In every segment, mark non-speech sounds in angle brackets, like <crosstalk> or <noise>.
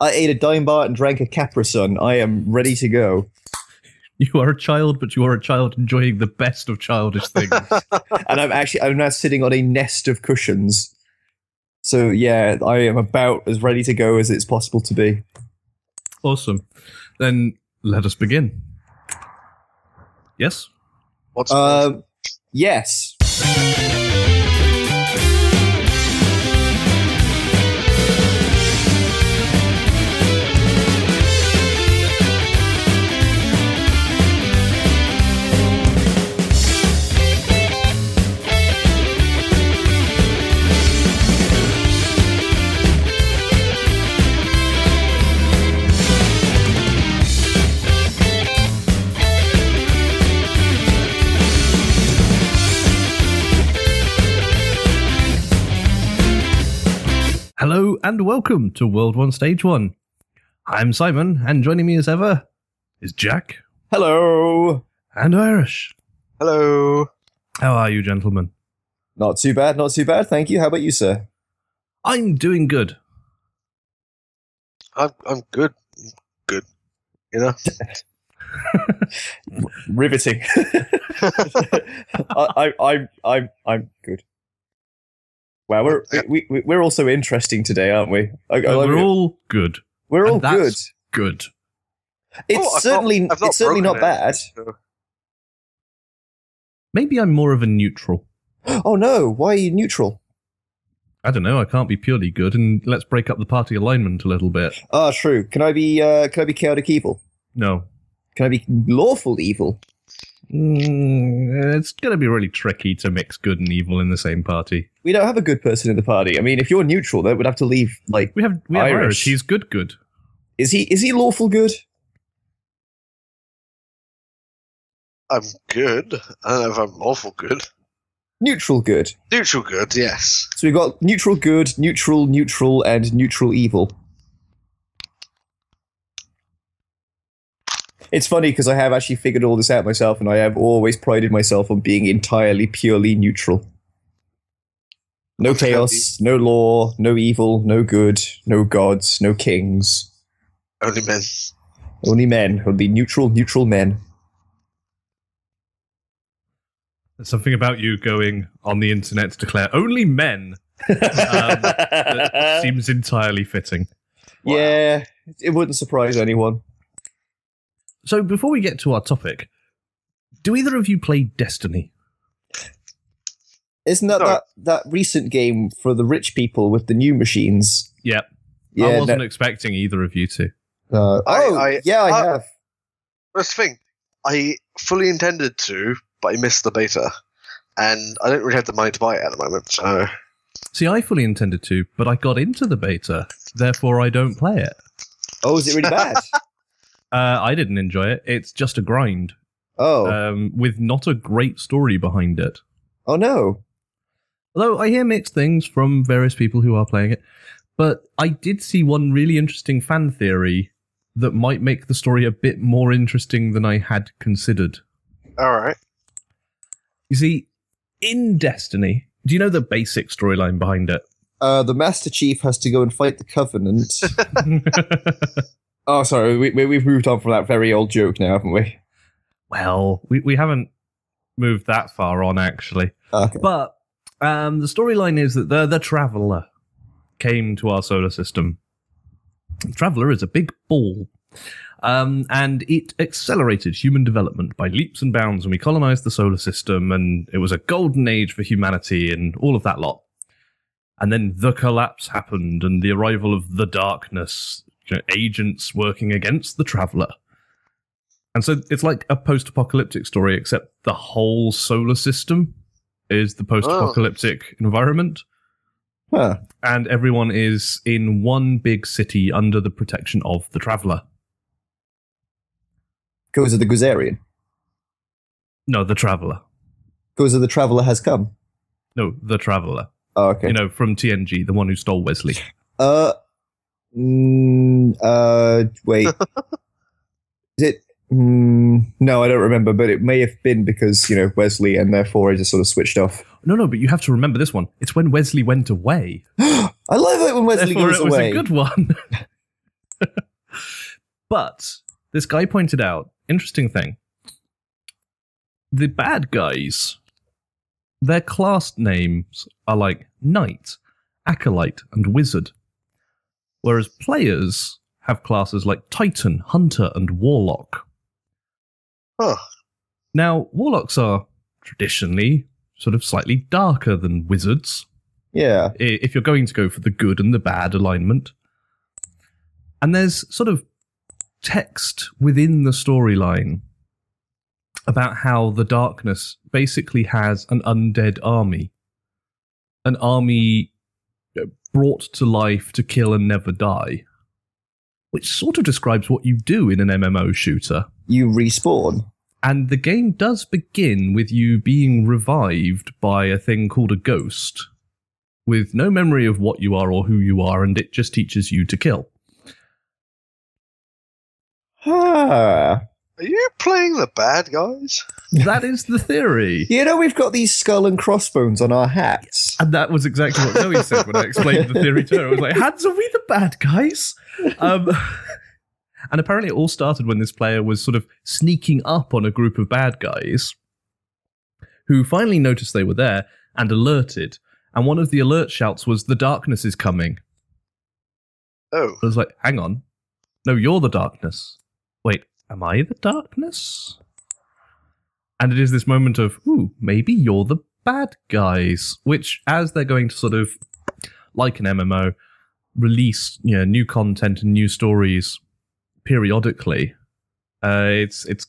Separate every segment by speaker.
Speaker 1: I ate a dime bar and drank a Capri Sun. I am ready to
Speaker 2: <laughs>
Speaker 1: go.
Speaker 3: You are a child, but you are a child enjoying the best of childish things.
Speaker 1: And I'm actually I'm now sitting on a nest of cushions. So yeah, I am about as ready to go as it's possible to be.
Speaker 3: awesome. Then let us begin. Yes?
Speaker 2: What's
Speaker 1: Um, yes.
Speaker 3: Hello and welcome to World One Stage One. I'm Simon, and joining me as ever is Jack
Speaker 1: Hello.
Speaker 3: and Irish.
Speaker 2: hello.
Speaker 3: How are you, gentlemen?
Speaker 1: Not too bad. Not too bad. Thank you. How about you, sir?
Speaker 3: I'm doing good.
Speaker 2: I'm I'm good. Good. You know. <laughs>
Speaker 1: Riveting. <laughs> I, I, I'm I'm I'm good. Wow, we're
Speaker 2: uh,
Speaker 1: we, we, we're also interesting today, aren't we? I, I like
Speaker 3: We're
Speaker 1: it.
Speaker 3: all good.
Speaker 1: we're all
Speaker 3: and that's-
Speaker 1: good.
Speaker 3: Good.
Speaker 1: It's
Speaker 2: Oh, I've
Speaker 1: certainly
Speaker 2: not- I've not
Speaker 1: it's certainly not
Speaker 2: broken
Speaker 1: bad.
Speaker 2: it. No.
Speaker 3: Maybe I'm more of a neutral.
Speaker 1: Oh no, why are you neutral?
Speaker 3: I don't know. I can't be purely good, and let's break up the party alignment a little bit.
Speaker 1: Ah, true. Can I be uh, can I be chaotic evil?
Speaker 3: No,
Speaker 1: Can I be lawful evil?
Speaker 3: Mm, it's going to be really tricky to mix good and evil in the same party.
Speaker 1: We don't have a good person in the party. I mean, if you're neutral, that would have to leave. Like,
Speaker 3: We have we have Irish.
Speaker 1: Irish.
Speaker 3: He's good, good.
Speaker 1: is he is he lawful good?
Speaker 2: I'm good. I don't know if I'm awful good.
Speaker 1: Neutral good.
Speaker 2: Neutral good, yes.
Speaker 1: So we've got neutral good, neutral neutral, and neutral evil. It's funny because I have actually figured all this out myself, and I have always prided myself on being entirely purely neutral. No
Speaker 2: Okay.
Speaker 1: chaos, no law, no evil, no good, no gods, no kings.
Speaker 2: Only men.
Speaker 1: Only men, only neutral, neutral men.
Speaker 3: There's something about you going on the internet to declare only men
Speaker 1: <laughs>
Speaker 3: that seems entirely fitting.
Speaker 2: Wow.
Speaker 1: Yeah, it wouldn't surprise anyone.
Speaker 3: So before we get to our topic, do either of you play Destiny?
Speaker 1: Isn't that,
Speaker 2: No.
Speaker 1: that that recent game for the rich people with the new machines?
Speaker 3: Yeah,
Speaker 1: Yeah,
Speaker 3: I
Speaker 1: no-
Speaker 3: wasn't expecting either of you to.
Speaker 1: Uh,
Speaker 2: I-
Speaker 1: oh,
Speaker 2: I-
Speaker 1: yeah, I
Speaker 2: I-
Speaker 1: have.
Speaker 2: That's the thing. I fully intended to, but I missed the beta. And I don't really have the money to buy it at the moment, so
Speaker 3: See, I fully intended to, but I got into the beta, therefore I don't play it.
Speaker 1: Oh, is it really
Speaker 2: <laughs>
Speaker 1: bad? <laughs>
Speaker 3: Uh, I didn't enjoy it. It's just a grind
Speaker 1: Oh,
Speaker 3: um, with not a great story behind it.
Speaker 1: oh no.
Speaker 3: Although I hear mixed things from various people who are playing it, but I did see one really interesting fan theory that might make the story a bit more interesting than I had considered.
Speaker 2: alright.
Speaker 3: You see, in Destiny, do you know the basic storyline behind it?
Speaker 1: Uh, the Master Chief has to go and fight the
Speaker 2: <laughs>
Speaker 1: Covenant. oh, sorry, we, we, we've moved on from that very old joke now, haven't we?
Speaker 3: well, we, we haven't moved that far on actually.
Speaker 1: Okay.
Speaker 3: But um, the storyline is that the the Traveler came to our solar system. Traveler is a big ball, um, and it accelerated human development by leaps and bounds when we colonized the solar system, and it was a golden age for humanity and all of that lot. And then the collapse happened, and the arrival of the darkness, you know, agents working against the Traveler. And so it's like a post apocalyptic story, except the whole solar system is the post apocalyptic environment.
Speaker 1: Huh.
Speaker 3: And everyone is in one big city under the protection of the Traveler.
Speaker 1: Goes of the Guzarian.
Speaker 3: No, the Traveler.
Speaker 1: Goes of the Traveller has come.
Speaker 3: No, the Traveler.
Speaker 1: Oh, okay.
Speaker 3: You know, from TNG, the one who stole Wesley.
Speaker 1: Uh, mm, uh,
Speaker 3: <laughs>
Speaker 1: wait. Is it? Mm, no, I don't remember, but it may have been because you know Wesley, and therefore I just sort of switched off. <gasps>
Speaker 3: No, no, but you have to remember this one. It's when Wesley went away.
Speaker 1: I love it when Wesley
Speaker 3: Therefore,
Speaker 1: goes
Speaker 3: it was
Speaker 1: away.
Speaker 3: a good one. But this guy pointed out interesting thing. The bad guys, their class names are like knight, acolyte, and wizard, whereas players have classes like titan, hunter, and warlock.
Speaker 2: Huh.
Speaker 3: Now, warlocks are traditionally sort of slightly darker than wizards
Speaker 1: Yeah.
Speaker 3: i- if you're going to go for the good and the bad alignment. And there's sort of text within the storyline about how the darkness basically has an undead army, an army uh, brought to life to kill and never die, which sort of describes what you do in an MMO shooter.
Speaker 1: You respawn.
Speaker 3: And the game does begin with you being revived by a thing called a ghost, with no memory of what you are or who you are, and it just teaches you to kill.
Speaker 1: Ah.
Speaker 2: Are you playing the bad guys?
Speaker 3: That is
Speaker 1: <laughs>
Speaker 3: the theory.
Speaker 1: You know, we've got these skull and crossbones on our hats.
Speaker 3: And that was exactly what Zoe said when I explained the theory to her. I was like, Hands, are we the bad guys? Um, <laughs> and apparently, it all started when this player was sort of sneaking up on a group of bad guys who finally noticed they were there and alerted. And one of the alert shouts was, The darkness is coming.
Speaker 2: Oh,
Speaker 3: I was like, Hang on. No, you're the darkness. Wait, am I the darkness? And it is this moment of, ooh, maybe you're the bad guys, which, as they're going to sort of, like an MMO, release you know, new content and new stories periodically, uh, it's it's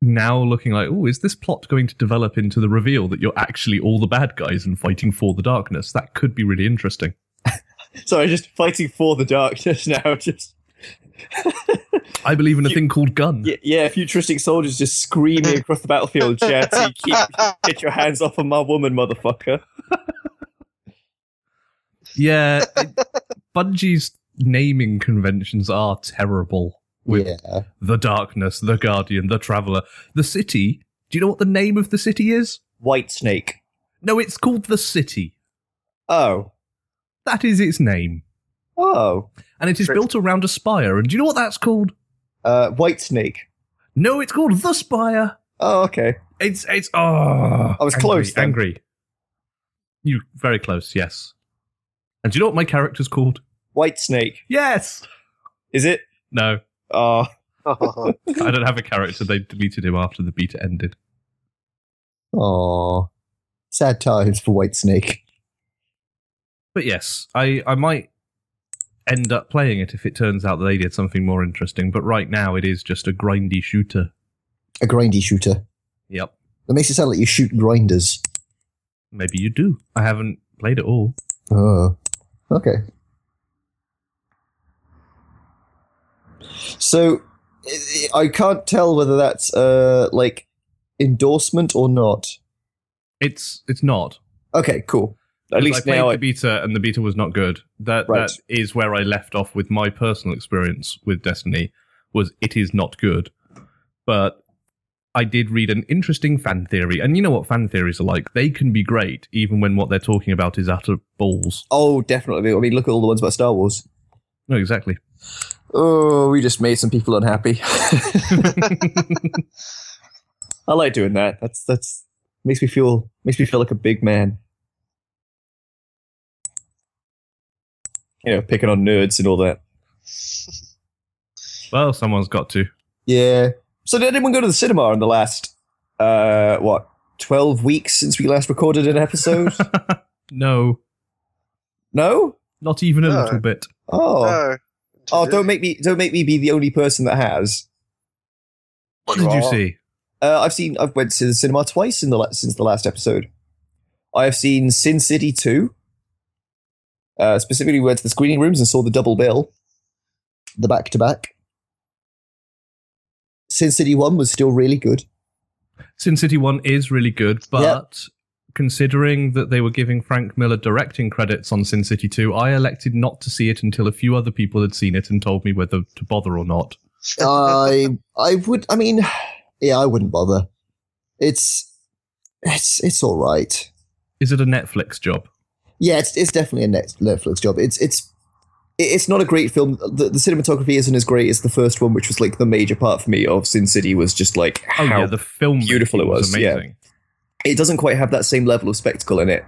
Speaker 3: now looking like, oh, is this plot going to develop into the reveal that you're actually all the bad guys and fighting for the darkness? That could be really interesting.
Speaker 1: <laughs> Sorry, just fighting for the darkness <laughs> now. Just
Speaker 3: I believe in a
Speaker 1: You-
Speaker 3: thing called gun.
Speaker 1: yeah, yeah, futuristic soldiers just screaming across the
Speaker 3: <laughs>
Speaker 1: battlefield, shouting, "Keep
Speaker 2: <laughs> Oh.
Speaker 1: get your hands off of my woman, motherfucker!"
Speaker 3: Yeah,
Speaker 1: <laughs>
Speaker 3: it, Bungie's naming conventions are terrible. With
Speaker 1: Yeah,
Speaker 3: the Darkness, the Guardian, the Traveler, the City. Do you know what the name of the city is?
Speaker 1: White Snake.
Speaker 3: No, it's called the City.
Speaker 1: Oh,
Speaker 3: That is its name,
Speaker 1: oh,
Speaker 3: and it is
Speaker 2: Right.
Speaker 3: built around a spire. And do you know what that's called?
Speaker 1: uh, White Snake.
Speaker 3: No, it's called the Spire.
Speaker 1: Oh, okay.
Speaker 3: It's it's oh,
Speaker 1: I was
Speaker 3: angry,
Speaker 1: close then.
Speaker 3: Angry. You very close. Yes. And do you know what my character's called?
Speaker 1: White Snake.
Speaker 3: Yes.
Speaker 1: Is it?
Speaker 3: No,
Speaker 1: Oh,
Speaker 3: I don't have a character. They deleted him after the beta ended.
Speaker 1: oh. Sad times for White Snake.
Speaker 3: But yes, I, I might end up playing it if it turns out that they did something more interesting. But right now, it is just a grindy shooter.
Speaker 1: A grindy shooter.
Speaker 3: Yep.
Speaker 1: That makes it sound like you shoot grinders.
Speaker 3: Maybe you do. I haven't played it all.
Speaker 1: Oh, okay. So I- I can't tell whether that's uh like endorsement or not.
Speaker 3: It's it's not.
Speaker 1: Okay, cool. At
Speaker 3: 'Cause I
Speaker 1: least
Speaker 3: played
Speaker 1: now,
Speaker 3: the
Speaker 1: I,
Speaker 3: beta, and the beta was not good. That
Speaker 1: Right.
Speaker 3: that is where I left off with my personal experience with Destiny. Was it is not good, but I did read an interesting fan theory, and you know what fan theories are like. They can be great, even when what they're talking about is utter balls.
Speaker 1: oh, definitely. I mean, look at all the ones about Star Wars.
Speaker 3: No, exactly.
Speaker 1: Oh, we just made some people unhappy. <laughs> I like doing that. That's that's makes me feel makes me feel like a big man. You know, picking on nerds and all that.
Speaker 3: Well, someone's got to.
Speaker 1: Yeah. So did anyone go to the cinema in the last uh what twelve weeks since we last recorded an <laughs> episode?
Speaker 3: <laughs> no,
Speaker 1: no.
Speaker 3: not even a
Speaker 2: No.
Speaker 3: little bit.
Speaker 1: Oh.
Speaker 2: no.
Speaker 1: Oh, don't make me don't make me be the only person that has.
Speaker 3: What did you see?
Speaker 1: Uh, I've seen I've went to the cinema twice in the la- since the last episode. I have seen Sin City two. Uh, specifically, went to the screening rooms and saw the double bill, the back to back. Sin City one was still really good.
Speaker 3: Sin City 1 is really good, but considering that they were giving Frank Miller directing credits on Sin City 2, I elected not to see it until a few other people had seen it and told me whether to bother or not.
Speaker 1: I I would I mean yeah I wouldn't bother. It's it's it's all right.
Speaker 3: Is it a Netflix job?
Speaker 1: Yeah, it's it's definitely a Net- Netflix job. It's it's it- it's not a great film. The, the cinematography isn't as great as the first one, which was like the major part for me of Sin City was just like
Speaker 3: Oh
Speaker 1: how
Speaker 3: yeah, the film
Speaker 1: beautiful it was, yeah.
Speaker 3: amazing.
Speaker 1: it doesn't quite have that same level of spectacle in it.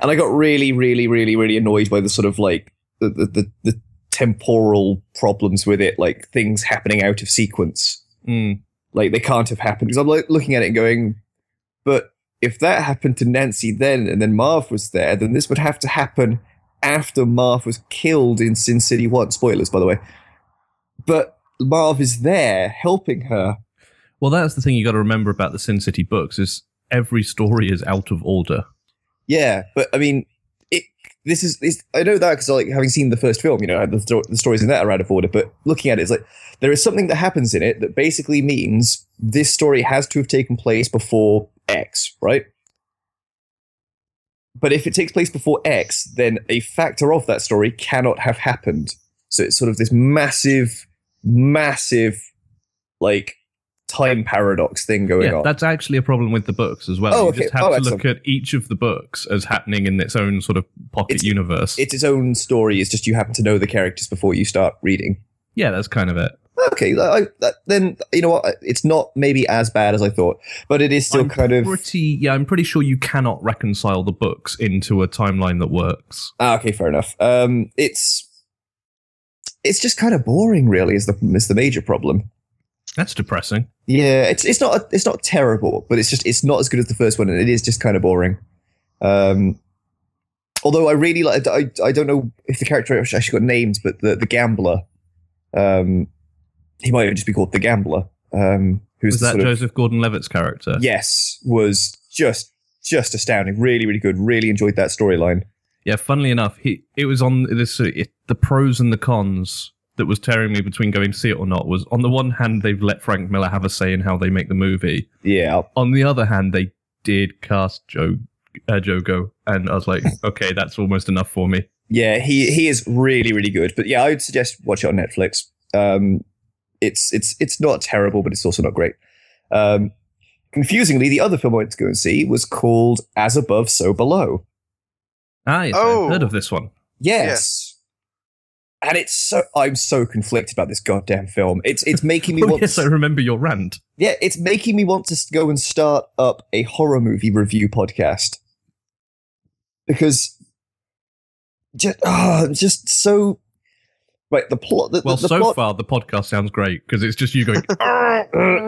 Speaker 1: And I got really, really, really, really annoyed by the sort of like the the, the, the temporal problems with it, like things happening out of sequence.
Speaker 3: Mm.
Speaker 1: Like they can't have happened. Because I'm like looking at it and going, but if that happened to Nancy then and then Marv was there, then this would have to happen after Marv was killed in Sin City 1. Spoilers, by the way. But Marv is there helping her.
Speaker 3: Well, that's the thing you got to remember about the Sin City books is every story is out of order.
Speaker 1: Yeah, but I mean, it. This is it's, I know that because like having seen the first film, you know the, sto- the stories in that are out of order. But looking at it, it's like there is something that happens in it that basically means this story has to have taken place before X, right? But if it takes place before X, then a factor of that story cannot have happened. So it's sort of this massive, massive, like time paradox thing going
Speaker 3: yeah,
Speaker 1: on.
Speaker 3: that's actually a problem with the books as well.
Speaker 1: Oh,
Speaker 3: you
Speaker 1: okay.
Speaker 3: just have
Speaker 1: Oh,
Speaker 3: to
Speaker 1: excellent.
Speaker 3: look at each of the books as happening in its own sort of pocket
Speaker 1: It's-
Speaker 3: universe.
Speaker 1: It's its own story. It's just you happen to know the characters before you start reading.
Speaker 3: yeah, that's kind of it.
Speaker 1: okay, I, I- that, then you know what? It's not maybe as bad as I thought, but it is still
Speaker 3: I'm
Speaker 1: kind of
Speaker 3: pretty. Yeah, I'm pretty sure you cannot reconcile the books into a timeline that works.
Speaker 1: ah, okay. Fair enough. Um, it's it's just kind of boring, really. Is the is the major problem?
Speaker 3: That's depressing.
Speaker 1: Yeah, it's it's not it's not terrible, but it's just it's not as good as the first one, and it is just kind of boring. Um, although I really like I, I don't know if the character actually got named, but the the gambler, um, he might even just be called the gambler. Um, who's
Speaker 3: Was
Speaker 1: the
Speaker 3: that
Speaker 1: sort of-
Speaker 3: Joseph Gordon-Levitt's character?
Speaker 1: yes was just just astounding really really good really enjoyed that storyline
Speaker 3: Yeah, funnily enough, he it was on this uh, it, the pros and the cons that was tearing me between going to see it or not was on the one hand they've let Frank Miller have a say in how they make the movie.
Speaker 1: yeah
Speaker 3: On the other hand, they did cast Joe uh, Jogo, and I
Speaker 1: <laughs>
Speaker 3: was like, okay, that's almost enough for me.
Speaker 1: yeah he he is really really good but yeah i would suggest watch it on netflix um it's it's it's not terrible but it's also not great um confusingly the other film i went to go and see was called as above so below
Speaker 3: Ah, yes,
Speaker 2: Oh.
Speaker 3: I've heard of this one.
Speaker 1: yes and it's so i'm so conflicted about this goddamn film it's it's making me
Speaker 3: Oh,
Speaker 1: want
Speaker 3: <laughs> yes, I remember your rant.
Speaker 1: yeah it's making me want to s- go and start up a horror movie review podcast because just, ah, it's just so right the plot the,
Speaker 3: Well,
Speaker 1: the, the
Speaker 3: so
Speaker 1: plot
Speaker 3: far the podcast sounds great because it's just you
Speaker 1: <laughs>
Speaker 3: going.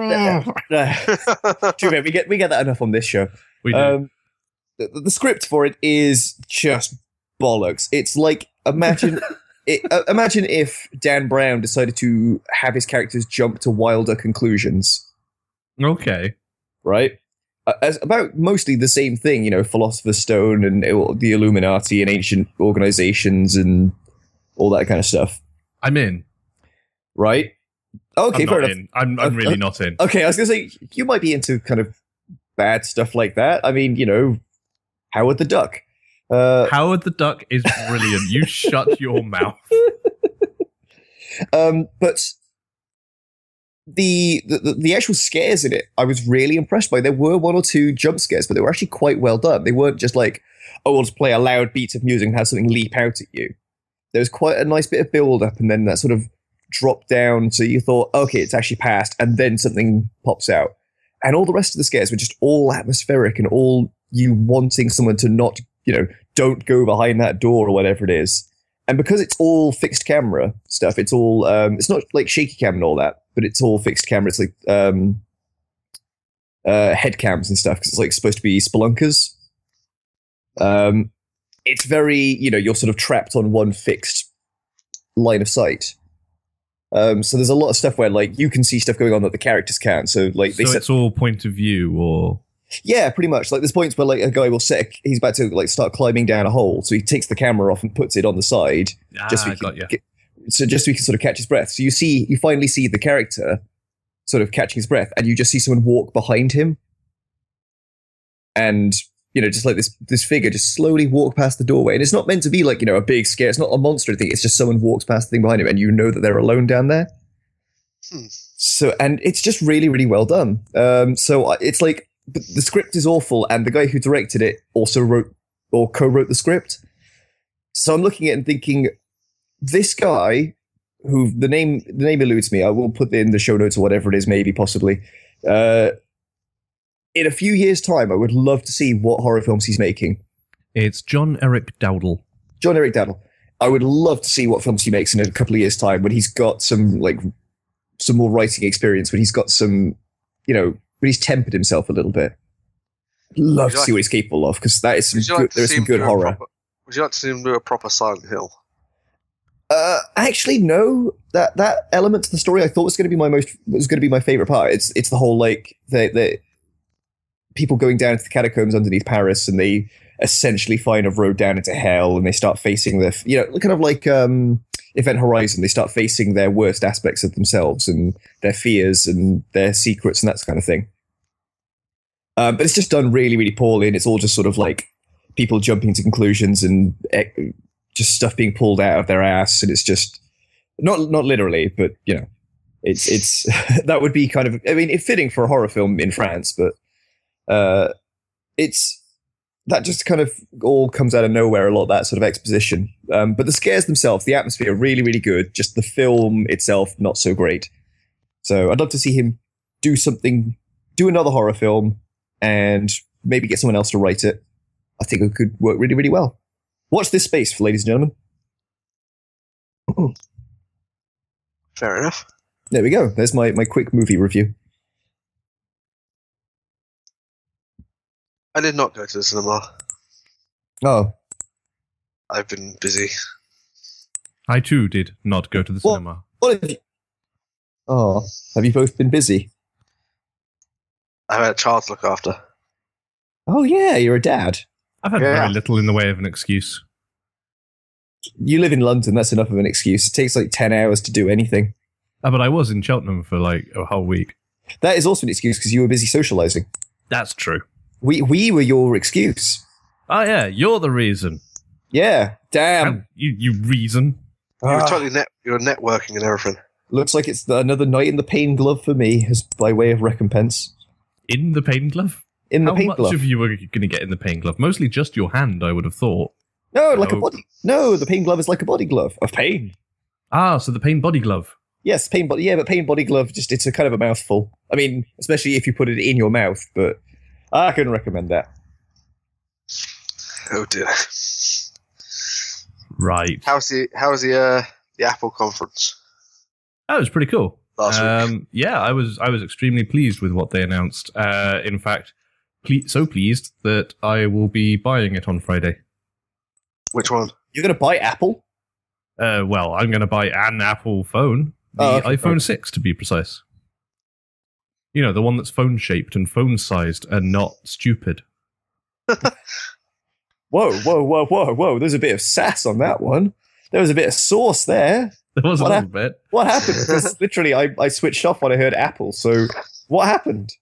Speaker 1: Uh, <laughs> too bad, we get we get that enough on this show
Speaker 3: We do.
Speaker 1: um the, the script for it is just bollocks it's like
Speaker 3: <laughs>
Speaker 1: imagine it, uh, imagine if dan brown decided to have his characters jump to wilder conclusions
Speaker 3: okay,
Speaker 1: right? Uh, As about mostly the same thing, you know, Philosopher's Stone and uh, the Illuminati and ancient organizations and all that kind of stuff,
Speaker 3: I'm in.
Speaker 1: right? Okay,
Speaker 3: I'm
Speaker 1: fair
Speaker 3: not
Speaker 1: enough.
Speaker 3: in. I'm, I'm
Speaker 1: Uh,
Speaker 3: really
Speaker 1: uh,
Speaker 3: not in.
Speaker 1: Okay, I was gonna say you might be into kind of bad stuff like that. I mean, you know, Howard the Duck. Uh,
Speaker 3: Howard the Duck is
Speaker 1: <laughs>
Speaker 3: brilliant. you shut your mouth.
Speaker 1: um, but the, the the- the actual scares in it, I was really impressed by. There were one or two jump scares, but they were actually quite well done. They weren't just like, oh, we'll just play a loud beat of music and have something leap out at you. There was quite a nice bit of build up, and then that sort of drop down, so you thought, okay, it's actually passed, and then something pops out, and all the rest of the scares were just all atmospheric and all you wanting someone to not, you know, don't go behind that door or whatever it is and because it's all fixed camera stuff, it's all um, it's not like shaky cam and all that, but it's all fixed camera. It's like um, uh, head cams and stuff because it's like supposed to be spelunkers. Um, it's very you know you're sort of trapped on one fixed line of sight. Um, so there's a lot of stuff where like you can see stuff going on that the characters can't. So like they
Speaker 3: so
Speaker 1: set
Speaker 3: it's all point of view, or
Speaker 1: yeah, pretty much. Like there's points where like a guy will set, he's about to like start climbing down a hole, so he takes the camera off and puts it on the side, just so
Speaker 3: Ah,
Speaker 1: he
Speaker 3: got
Speaker 1: can,
Speaker 3: you.
Speaker 1: get- so just so he can sort of catch his breath. So you see, you finally see the character sort of catching his breath, and you just see someone walk behind him, and you know, just like this this figure just slowly walk past the doorway, and it's not meant to be like you know a big scare. It's not a monster thing. It's just someone walks past the thing behind him, and you know that they're alone down there.
Speaker 2: Hmm.
Speaker 1: So, and it's just really, really well done. Um, so I- it's like the the script is awful, and the guy who directed it also wrote or co-wrote the script. So I'm looking at it and thinking, this guy, who the name the name eludes me, I will put in the show notes or whatever it is, maybe possibly. Uh, in a few years' time, I would love to see what horror films he's making.
Speaker 3: It's John Eric Dowdle.
Speaker 1: John Eric Dowdle. I would love to see what films he makes in a couple of years' time when he's got some like some more writing experience, when he's got some, you know, when he's tempered himself a little bit. Love
Speaker 2: Would
Speaker 1: to see
Speaker 2: you like-
Speaker 1: what he's capable of because that is some
Speaker 2: Would you
Speaker 1: good,
Speaker 2: like to
Speaker 1: there is
Speaker 2: see
Speaker 1: some
Speaker 2: him
Speaker 1: good
Speaker 2: do a
Speaker 1: horror.
Speaker 2: proper- Would you like to see him do a proper Silent Hill?
Speaker 1: Uh, actually, no. That that element to the story I thought was going to be my most was going to be my favorite part. It's it's the whole like the the people going down into the catacombs underneath Paris, and they essentially find a road down into hell, and they start facing their you know kind of like um, Event Horizon. They start facing their worst aspects of themselves and their fears and their secrets and that kind of thing. Uh, but it's just done really really poorly, and it's all just sort of like people jumping to conclusions and eh, just stuff being pulled out of their ass, and it's just not not literally, but you know, it's it's <laughs> that would be kind of I mean, it's fitting for a horror film in France, but uh, it's that just kind of all comes out of nowhere a lot of that sort of exposition. Um, but the scares themselves, the atmosphere, are really really good. Just the film itself, not so great. So I'd love to see him do something, do another horror film, and maybe get someone else to write it. I think it could work really really well. Watch this space, for ladies and gentlemen.
Speaker 2: Fair enough.
Speaker 1: There we go. There's my, my quick movie review.
Speaker 2: I did not go to the cinema.
Speaker 1: Oh,
Speaker 2: I've been busy.
Speaker 3: I too did not go to the
Speaker 1: Well-
Speaker 3: cinema.
Speaker 1: what have you? Oh, have you both been busy?
Speaker 2: I had a child to look after.
Speaker 1: Oh yeah, you're a dad.
Speaker 3: I've had
Speaker 2: Yeah.
Speaker 3: very little in the way of an excuse.
Speaker 1: You live in London. That's enough of an excuse. It takes like ten hours to do anything.
Speaker 3: Ah, but I was in Cheltenham for like a whole week.
Speaker 1: That is also an excuse because you were busy socializing.
Speaker 3: That's true.
Speaker 1: We we were your excuse.
Speaker 3: Oh yeah, you're the reason.
Speaker 1: Yeah. Damn.
Speaker 3: How- you you reason.
Speaker 2: You were
Speaker 1: Ah,
Speaker 2: totally net. You were networking and everything.
Speaker 1: looks like it's another night in the pain glove for me, as by way of recompense.
Speaker 3: In the pain glove?
Speaker 1: In the
Speaker 3: How
Speaker 1: pain
Speaker 3: much
Speaker 1: glove.
Speaker 3: of you were going to get in the pain glove? Mostly just your hand, I would have thought.
Speaker 1: no, like a
Speaker 3: No.
Speaker 1: body. No, the pain glove is like a body glove of pain.
Speaker 3: Ah, so the pain body glove.
Speaker 1: Yes, pain body. Yeah, but pain body glove. Just it's a kind of a mouthful. I mean, especially if you put it in your mouth. But I couldn't recommend that.
Speaker 2: Oh dear.
Speaker 3: Right.
Speaker 2: How's the How's the uh, the Apple conference?
Speaker 3: That was pretty cool.
Speaker 2: Last
Speaker 1: Uh,
Speaker 2: week.
Speaker 3: Um, yeah, I was I was extremely pleased with what they announced. Uh, in fact, ple- so pleased that I will be buying it on Friday.
Speaker 2: Which one?
Speaker 1: You're gonna buy Apple?
Speaker 3: Uh, well, I'm going to buy an Apple phone, the
Speaker 1: Oh, okay.
Speaker 3: iPhone 6 to be precise. You know, the one that's phone shaped and phone sized and not stupid. <laughs>
Speaker 1: Whoa, whoa, whoa, whoa, whoa! There's a bit of sass on that one. There was a bit of sauce there.
Speaker 3: There was a
Speaker 1: What
Speaker 3: little bit.
Speaker 1: What happened?
Speaker 3: <laughs>
Speaker 1: Because literally, I, I switched off when I heard Apple. So what happened?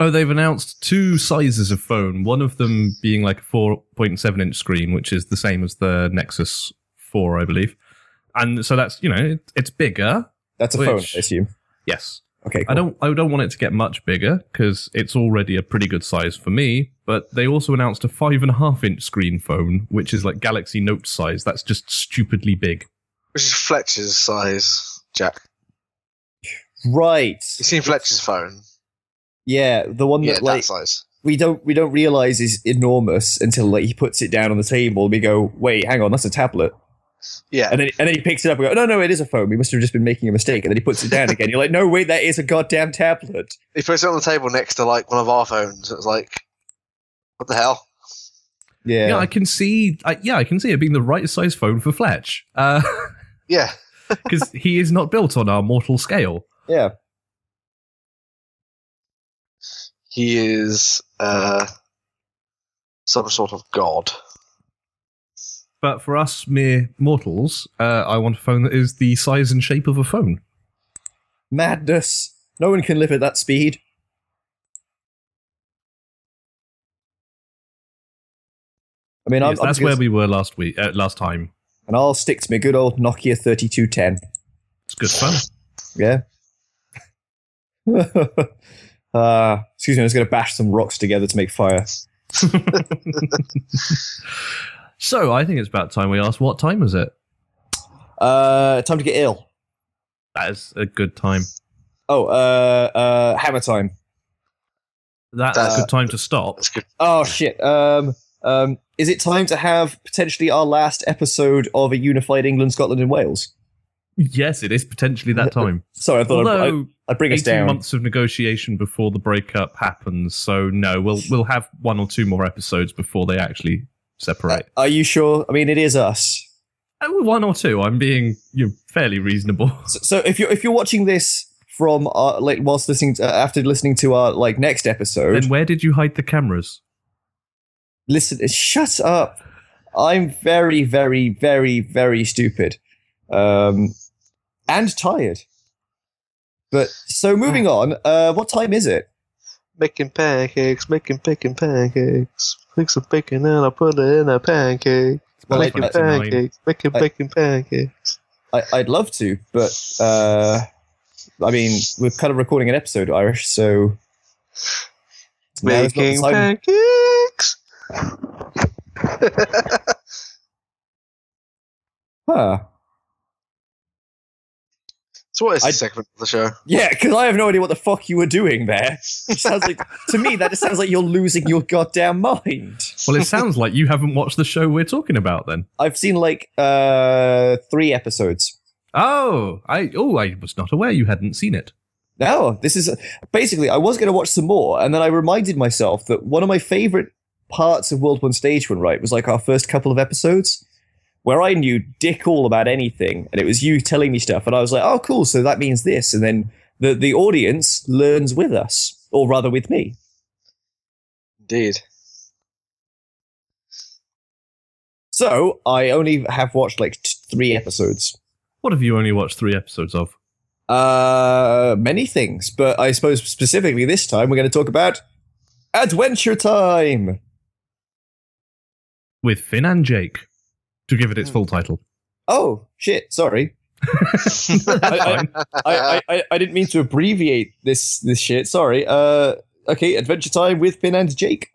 Speaker 3: Oh, they've announced two sizes of phone. One of them being like a 4.7 inch screen, which is the same as the Nexus 4, I believe. And so that's you know it, it's bigger.
Speaker 1: That's a phone,
Speaker 3: Which-
Speaker 1: I assume.
Speaker 3: Yes,
Speaker 1: Okay.
Speaker 3: I
Speaker 1: cool.
Speaker 3: don't I don't want it to get much bigger because it's already a pretty good size for me. But they also announced a five and a half inch screen phone, which is like Galaxy Note size. That's just stupidly big.
Speaker 2: Which is Fletcher's size, Jack.
Speaker 1: Right.
Speaker 2: You seen Fletcher's phone?
Speaker 1: Yeah, the one
Speaker 2: Yeah,
Speaker 1: that like
Speaker 2: that size.
Speaker 1: we don't we don't realize is enormous until like he puts it down on the table. and We go, wait, hang on, that's a tablet.
Speaker 2: Yeah.
Speaker 1: And then, and then he picks it up and goes, no, no, it is a phone. We must have just been making a mistake. And then he puts it down again. You're like, no, wait, that is a goddamn tablet.
Speaker 2: He puts it on the table next to like one of our phones. It was like, what the hell?
Speaker 1: Yeah.
Speaker 3: Yeah, I can see. I, yeah, I can see it being the right size phone for Fletch <laughs> because
Speaker 2: Yeah.
Speaker 3: he is not built on our mortal scale.
Speaker 1: yeah.
Speaker 2: He is uh, some sort of god.
Speaker 3: But for us mere mortals, uh, I want a phone that is the size and shape of a phone.
Speaker 1: Madness. No one can live at that speed. I mean, I'm,
Speaker 3: Yes,
Speaker 1: I'm
Speaker 3: that's
Speaker 1: gonna-
Speaker 3: where we were last week, uh, last time.
Speaker 1: and I'll stick to my good old Nokia 3210.
Speaker 3: It's good fun.
Speaker 1: <sighs> Yeah. <laughs> uh, excuse me, I was going to bash some rocks together to make fire.
Speaker 3: so I think it's about time we asked what time is it.
Speaker 1: Uh, time to get ill.
Speaker 3: That is a good time.
Speaker 1: Oh, uh, uh, hammer time.
Speaker 3: That's
Speaker 2: That's-
Speaker 3: a good time to stop.
Speaker 2: That's good.
Speaker 1: Oh shit. Um, um, is it time to have potentially our last episode of a unified England, Scotland, and Wales?
Speaker 3: Yes, it is potentially that time.
Speaker 1: Sorry, I thought I'd,
Speaker 3: Although
Speaker 1: I'd bring us
Speaker 3: 18
Speaker 1: down.
Speaker 3: months of negotiation before the breakup happens, so no, we'll we'll have one or two more episodes before they actually separate.
Speaker 1: Are you sure? I mean, it is us.
Speaker 3: Uh, one or two. I'm being you know, fairly reasonable.
Speaker 1: So, so if you're if you're watching this from our, like whilst listening to, after listening to our like next episode,
Speaker 3: Then where did you hide the cameras?
Speaker 1: listen. Shut up. I'm very, very, very, very stupid, um, and tired. But so moving on. Uh, what time is it?
Speaker 2: Making pancakes, making bacon pancakes. Make some bacon and I'll put it in a pancake.
Speaker 1: Well,
Speaker 2: making
Speaker 1: I-
Speaker 2: pancakes, making
Speaker 1: I-
Speaker 2: bacon pancakes.
Speaker 1: I, I'd love to, but uh, I mean, we're kind of recording an episode Irish, so now it's not the
Speaker 2: Making
Speaker 1: time.
Speaker 2: pancakes!
Speaker 1: Huh.
Speaker 2: so, what is
Speaker 1: I-
Speaker 2: the segment of the show?
Speaker 1: Yeah, because I have no idea what the fuck you were doing there. It sounds like to me that just sounds like you're losing your goddamn mind.
Speaker 3: Well,
Speaker 2: <laughs>
Speaker 3: it sounds like you haven't watched the show we're talking about. Then.
Speaker 1: I've seen like uh, three episodes.
Speaker 3: Oh, I oh I was not aware you hadn't seen it.
Speaker 1: Now this is basically I was going to watch some more, and then I reminded myself that one of my favorite parts of World One Stage One right was like our first couple of episodes. Where I knew dick all about anything, and it was you telling me stuff, and I was like, "Oh, cool! So that means this," and then the the audience learns with us, or rather with me.
Speaker 2: <laughs> Indeed.
Speaker 1: So I only have watched like t- three episodes.
Speaker 3: What have you only watched three episodes of?
Speaker 1: Uh, many things, but I suppose specifically this time we're going to talk about Adventure Time.
Speaker 3: with Finn and Jake to give it its full title.
Speaker 1: Oh shit! Sorry, I,
Speaker 3: fine.
Speaker 1: I,
Speaker 2: Uh-huh.
Speaker 1: I, I, I didn't mean to abbreviate this this shit. Sorry. Uh, okay, Adventure Time with Finn and Jake.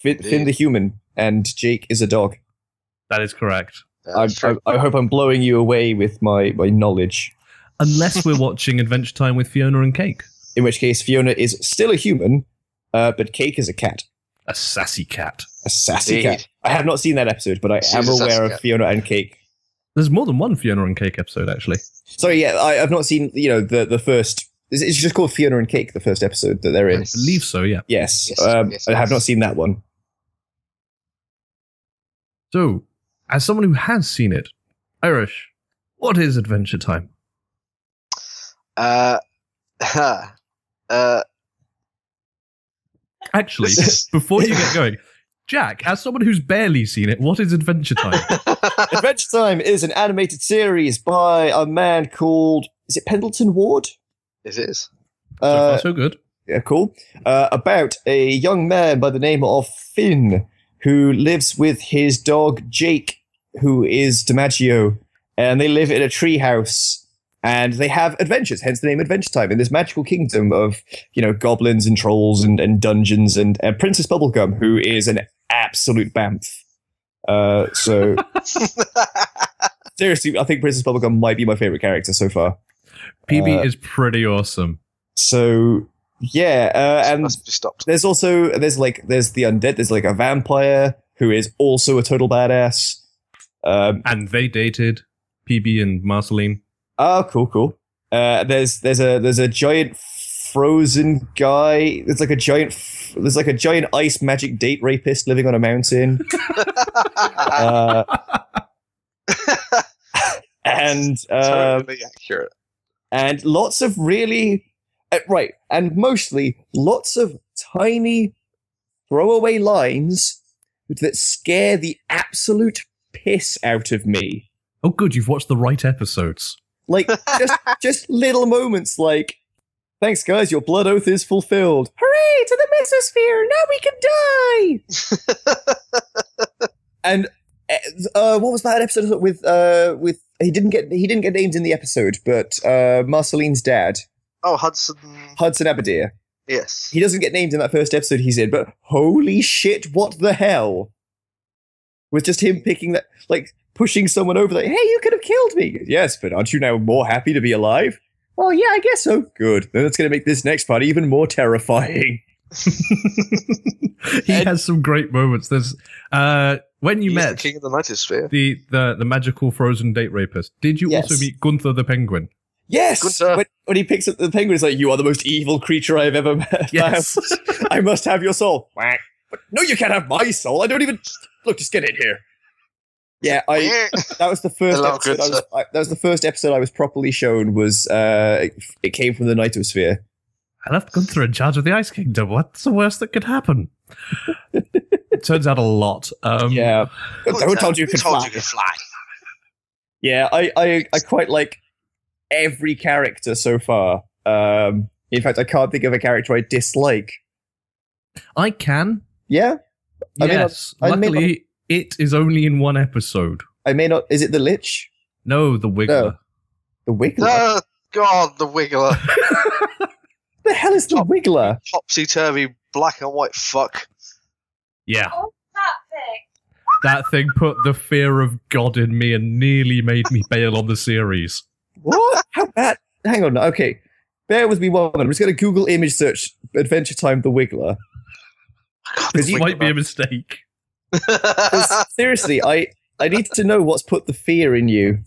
Speaker 1: Finn, Finn
Speaker 2: Indeed.
Speaker 1: the human and Jake is a dog.
Speaker 3: That is correct.
Speaker 1: I,
Speaker 2: That's
Speaker 1: I,
Speaker 2: true.
Speaker 1: I hope <laughs> I'm blowing you away with my, my knowledge.
Speaker 3: Unless we're watching Adventure Time with Fiona and Cake,
Speaker 1: In which case, Fiona is still a human, uh, but Cake is a cat.
Speaker 3: a sassy cat.
Speaker 1: A sassy
Speaker 2: Indeed.
Speaker 1: cat. I have not seen that episode, but I
Speaker 2: She's
Speaker 1: am
Speaker 2: a sassy
Speaker 1: aware of
Speaker 2: cat.
Speaker 1: Fiona and Cake.
Speaker 3: There's more than one Fiona and Cake episode, actually.
Speaker 1: Sorry, yeah, I, I've not seen you know the the first. It's, it's just called Fiona and Cake, the first episode that they're in.
Speaker 3: I believe so, yeah.
Speaker 1: Yes,
Speaker 2: Yes,
Speaker 1: um,
Speaker 2: yes,
Speaker 1: I have
Speaker 2: yes.
Speaker 1: not seen that one.
Speaker 3: So, as someone who has seen it, Irish, what is Adventure Time?
Speaker 2: Uh, <laughs> ha. uh, <laughs>
Speaker 3: Actually,
Speaker 2: This is-
Speaker 3: before you get going, Jack, as someone who's barely seen it, what is Adventure
Speaker 2: <laughs>
Speaker 3: Time?
Speaker 1: Adventure Time is an animated series by a man called is it Pendleton Ward?
Speaker 2: it is. <laughs>
Speaker 3: so
Speaker 1: Uh,
Speaker 3: far, so good.
Speaker 1: yeah, cool. Uh, about a young man by the name of Finn who lives with his dog Jake, who is DiMaggio, and they live in a treehouse and they have adventures, hence the name Adventure Time, in this magical kingdom of, you know, goblins and trolls and, and dungeons and, and Princess Bubblegum, who is an absolute bamf. Uh, so seriously, I think Princess Bubblegum might be my favorite character so far.
Speaker 3: PB
Speaker 1: uh,
Speaker 3: is pretty awesome.
Speaker 1: So yeah, uh, and
Speaker 2: must
Speaker 1: <laughs>
Speaker 2: be stopped. <laughs>
Speaker 1: there's also there's like there's the undead there's like a vampire who is also a total badass um
Speaker 3: And they dated PB and Marceline.
Speaker 1: oh cool cool uh there's there's a there's a giant frozen guy there's like a giant f- there's like a giant ice magic date rapist living on a mountain uh and um
Speaker 2: Terribly accurate. <laughs>
Speaker 1: and lots of really uh, right and mostly lots of tiny throwaway lines that scare the absolute piss out of me
Speaker 3: Oh, good, you've watched the right episodes. <laughs>
Speaker 1: like just just little moments like thanks guys your blood oath is fulfilled hooray to the mesosphere now we can die and uh, uh, what was that episode with uh with he didn't get he didn't get named in the episode but uh marceline's dad
Speaker 2: Oh, Hudson.
Speaker 1: Hudson Abadir.
Speaker 2: Yes.
Speaker 1: He doesn't get named in that first episode he's in, but holy shit, what the hell? With just him picking that, like, pushing someone over like, hey, you could have killed me. Yes, but aren't you now more happy to be alive? Well, yeah, I guess so. Good. Then that's going to make this next part even more terrifying.
Speaker 3: he has some great moments. There's uh, when you
Speaker 2: He's
Speaker 3: met
Speaker 2: the king of the Nightosphere.
Speaker 3: the, the the magical frozen date rapist. Did you
Speaker 1: Yes.
Speaker 3: also meet Gunther
Speaker 1: <laughs>
Speaker 3: the penguin?
Speaker 2: Good,
Speaker 1: Yes!
Speaker 2: sir.
Speaker 1: When, when he picks up the penguin, he's like, you are the most evil creature I have ever met. <laughs>
Speaker 3: Yes.
Speaker 1: I must have your soul. Whack. But no, you can't have my soul. I don't even... Look, just get in here. Yeah, I... that was the first
Speaker 2: love
Speaker 1: episode
Speaker 2: good
Speaker 1: I was,
Speaker 2: stuff.
Speaker 1: I, that was the first episode I was properly shown was uh it, it came from the Nightosphere.
Speaker 3: I left Gunther in charge of the Ice Kingdom. What's the worst that could happen?
Speaker 1: <laughs>
Speaker 3: it turns out a lot. Um,
Speaker 1: yeah. <laughs> I
Speaker 2: Who
Speaker 1: told you it could
Speaker 2: told
Speaker 1: fly.
Speaker 2: you could fly?
Speaker 1: Yeah, I, I I quite like every character so far. Um in fact I can't think of a character I dislike.
Speaker 3: I can.
Speaker 1: Yeah? I mean, I-
Speaker 3: yes.
Speaker 1: I may
Speaker 3: Luckily, it is only in one episode.
Speaker 1: I may not is it the Lich?
Speaker 3: No, the Wiggler.
Speaker 1: The Wiggler?
Speaker 2: Oh, God, the Wiggler.
Speaker 1: the hell is the
Speaker 2: Oh.
Speaker 1: Wiggler?
Speaker 2: <laughs> Topsy turvy, black and white fuck.
Speaker 3: Yeah,
Speaker 4: Oh, that thing.
Speaker 3: that thing put the fear of God in me and nearly made me bail on the series.
Speaker 1: What? How bad? Hang on. Okay. Bear with me one minute. I'm just going to Google image search Adventure Time The Wiggler.
Speaker 2: God,
Speaker 1: Because
Speaker 2: the
Speaker 1: you-
Speaker 3: Might be a
Speaker 2: Wiggler.
Speaker 3: mistake.
Speaker 2: <laughs>
Speaker 1: 'Cause seriously, I, I need to know what's put the fear in you.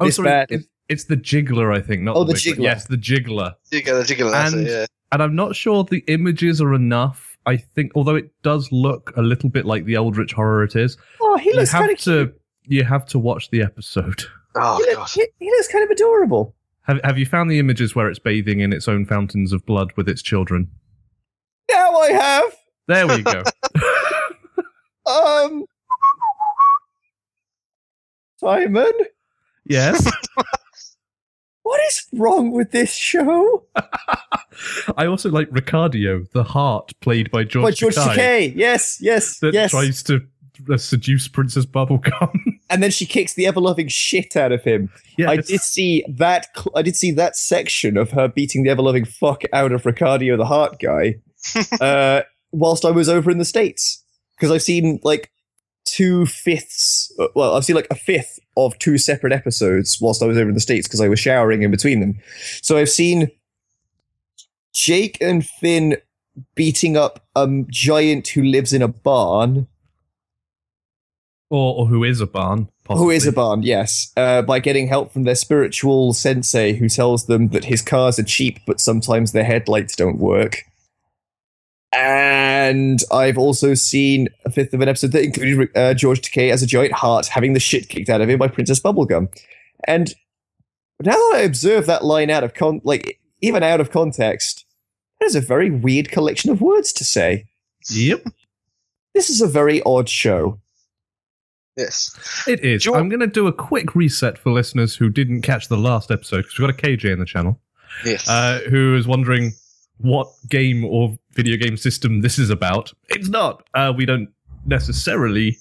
Speaker 3: Oh,
Speaker 1: This
Speaker 3: sorry,
Speaker 1: bad.
Speaker 3: it- it's the Jiggler, I think. Not
Speaker 1: Oh, the
Speaker 3: Wiggler.
Speaker 1: Jiggler.
Speaker 3: Yes, the Jiggler.
Speaker 2: You get a jiggle at
Speaker 3: And-
Speaker 2: it, yeah.
Speaker 3: and I'm not sure the images are enough. I think, although it does look a little bit like the Eldritch horror it is,
Speaker 1: Oh, he
Speaker 3: you
Speaker 1: looks kind
Speaker 3: have
Speaker 1: of
Speaker 3: to you have to watch the episode.
Speaker 2: Oh,
Speaker 1: he,
Speaker 2: God.
Speaker 1: look, he, he looks kind of adorable.
Speaker 3: Have Have you found the images where it's bathing in its own fountains of blood with its children?
Speaker 1: Now I have.
Speaker 3: There
Speaker 1: <laughs>
Speaker 3: we go.
Speaker 1: Um. Simon,
Speaker 3: yes,
Speaker 1: what is wrong with this show?
Speaker 3: I also like Ricardio, the heart played by George,
Speaker 1: By George
Speaker 3: Takei,
Speaker 1: Takei. Yes, yes,
Speaker 3: that
Speaker 1: yes.
Speaker 3: tries to uh, seduce Princess Bubblegum. <laughs>
Speaker 1: And then she kicks the ever-loving shit out of him.
Speaker 3: yes.
Speaker 1: I did see that. Cl- I did see that section of her beating the ever-loving fuck out of Ricardio the Heart guy, uh, whilst I was over in the states because I've seen like two fifths. uh, Well, I've seen like a fifth of two separate episodes whilst I was over in the states because I was showering in between them. So I've seen Jake and Finn beating up a um, giant who lives in a barn.
Speaker 3: or, or who is a barn? Possibly.
Speaker 1: Who is a barn, yes, uh, by getting help from their spiritual sensei who tells them that his cars are cheap, but sometimes their headlights don't work. And I've also seen a fifth of an episode that included uh, George Takei as a giant heart having the shit kicked out of him by Princess Bubblegum. And now that I observe that line out of con, like even out of context, that is a very weird collection of words to say.
Speaker 3: Yep,
Speaker 1: This is a very odd show.
Speaker 2: Yes.
Speaker 3: it is.
Speaker 2: George-
Speaker 3: I'm going to do a quick reset for listeners who didn't catch the last episode because we've got a KJ in the channel.
Speaker 2: Yes.
Speaker 3: uh, who is wondering what game or video game system this is about. It's not. Uh, we don't necessarily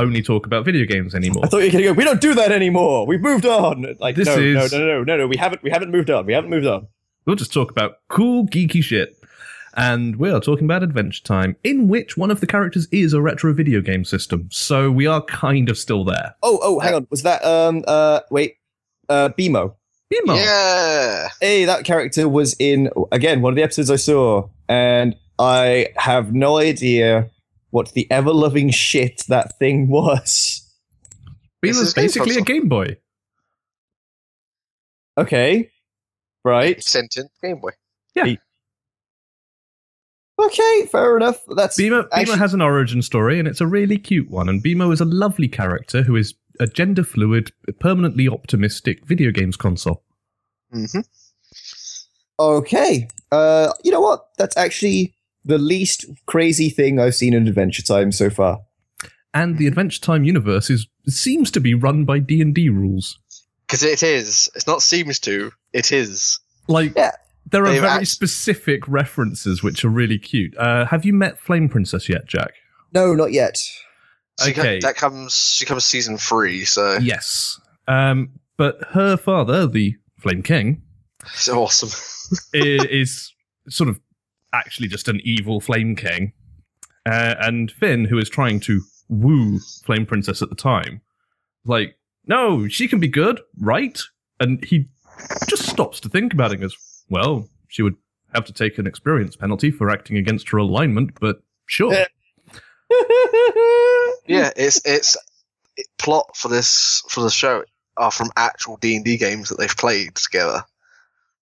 Speaker 3: only talk about video games anymore.
Speaker 1: I thought you were going to go. We don't do that anymore. We've moved on. Like
Speaker 3: This
Speaker 1: no, no,
Speaker 3: is-
Speaker 1: no, no, no, no, no. We haven't. We haven't moved on. We haven't moved on.
Speaker 3: We'll just talk about cool, geeky shit. And we are talking about Adventure Time, in which one of the characters is a retro video game system. So we are kind of still there.
Speaker 1: Oh, oh, hang on. Was that um uh wait uh Bimo?
Speaker 3: Bimo.
Speaker 2: yeah.
Speaker 1: Hey, that character was in again one of the episodes I saw, and I have no idea what the ever loving shit that thing was.
Speaker 2: This
Speaker 3: Bimo's
Speaker 2: is Game
Speaker 3: basically a
Speaker 2: Console.
Speaker 3: Game Boy.
Speaker 1: Okay, right.
Speaker 2: Sentient Game Boy.
Speaker 1: Okay, fair enough. That's
Speaker 3: Bimo, Bimo
Speaker 1: Actually-
Speaker 3: has an origin story, and it's a really cute one. And Bimo is a lovely character who is a gender fluid, permanently optimistic video games console.
Speaker 2: Mm-hmm.
Speaker 1: Okay. Uh, you know what? That's actually the least crazy thing I've seen in Adventure Time so far.
Speaker 3: and the Adventure Time universe is seems to be run by D and D rules.
Speaker 2: Because it is. It's not seems to. It is.
Speaker 3: Like
Speaker 1: Yeah.
Speaker 3: there are
Speaker 2: They've
Speaker 3: very
Speaker 2: act-
Speaker 3: specific references which are really cute. Uh, have you met Flame Princess yet, Jack?
Speaker 1: No, not yet.
Speaker 2: She co-
Speaker 3: Okay.
Speaker 2: that comes. She comes season three. So
Speaker 3: Yes. Um, but her father, the Flame King,
Speaker 2: it's awesome. <laughs>
Speaker 3: i- is sort of actually just an evil Flame King, uh, and Finn, who is trying to woo Flame Princess at the time, Like, no, she can be good, right? And he just stops to think about it and goes, well, she would have to take an experience penalty for acting against her alignment, but sure.
Speaker 1: Yeah.
Speaker 2: Yeah, it's it's it, plot for this for the show are from actual D and D games that they've played together.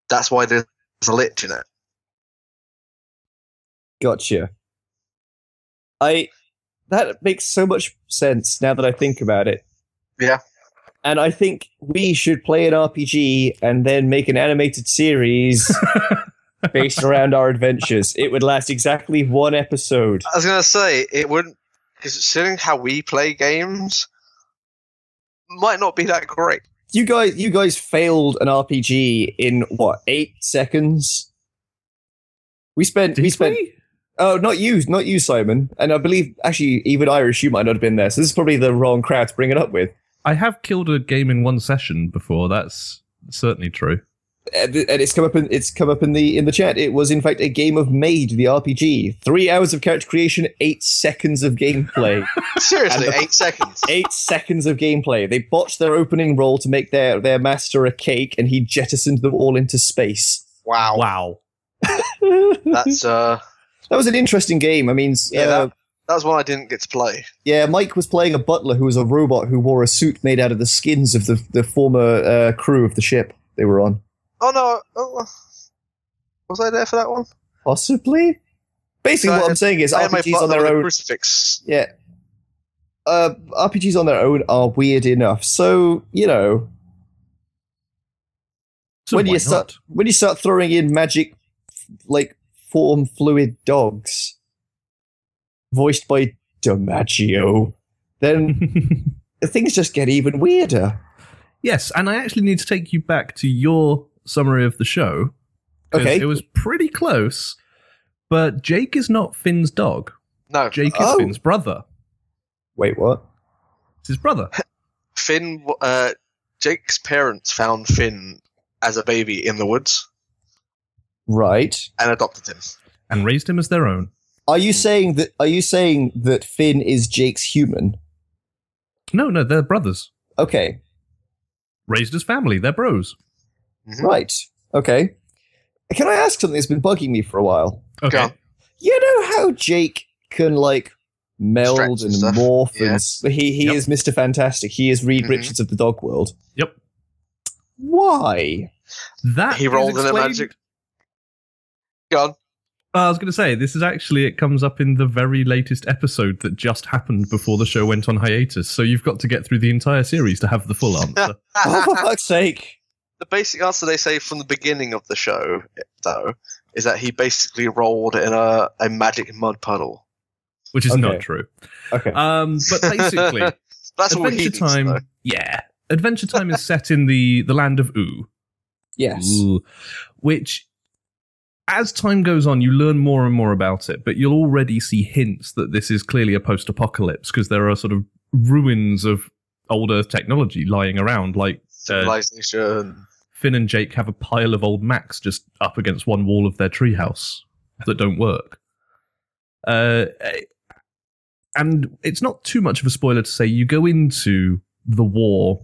Speaker 2: That's why there's a lich in it.
Speaker 1: Gotcha. I that makes so much sense now that I think about it.
Speaker 2: Yeah.
Speaker 1: And I think we should play an RPG and then make an animated series based around our adventures. It would last exactly one episode.
Speaker 2: I was gonna say it wouldn't because considering how we play games, might not be that great.
Speaker 1: You guys you guys failed an RPG in what, 8 seconds? We spent we
Speaker 3: Did
Speaker 1: spent Oh, not you, not you, Simon. And I believe actually even Irish you might not have been there. So this is probably the wrong crowd to bring it up with.
Speaker 3: I have killed a game in one session before. That's certainly true.
Speaker 1: And and it's come up in it's come up in the in the chat. It was in fact a game of Maid, the RPG. Three hours of character creation, eight seconds of
Speaker 2: <laughs>
Speaker 1: gameplay.
Speaker 2: Seriously,
Speaker 1: And the-
Speaker 2: eight seconds.
Speaker 1: <laughs> eight seconds of gameplay. They botched their opening roll to make their their master a cake, and he jettisoned them all into space. <laughs>
Speaker 2: Wow,
Speaker 3: Wow.
Speaker 1: that
Speaker 2: that's uh,
Speaker 1: was an interesting game. I mean, uh, yeah,
Speaker 2: Yeah, that- that was one I didn't get to play.
Speaker 1: yeah. Mike was playing a butler who was a robot who wore a suit made out of the skins of the the former uh, crew of the ship they were on.
Speaker 2: Oh no, oh, was I there for that one?
Speaker 1: Possibly. Basically,
Speaker 2: So I
Speaker 1: what
Speaker 2: had-
Speaker 1: I'm saying is
Speaker 2: I had my
Speaker 1: RPGs on
Speaker 2: button
Speaker 1: their
Speaker 2: with a
Speaker 1: own.
Speaker 2: crucifix.
Speaker 1: Yeah. Uh, RPGs on their own are weird enough. So you know,
Speaker 3: So
Speaker 1: when
Speaker 3: why
Speaker 1: you start when you start throwing in magic like form fluid dogs voiced by DiMaggio,
Speaker 3: <laughs>
Speaker 1: then
Speaker 3: not?
Speaker 1: things just get even weirder.
Speaker 3: Yes, and I actually need to take you back to your summary of the show. 'cause
Speaker 1: Okay.
Speaker 3: It was pretty close, but Jake is not Finn's dog.
Speaker 2: No,
Speaker 3: Jake is
Speaker 1: Oh.
Speaker 3: Finn's brother.
Speaker 1: Wait, what?
Speaker 3: It's his brother.
Speaker 2: <laughs> Finn. Uh, Jake's parents found Finn as a baby in the woods
Speaker 1: Right.
Speaker 2: and adopted him.
Speaker 3: And raised him as their own.
Speaker 1: Are you saying that? Are you saying that Finn is Jake's human?
Speaker 3: No, no, they're brothers.
Speaker 1: Okay.
Speaker 3: Raised as family. They're bros.
Speaker 1: Right. Okay. Can I ask something that's been bugging me for a while?
Speaker 3: Okay.
Speaker 2: Go.
Speaker 1: You know how Jake can like meld
Speaker 2: Stretch
Speaker 1: and
Speaker 2: and stuff.
Speaker 1: morph and
Speaker 2: Yeah.
Speaker 1: s- he he
Speaker 3: Yep.
Speaker 1: is Mr. Fantastic. He is Reed
Speaker 2: Mhm.
Speaker 1: Richards of the dog world.
Speaker 3: Yep.
Speaker 1: Why?
Speaker 3: That
Speaker 2: He
Speaker 3: is
Speaker 2: rolled in a
Speaker 3: explained-
Speaker 2: magic- Go on.
Speaker 3: Uh, I was going to say, this is actually, it comes up in the very latest episode that just happened before the show went on hiatus. So you've got to get through the entire series to have the
Speaker 2: <laughs>
Speaker 3: full answer.
Speaker 1: Oh, <laughs> for fuck's sake.
Speaker 2: the basic answer they say from the beginning of the show, though, is that he basically rolled in a, a magic mud puddle.
Speaker 3: Which is
Speaker 1: Okay.
Speaker 3: not true.
Speaker 1: Okay.
Speaker 3: Um, but basically,
Speaker 2: That's all
Speaker 3: Adventure
Speaker 2: he needs to
Speaker 3: Time.
Speaker 2: know.
Speaker 3: Yeah. Adventure Time is set in the, the land of Oo.
Speaker 1: yes.
Speaker 3: Ooh. Which, as time goes on, you learn more and more about it, but you'll already see hints that this is clearly a post apocalypse because there are sort of ruins of older technology lying around. Like
Speaker 2: Civilization.
Speaker 3: Finn and Jake have a pile of old Macs just up against one wall of their treehouse that don't work. Uh, and it's not too much of a spoiler to say you go into the war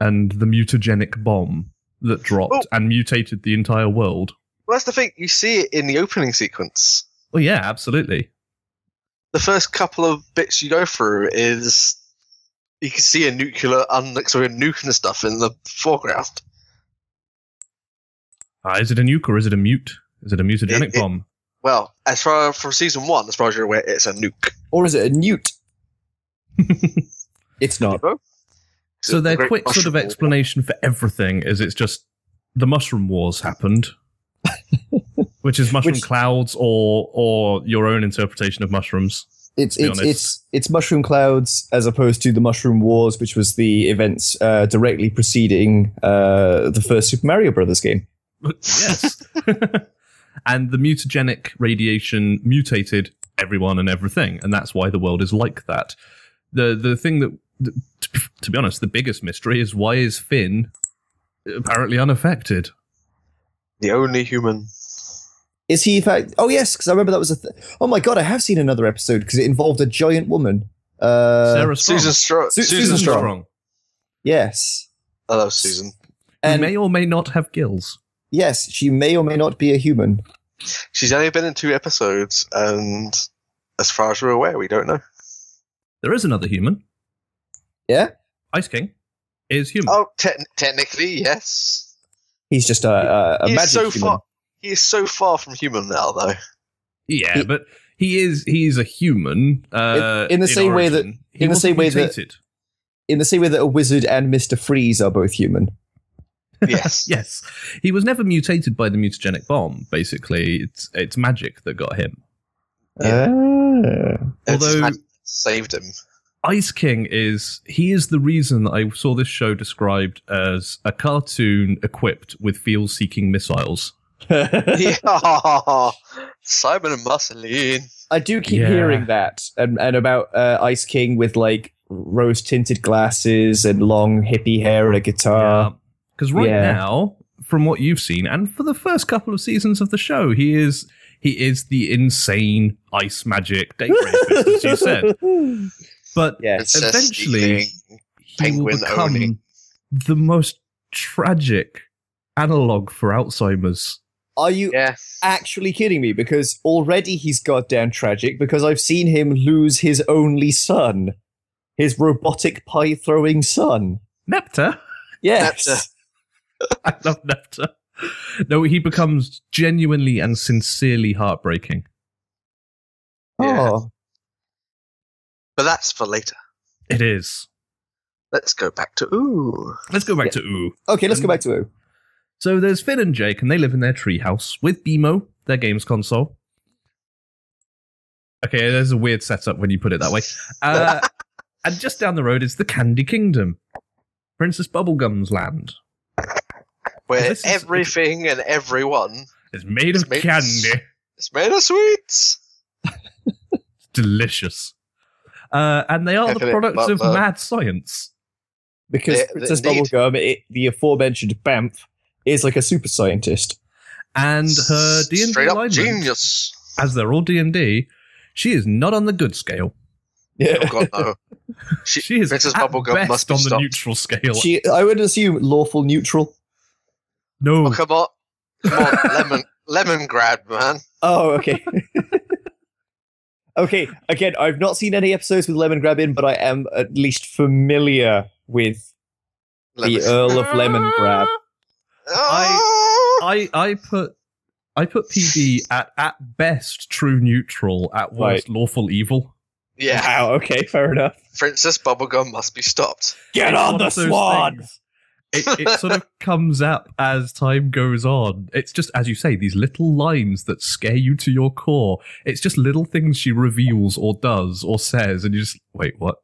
Speaker 3: and the mutagenic bomb that dropped
Speaker 2: Oh.
Speaker 3: and mutated the entire world.
Speaker 2: Well, that's the thing. You see it in the opening sequence.
Speaker 3: Well, Oh, yeah, absolutely.
Speaker 2: The first couple of bits you go through is you can see a nuclear, un- sorry, a nuke and stuff in the foreground.
Speaker 3: Ah, is it a nuke or is it a mute? Is it a mutagenic
Speaker 2: it-
Speaker 3: bomb?
Speaker 2: Well, as far for season one, as far as you're aware, it's a nuke.
Speaker 1: Or is it a newt? it's not.
Speaker 3: So
Speaker 2: It's a
Speaker 3: their
Speaker 2: great
Speaker 3: quick sort of
Speaker 2: mushroom.
Speaker 3: explanation for everything is it's just the mushroom wars
Speaker 2: <laughs>
Speaker 3: happened, which is mushroom
Speaker 1: Which-
Speaker 3: clouds or or your own interpretation of mushrooms.
Speaker 1: It's
Speaker 3: be
Speaker 1: it's
Speaker 3: honest.
Speaker 1: it's it's mushroom clouds as opposed to the mushroom wars, which was the events uh, directly preceding uh, the first Super Mario Brothers game.
Speaker 3: yes, <laughs> and the mutagenic radiation mutated everyone and everything, and that's why the world is like that. the The thing that, th- t- to be honest, the biggest mystery is why is Finn apparently unaffected?
Speaker 2: The only human.
Speaker 1: Is he in fact? Oh yes, because I remember that was a. Th- oh my god, I have seen another episode because it involved a giant woman. Uh,
Speaker 3: Sarah Strong.
Speaker 2: Susan Stro-
Speaker 1: Su-
Speaker 2: Susan
Speaker 1: Susan
Speaker 2: Strong.
Speaker 1: Strong. Yes.
Speaker 2: Hello, Susan.
Speaker 3: Who
Speaker 1: And
Speaker 3: may or may not have gills.
Speaker 1: yes, she may or may not be a human.
Speaker 2: She's only been in two episodes, and as far as we're aware, we don't know.
Speaker 3: There is another human.
Speaker 1: Yeah?
Speaker 3: Ice King is human.
Speaker 2: Oh, te- technically, yes.
Speaker 1: He's just a, a, a
Speaker 2: He is
Speaker 1: magic
Speaker 2: so
Speaker 1: human.
Speaker 2: far. He is so far from human
Speaker 3: <laughs>
Speaker 2: now, though.
Speaker 3: yeah,
Speaker 1: he-
Speaker 3: but he is he is a human. Uh,
Speaker 1: In- in the same way that-
Speaker 3: origin. He
Speaker 1: in the same
Speaker 3: wasn't
Speaker 1: way that-
Speaker 3: mutated.
Speaker 1: In the same way that a wizard and Mr. Freeze are both human.
Speaker 2: Yes.
Speaker 3: Yes, he was never mutated by the mutagenic bomb. Basically, it's it's magic that got him.
Speaker 2: Yeah.
Speaker 1: Ah.
Speaker 2: It's
Speaker 3: Although-
Speaker 2: magic that saved him.
Speaker 3: Ice King is he is the reason that I saw this show described as a cartoon equipped with field-seeking missiles.
Speaker 1: Ah. <laughs>
Speaker 2: yeah. <laughs> Simon and Mussolini.
Speaker 1: I do keep
Speaker 3: Yeah.
Speaker 1: hearing that and, and about uh, Ice King with like rose tinted glasses and long hippie hair and a guitar.
Speaker 3: Because Uh, right
Speaker 1: yeah.
Speaker 3: now, from what you've seen, and for the first couple of seasons of the show, he is he is the insane ice magic
Speaker 1: <laughs>
Speaker 3: date rapist, as you said. But
Speaker 1: Yes.
Speaker 2: It's just
Speaker 3: Eventually-
Speaker 2: eating
Speaker 3: he will
Speaker 2: Penguin
Speaker 3: become
Speaker 2: owning.
Speaker 3: the most tragic analog for Alzheimer's.
Speaker 1: Are you
Speaker 2: Yeah.
Speaker 1: actually kidding me? Because already he's goddamn tragic because I've seen him lose his only son, his robotic pie throwing son.
Speaker 3: Nepta.
Speaker 1: Yes.
Speaker 2: That's
Speaker 3: <laughs> I love Nepta. No, he becomes genuinely and sincerely heartbreaking.
Speaker 2: Yeah.
Speaker 1: Oh,
Speaker 2: But that's for later.
Speaker 3: It is.
Speaker 2: Let's go back to ooh.
Speaker 3: Let's go back to Ooh.
Speaker 1: okay. Let's go back to O.
Speaker 3: So there's Finn and Jake, and they live in their treehouse with Bemo, their games console. Okay, there's a weird setup when you put it
Speaker 2: <laughs>
Speaker 3: that way. Uh, and just down the road is the Candy Kingdom, Princess Bubblegum's land.
Speaker 2: Where
Speaker 3: This is-
Speaker 2: everything and everyone
Speaker 3: It's made
Speaker 2: It's
Speaker 3: of
Speaker 2: made-
Speaker 3: candy.
Speaker 2: is made of sweets.
Speaker 3: delicious. Uh, and they are the
Speaker 2: Definite
Speaker 3: products of
Speaker 2: butler.
Speaker 3: mad science.
Speaker 1: Because
Speaker 2: Yeah,
Speaker 1: Princess
Speaker 2: indeed.
Speaker 1: Bubblegum, it, the aforementioned Bamf, is like a super scientist.
Speaker 3: And her D and D
Speaker 2: Straight up
Speaker 3: alignment, <laughs>
Speaker 2: genius.
Speaker 3: as they're all D and D, she is not on the good scale.
Speaker 1: Yeah.
Speaker 2: Oh god no. She,
Speaker 3: She is
Speaker 2: Princess
Speaker 3: at
Speaker 2: Bubblegum
Speaker 3: best
Speaker 2: must be
Speaker 3: on the
Speaker 2: stopped.
Speaker 3: neutral scale.
Speaker 1: She, I would assume lawful neutral.
Speaker 3: no,
Speaker 2: oh, come on. Come on, lemon lemon grad, man.
Speaker 1: Oh, okay. <laughs> okay. Again, I've not seen any episodes with Lemon Grab in, but I am at least familiar with
Speaker 2: Lemon.
Speaker 1: the Earl of Lemon Grab.
Speaker 2: Ah!
Speaker 3: I I put I put PB at at best true neutral, at worst lawful evil.
Speaker 2: <laughs> yeah.
Speaker 1: Wow. Okay. Fair enough.
Speaker 2: Princess Bubblegum must be stopped.
Speaker 1: Get
Speaker 3: It's
Speaker 1: on
Speaker 3: one
Speaker 1: the
Speaker 3: of those
Speaker 1: swan.
Speaker 3: things. It, it sort of comes up as time goes on. It's just, as you say, these little lines that scare you to your core. It's just little things she reveals or does or says, and you just wait, what?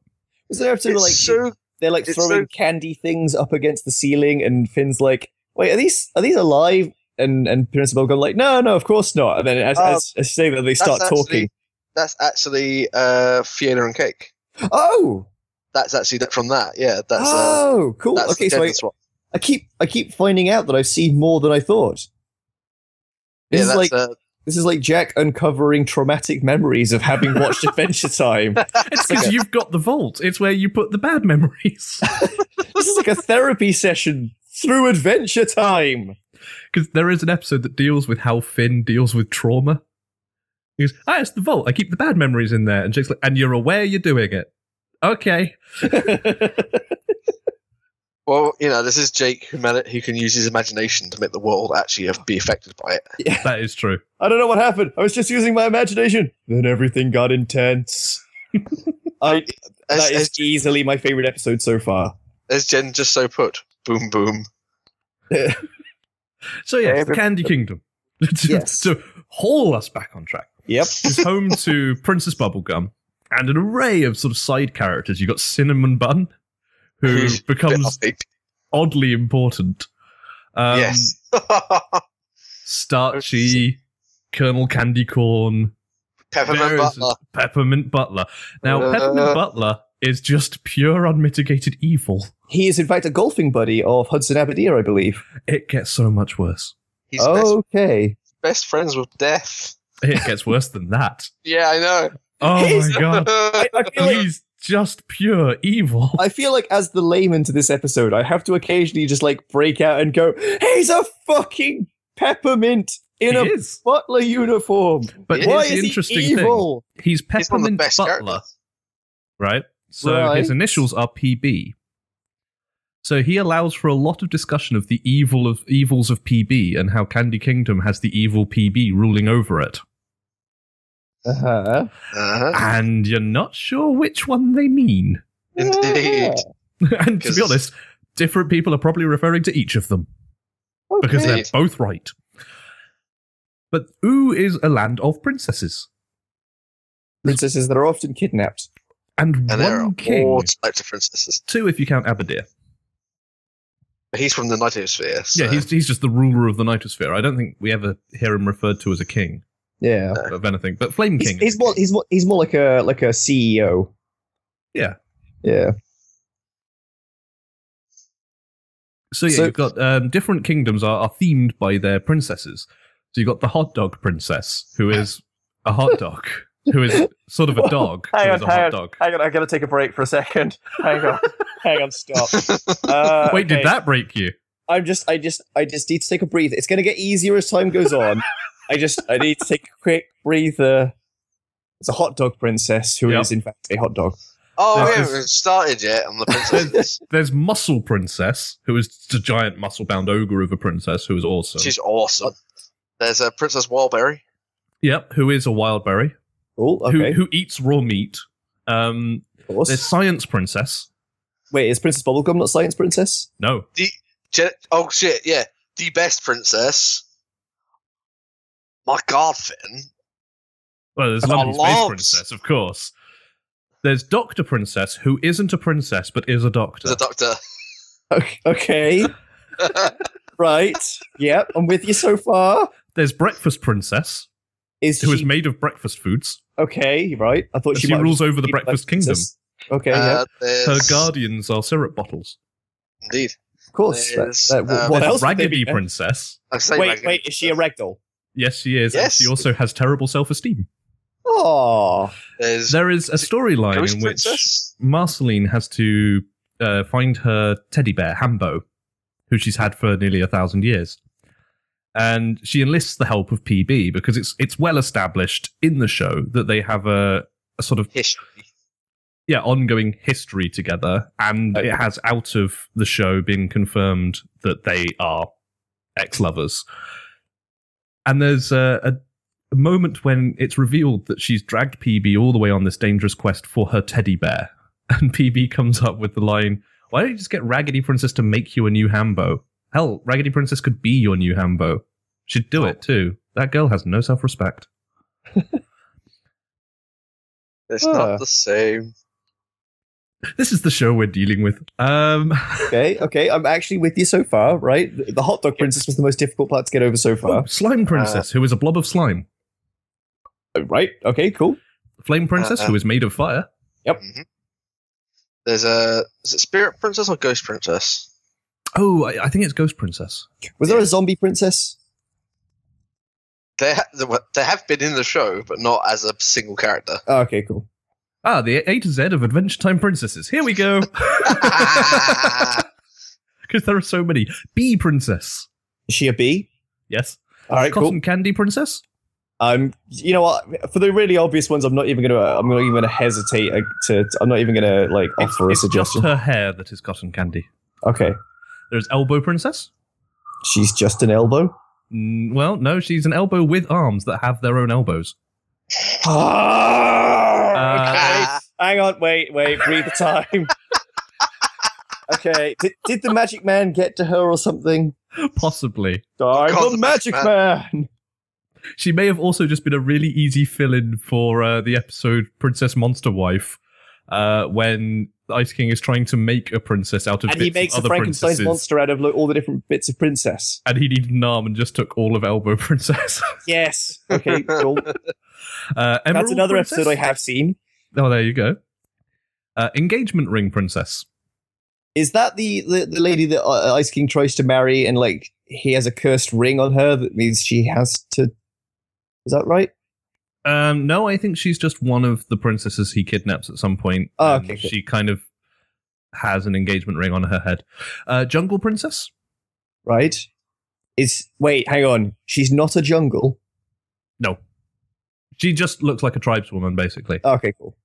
Speaker 1: Is there an episode where,
Speaker 2: It's
Speaker 1: like
Speaker 2: so
Speaker 1: they're like
Speaker 2: it's
Speaker 1: throwing candy things up against the ceiling, and Finn's like, "Wait, are these are these alive?" And and Princess Bubblegum like, "No, no, of course not." And then as
Speaker 2: Oh,
Speaker 1: as, as you say that, they start
Speaker 2: actually-
Speaker 1: talking.
Speaker 2: that's actually uh, Fiona and Cake.
Speaker 1: Oh,
Speaker 2: That's actually that from that. Yeah, that's uh,
Speaker 1: oh, cool.
Speaker 2: that's
Speaker 1: Okay,
Speaker 2: the
Speaker 1: so I,
Speaker 2: Dennis one.
Speaker 1: I keep I keep finding out that I've seen more than I thought. This
Speaker 2: Yeah,
Speaker 1: is
Speaker 2: that's
Speaker 1: like
Speaker 2: uh,
Speaker 1: this is like Jack uncovering traumatic memories of having
Speaker 2: <laughs>
Speaker 1: watched Adventure Time.
Speaker 3: It's because
Speaker 1: Okay.
Speaker 3: you've got the vault. It's where you put the bad <laughs> memories.
Speaker 1: This is like a therapy session through Adventure Time. <laughs>
Speaker 3: Because there is an episode that deals with how Finn deals with trauma. He goes, ah, it's the vault. I keep the bad memories in there. And Jake's like, and you're aware you're doing it. Okay.
Speaker 2: well, you know, this is Jake who made it, who can use his imagination to make the world actually have- be affected by it.
Speaker 3: That is true.
Speaker 1: I don't know what happened. I was just using my imagination. Then everything got
Speaker 2: <laughs>
Speaker 1: intense. I,
Speaker 2: As,
Speaker 1: that is
Speaker 2: as,
Speaker 1: easily my favorite episode so far.
Speaker 2: as Jen just so put, boom, boom.
Speaker 3: So, yes, the
Speaker 2: Every-
Speaker 3: Candy Kingdom. <laughs> to,
Speaker 1: Yes.
Speaker 3: to haul us back on track.
Speaker 1: Yep.
Speaker 3: is home to Princess Bubblegum and an array of sort of side characters. You've got Cinnamon Bun, who
Speaker 2: Who's
Speaker 3: becomes
Speaker 2: Bit
Speaker 3: oddly important. Um,
Speaker 2: yes. <laughs>
Speaker 3: Starchy, Colonel Candy Corn,
Speaker 2: Peppermint
Speaker 3: various-
Speaker 2: Butler.
Speaker 3: Peppermint Butler. Now,
Speaker 2: Uh.
Speaker 3: Peppermint Butler is just pure unmitigated evil.
Speaker 1: He is in fact a golfing buddy of Hudson Abadir, I believe.
Speaker 3: It gets so much worse.
Speaker 2: He's
Speaker 3: Oh.
Speaker 2: best, <laughs>
Speaker 1: Okay.
Speaker 2: best friends with death.
Speaker 1: <laughs>
Speaker 3: It gets worse than that.
Speaker 2: Yeah, I know.
Speaker 3: Oh
Speaker 1: He's- <laughs>
Speaker 2: <laughs>
Speaker 3: my god.
Speaker 1: I, I feel like
Speaker 3: He's just pure evil.
Speaker 1: I feel like as the layman to this episode, I have to occasionally just like break out and go, "He's a fucking peppermint in a
Speaker 3: he is.
Speaker 1: butler uniform.
Speaker 3: But
Speaker 2: It
Speaker 1: Why
Speaker 3: here's
Speaker 1: is
Speaker 3: the
Speaker 1: he
Speaker 3: interesting thing.
Speaker 1: evil?"
Speaker 3: He's
Speaker 2: He's one of the
Speaker 3: Peppermint
Speaker 2: best
Speaker 3: Butler,
Speaker 2: characters.
Speaker 3: right? So his
Speaker 1: Right.
Speaker 3: initials are PB. So he allows for a lot of discussion of the evil of evils of PB and how Candy Kingdom has the evil PB ruling over it.
Speaker 1: Uh-huh.
Speaker 2: Uh-huh.
Speaker 3: And you're not sure which one they mean.
Speaker 2: Indeed.
Speaker 3: <laughs> and to be
Speaker 2: 'Cause-
Speaker 3: honest, different people are probably referring to each of them.
Speaker 1: Okay.
Speaker 3: because they're
Speaker 2: Indeed.
Speaker 3: both right. But Oo is a land of princesses,
Speaker 1: princesses that are often kidnapped.
Speaker 3: and,
Speaker 2: And there
Speaker 3: one
Speaker 2: are
Speaker 3: king,
Speaker 2: all types of princesses.
Speaker 3: two if you count Abadir.
Speaker 2: But he's from the Nightosphere. So.
Speaker 3: Yeah, he's he's just the ruler of the Nightosphere. I don't think we ever hear him referred to as a king
Speaker 1: Yeah,
Speaker 3: of anything, but Flame
Speaker 1: he's,
Speaker 3: King.
Speaker 1: he's more he's more he's more like a like a CEO.
Speaker 3: Yeah.
Speaker 1: yeah.
Speaker 3: so yeah,
Speaker 1: so-
Speaker 3: you've got um, different kingdoms are, are themed by their princesses. So you've got the hot dog princess,
Speaker 1: <laughs>
Speaker 3: who is a hot dog, who is sort of a dog, who
Speaker 1: Hang
Speaker 3: is a
Speaker 1: on, hang
Speaker 3: hot
Speaker 1: on.
Speaker 3: dog.
Speaker 1: Hang on, I gotta take a break for a second. Hang <laughs> on, hang on, stop. Uh,
Speaker 3: Wait,
Speaker 1: okay.
Speaker 3: did that break you?
Speaker 1: I'm just, I just, I just need to take a breather. It's gonna get easier as time goes
Speaker 3: <laughs>
Speaker 1: on. I just, I need to take a quick breather. It's a hot dog princess who is
Speaker 3: Yep.
Speaker 1: in fact a hot dog.
Speaker 2: oh, we
Speaker 3: There's-
Speaker 2: haven't started
Speaker 3: <laughs>
Speaker 2: yet on the princesses.
Speaker 3: There's Muscle Princess, who is just a giant muscle bound ogre of a princess who is awesome.
Speaker 2: She's awesome. There's uh, Princess Walberry.
Speaker 3: Yep, who is a wild berry,
Speaker 1: Cool. Oh, Okay.
Speaker 3: who, who eats raw meat. Um,
Speaker 1: of course.
Speaker 3: there's Science Princess.
Speaker 1: Wait, is Princess Bubblegum not Science Princess?
Speaker 3: No,
Speaker 2: Je- oh, shit, yeah. The best princess. My god, Finn.
Speaker 3: well, there's
Speaker 2: Oh,
Speaker 3: Lovely Space
Speaker 2: loves.
Speaker 3: Princess, of course. There's Doctor Princess, who isn't a princess but is a doctor. <laughs>
Speaker 2: The doctor. Uh,
Speaker 1: Okay. okay. right. Yep. I'm with you so far.
Speaker 3: there's Breakfast Princess,
Speaker 1: Is
Speaker 3: who
Speaker 1: she
Speaker 3: is made of breakfast foods.
Speaker 1: okay? you're Right. I thought
Speaker 3: She,
Speaker 1: she, might
Speaker 3: rules over the
Speaker 1: be
Speaker 3: Breakfast
Speaker 1: like
Speaker 3: Kingdom.
Speaker 1: princess. Okay. yeah.
Speaker 2: uh,
Speaker 3: Her
Speaker 2: there's-
Speaker 3: guardians are syrup bottles.
Speaker 2: Indeed.
Speaker 1: Of course. That,
Speaker 2: there's,
Speaker 1: that-
Speaker 2: um,
Speaker 1: what
Speaker 3: there's
Speaker 1: else? would they
Speaker 3: Raggedy
Speaker 1: be-
Speaker 3: Princess.
Speaker 2: I say
Speaker 1: Wait.
Speaker 2: Raggedy
Speaker 1: Wait. Is she a ragdoll?
Speaker 3: Yes, she is. and
Speaker 2: Yes.
Speaker 3: she also has terrible self esteem.
Speaker 1: Oh.
Speaker 2: There's
Speaker 3: There is a storyline
Speaker 2: Ghost
Speaker 3: in which
Speaker 2: Princess.
Speaker 3: Marceline has to uh, find her teddy bear, Hambo, who she's had for nearly a thousand years. And she enlists the help of PB because it's it's well established in the show that they have a, a sort of
Speaker 2: History.
Speaker 3: yeah ongoing history together, and it has out of the show been confirmed that they are ex lovers. And there's a, a a moment when it's revealed that she's dragged PB all the way on this dangerous quest for her teddy bear. <laughs> And PB comes up with the line, Why don't you just get Raggedy Princess to make you a new Hambo? Hell, Raggedy Princess could be your new Hambo. She'd do it too. That girl has no self respect.
Speaker 2: It's
Speaker 1: Ah.
Speaker 2: not the same.
Speaker 3: This is the show we're dealing with. Um,
Speaker 1: Okay. Okay. I'm actually with you so far. Right. The, the hot dog princess was the most difficult part to get over so
Speaker 3: oh,
Speaker 1: far.
Speaker 3: Slime Princess, who is a blob of slime.
Speaker 1: Oh, Right. Okay. Cool.
Speaker 3: Flame Princess,
Speaker 2: Uh, uh.
Speaker 3: who is made of fire.
Speaker 2: Mhm. There's a. Is it Spirit Princess or Ghost Princess?
Speaker 3: Oh, I, I think it's Ghost Princess.
Speaker 1: Was there a zombie princess?
Speaker 2: They, ha- they were- they have been in the show, but not as a
Speaker 3: <laughs>
Speaker 2: single character. <laughs>
Speaker 1: Oh, okay. Cool.
Speaker 3: Ah, the A to Z of Adventure Time Princesses. Here
Speaker 1: <laughs>
Speaker 3: we go. Because there are so many. Bee Princess.
Speaker 1: Is she a bee?
Speaker 3: Yes.
Speaker 1: All right.
Speaker 3: Cotton
Speaker 1: Cool.
Speaker 3: Candy Princess?
Speaker 1: Um, you know what? For the really obvious ones, I'm not even gonna. I'm not even gonna hesitate uh, to. to- I'm not even gonna like
Speaker 3: It's-
Speaker 1: offer a
Speaker 3: it's
Speaker 1: suggestion.
Speaker 3: just her hair that is cotton candy.
Speaker 1: okay,
Speaker 3: There's Elbow Princess.
Speaker 1: she's just an elbow.
Speaker 3: Mm, well, no, she's an elbow with arms that have their own elbows.
Speaker 1: Ah, okay. Hang on. Wait. Wait. Breathe the
Speaker 3: <laughs>
Speaker 1: time. okay. Did, did the magic man get to her or something?
Speaker 3: Possibly.
Speaker 1: I'm
Speaker 2: God,
Speaker 1: the
Speaker 2: the
Speaker 1: magic
Speaker 2: magic
Speaker 1: man.
Speaker 3: She may have also just been a really easy fill in for uh, the episode Princess Monster Wife, uh, when the Ice King is trying to make a princess out of
Speaker 1: And
Speaker 3: bits
Speaker 1: he
Speaker 3: of
Speaker 1: makes a
Speaker 3: other
Speaker 1: Frankenstein's
Speaker 3: princesses.
Speaker 1: monster out of like, all the different bits of princess.
Speaker 3: And he needed an arm and just took all of Elbow <laughs> Princess.
Speaker 1: Yes. Okay. Cool.
Speaker 3: Uh, Emerald
Speaker 1: That's another
Speaker 3: Princess?
Speaker 1: episode I have seen.
Speaker 3: Oh, there you go. Uh, engagement ring princess.
Speaker 1: Is that the, the, the lady that uh, Ice King tries to marry and like he has a cursed ring on her that means she has to? Is that right?
Speaker 3: Um, no, I think she's just one of the princesses he kidnaps at some point.
Speaker 1: Oh,
Speaker 3: and
Speaker 1: okay, good.
Speaker 3: She kind of has an engagement ring on her head. Uh, jungle princess?
Speaker 1: right? Is wait, hang on. She's not a jungle.
Speaker 3: No. She just looks like a tribeswoman, basically.
Speaker 1: Okay, cool.